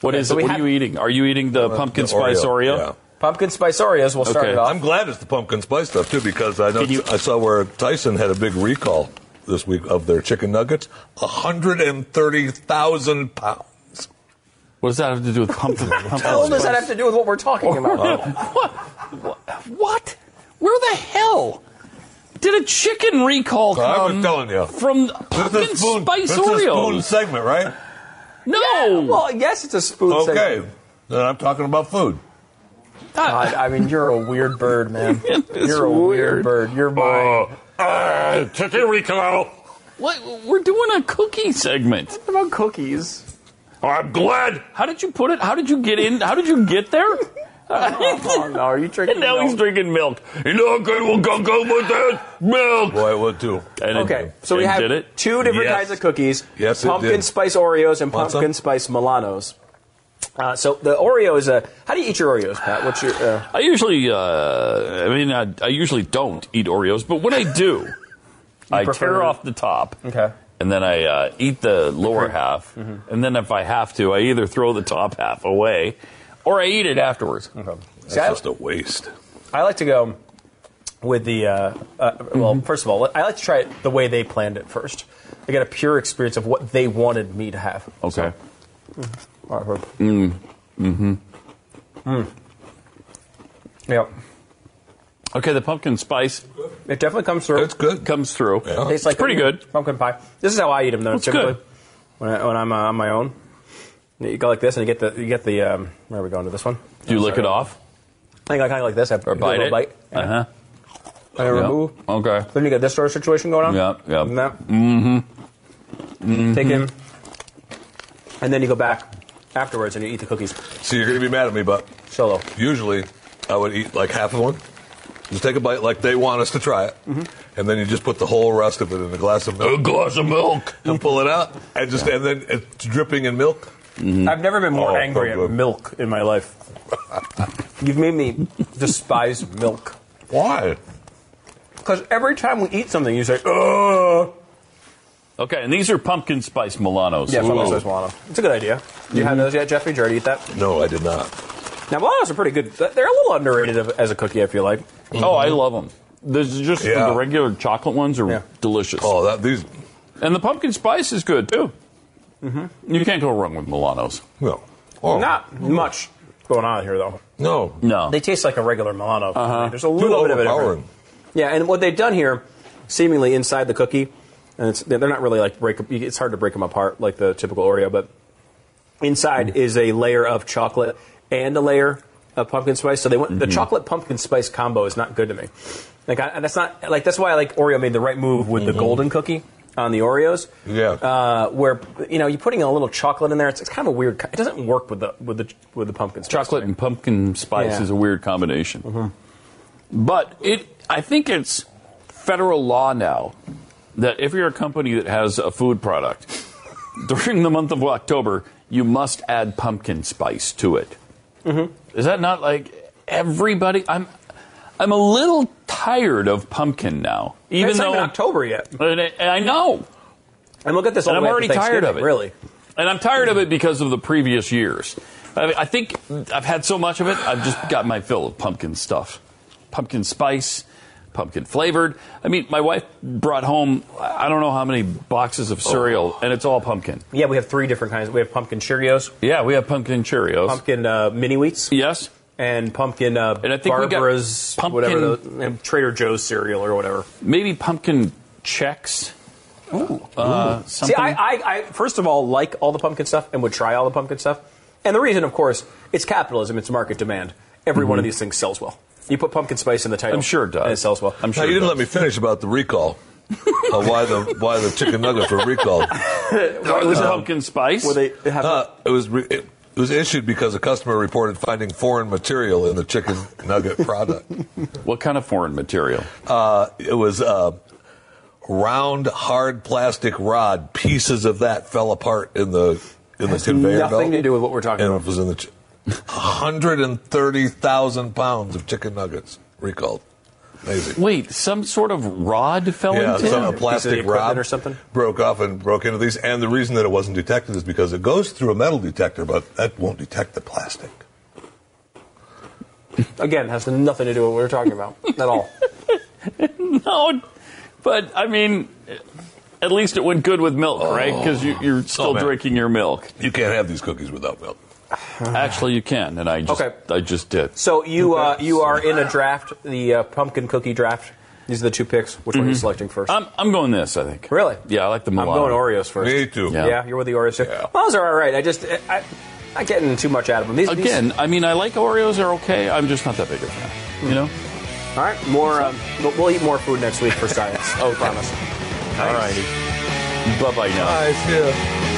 S1: What
S2: Okay,
S1: is
S2: so
S1: it?
S2: we
S1: What
S2: had-
S1: are you eating? Are you eating the
S3: Uh,
S1: pumpkin
S3: the
S1: spice
S3: Oreo,
S1: Oreo?
S3: yeah.
S2: Pumpkin spice Oreos. We'll start it off.
S3: I'm glad it's the pumpkin spice stuff, too, because I, know
S1: Can you-
S3: I saw where Tyson had a big recall this week of their chicken nuggets 130,000 pounds.
S1: What does that have to do with pumpkin? pumpkin
S2: How does that have to do with what we're talking
S1: Oh.
S2: about?
S1: What? Where the hell did a chicken recall
S3: I was
S1: come
S3: telling you.
S1: from
S3: This
S1: pumpkin
S3: is spoon,
S1: spice
S3: this is spoon
S1: Oreos?
S3: segment, right?
S1: No.
S2: well, yes, it's a spoon.
S3: Okay.
S2: segment.
S3: Then I'm talking about food.
S2: God, I mean, you're a weird bird, man.
S1: It's
S2: You're a
S1: weird.
S2: weird, bird. You're boring.
S1: Uh,
S3: chicken recall.
S1: What? We're doing a cookie segment.
S2: What about cookies?
S3: I'm glad.
S1: How did you put it? How did you get in? How did you get there?
S2: Oh, no, are you drinking?
S1: and now he's
S2: milk?
S1: drinking milk. You know, okay, we'll go go with that milk.
S3: Boy, I would too.
S1: And it-
S2: Okay, so we
S1: it
S2: have
S1: did it.
S2: two different
S3: Yes.
S2: kinds of cookies:
S3: Yes, it
S2: pumpkin
S3: did.
S2: spice Oreos and
S3: Want some?
S2: pumpkin spice Milanos. Uh, so the Oreo is a. How do you eat your Oreos, Pat? What's your? Uh,
S1: I usually, uh, I mean, I, I usually don't eat Oreos, but when I do, I
S2: prefer-
S1: tear off the top.
S2: Okay.
S1: And then I uh, eat the lower half,
S2: Mm-hmm.
S1: and then if I have to, I either throw the top half away, or I eat it afterwards.
S2: That's just
S1: a waste.
S2: I like to go with the. Uh, uh, well, first of all, I like to try it the way they planned it first. I get a pure experience of what they wanted me to have.
S1: Okay.
S2: All right, Herb.
S1: Mm. Mm-hmm.
S2: Mm. Yep.
S1: Okay, the pumpkin spice.
S2: It definitely comes through.
S1: It's good. Comes through.
S2: Tastes like
S1: it's pretty good.
S2: pumpkin pie. This is how I eat them though.
S1: That's
S2: typically,
S1: good.
S2: when I, when I'm uh, on my own, you go like this, and you get the you get the um, where are we going to this one?
S1: Do you lick it off?
S2: I think I kind of like this. I or
S1: Bite
S2: a
S1: it.
S2: little bite.
S1: Uh huh.
S2: I remove.
S1: Okay.
S2: Then you got this sort of situation going on.
S1: Yeah. Yeah.
S2: And that.
S1: Mm-hmm. mm-hmm.
S2: Take in, and then you go back afterwards and you eat the cookies.
S3: So you're going to be mad at me, but
S2: solo.
S3: Usually, I would eat like half of one. Just take a bite, like they want us to try it, and then you just put the whole rest of it in Mm-hmm. a glass of milk.
S1: A glass of milk,
S3: and pull it out, and just and then it's dripping in milk.
S2: I've never been more
S3: Oh,
S2: angry
S3: so
S2: at
S3: good.
S2: milk in my life. You've made me despise milk.
S3: Why?
S2: Because every time we eat something, you say, "Oh."
S1: Okay, and these are pumpkin spice Milanos.
S2: Yeah, pumpkin
S1: Ooh.
S2: spice Milano. It's a good idea. You had those yet, Jeffrey? Did you already eat that?
S3: No, I did not.
S2: Now Milanos are pretty good. They're a little underrated of- as a cookie. I feel like.
S1: Oh, I love them. There's just
S2: Yeah.
S1: the regular chocolate ones are delicious.
S3: Oh, that these.
S1: And the pumpkin spice is good too.
S2: Mhm.
S1: You can't go wrong with Milanos.
S3: No. Oh,
S2: Not much going on here though.
S3: No.
S1: No.
S2: They taste like a regular Milano. for me.
S1: Uh-huh.
S2: There's a little bit of it.
S3: overpowering.
S2: Yeah, and what they've done here, seemingly inside the cookie, and it's, they're not really like break. It's hard to break them apart like the typical Oreo, but inside is a layer of chocolate and a layer of pumpkin spice. So they went
S1: Mm-hmm.
S2: the chocolate pumpkin spice combo is not good to me. Like I, that's not like that's why I like Oreo made the right move with
S1: Mm-hmm.
S2: the golden cookie on the Oreos.
S3: Yeah.
S2: Uh, where you know you're putting a little chocolate in there. It's, it's kind of a weird. co- It doesn't work with the with the with the pumpkin spice.
S1: Chocolate and pumpkin spice
S2: Yeah.
S1: is a weird combination. But it, I think it's federal law now that if you're a company that has a food product during the month of October, you must add pumpkin spice to it. Is that not like everybody? I'm, I'm a little tired of pumpkin now. Even
S2: It's not
S1: though
S2: even October yet.
S1: And I, and I know.
S2: And look at this. all
S1: And
S2: the
S1: I'm
S2: way up
S1: already
S2: to
S1: tired of
S2: Thanksgiving,
S1: it.
S2: Really.
S1: And I'm tired of it because of the previous years. I, mean, I think I've had so much of it. I've just got my fill of pumpkin stuff, pumpkin spice, pumpkin flavored. I mean, my wife brought home I don't know how many boxes of cereal, and it's all pumpkin.
S2: Yeah, we have three different kinds. We have pumpkin Cheerios,
S1: Yeah, we have pumpkin Cheerios.
S2: pumpkin uh, mini wheats.
S1: Yes.
S2: And pumpkin uh, and I
S1: think we got
S2: Barbara's
S1: pumpkin-
S2: whatever those- and Trader Joe's cereal or whatever.
S1: Maybe pumpkin checks. Ooh. Uh,
S2: See, I, I, I first of all like all the pumpkin stuff and would try all the pumpkin stuff. And the reason, of course, it's capitalism. It's market demand. Every one of these things sells well. You put pumpkin spice in the title. Mm-hmm. I'm sure it does. And it sells well. I'm
S3: Now, you didn't let me finish about the recall. uh, why the why the chicken nuggets were recalled?
S1: it was pumpkin spice.
S2: Were they have
S3: Uh, it was re- it, it was issued because a customer reported finding foreign material in the chicken nugget product.
S1: What kind of foreign material?
S3: Uh, it was uh, round, hard plastic rod. Pieces of that fell apart in the in the
S2: Has
S3: conveyor belt.
S2: nothing to do with what we're talking
S3: and about. It was in the ch- 130,000 pounds of chicken nuggets recalled. Amazing.
S1: Wait, some sort of rod
S2: Oh,
S1: fell
S3: yeah,
S1: into
S3: some,
S1: it?
S3: a
S1: Piece of
S3: plastic
S1: equipment
S3: rod
S1: or something?
S3: broke off and broke into these. And the reason that it wasn't detected is because it goes through a metal detector, but that won't detect the plastic.
S2: Again, has nothing to do with what we're talking about at all.
S1: no, but I mean, at least it went good with milk,
S2: Oh.
S1: right? Because you, you're still
S3: man.
S1: drinking your milk.
S3: You can't have these cookies without milk.
S1: Actually, you can, and I just,
S2: Uh-huh. Okay.
S1: I just did.
S2: So you uh, you are in a draft, the uh, pumpkin cookie draft. These are the two picks. Which one are you
S1: Mhm.
S2: selecting first?
S1: I'm, I'm going this, I think.
S2: Really?
S1: Yeah, I like the
S2: I'm
S1: Milano.
S2: going Oreos first.
S1: Me too.
S2: Yeah,
S1: Yeah.
S2: you're with the Oreos. Too. Those are all right. I just I, I, not getting too much out of them. These, these-
S1: Again, I mean, I like Oreos; are okay. I'm just not that big a fan. You know.
S2: all right. More. Um, we'll- we'll eat more food next week for science. oh, promise.
S1: All righty. Bye bye now.
S3: Nice, yeah.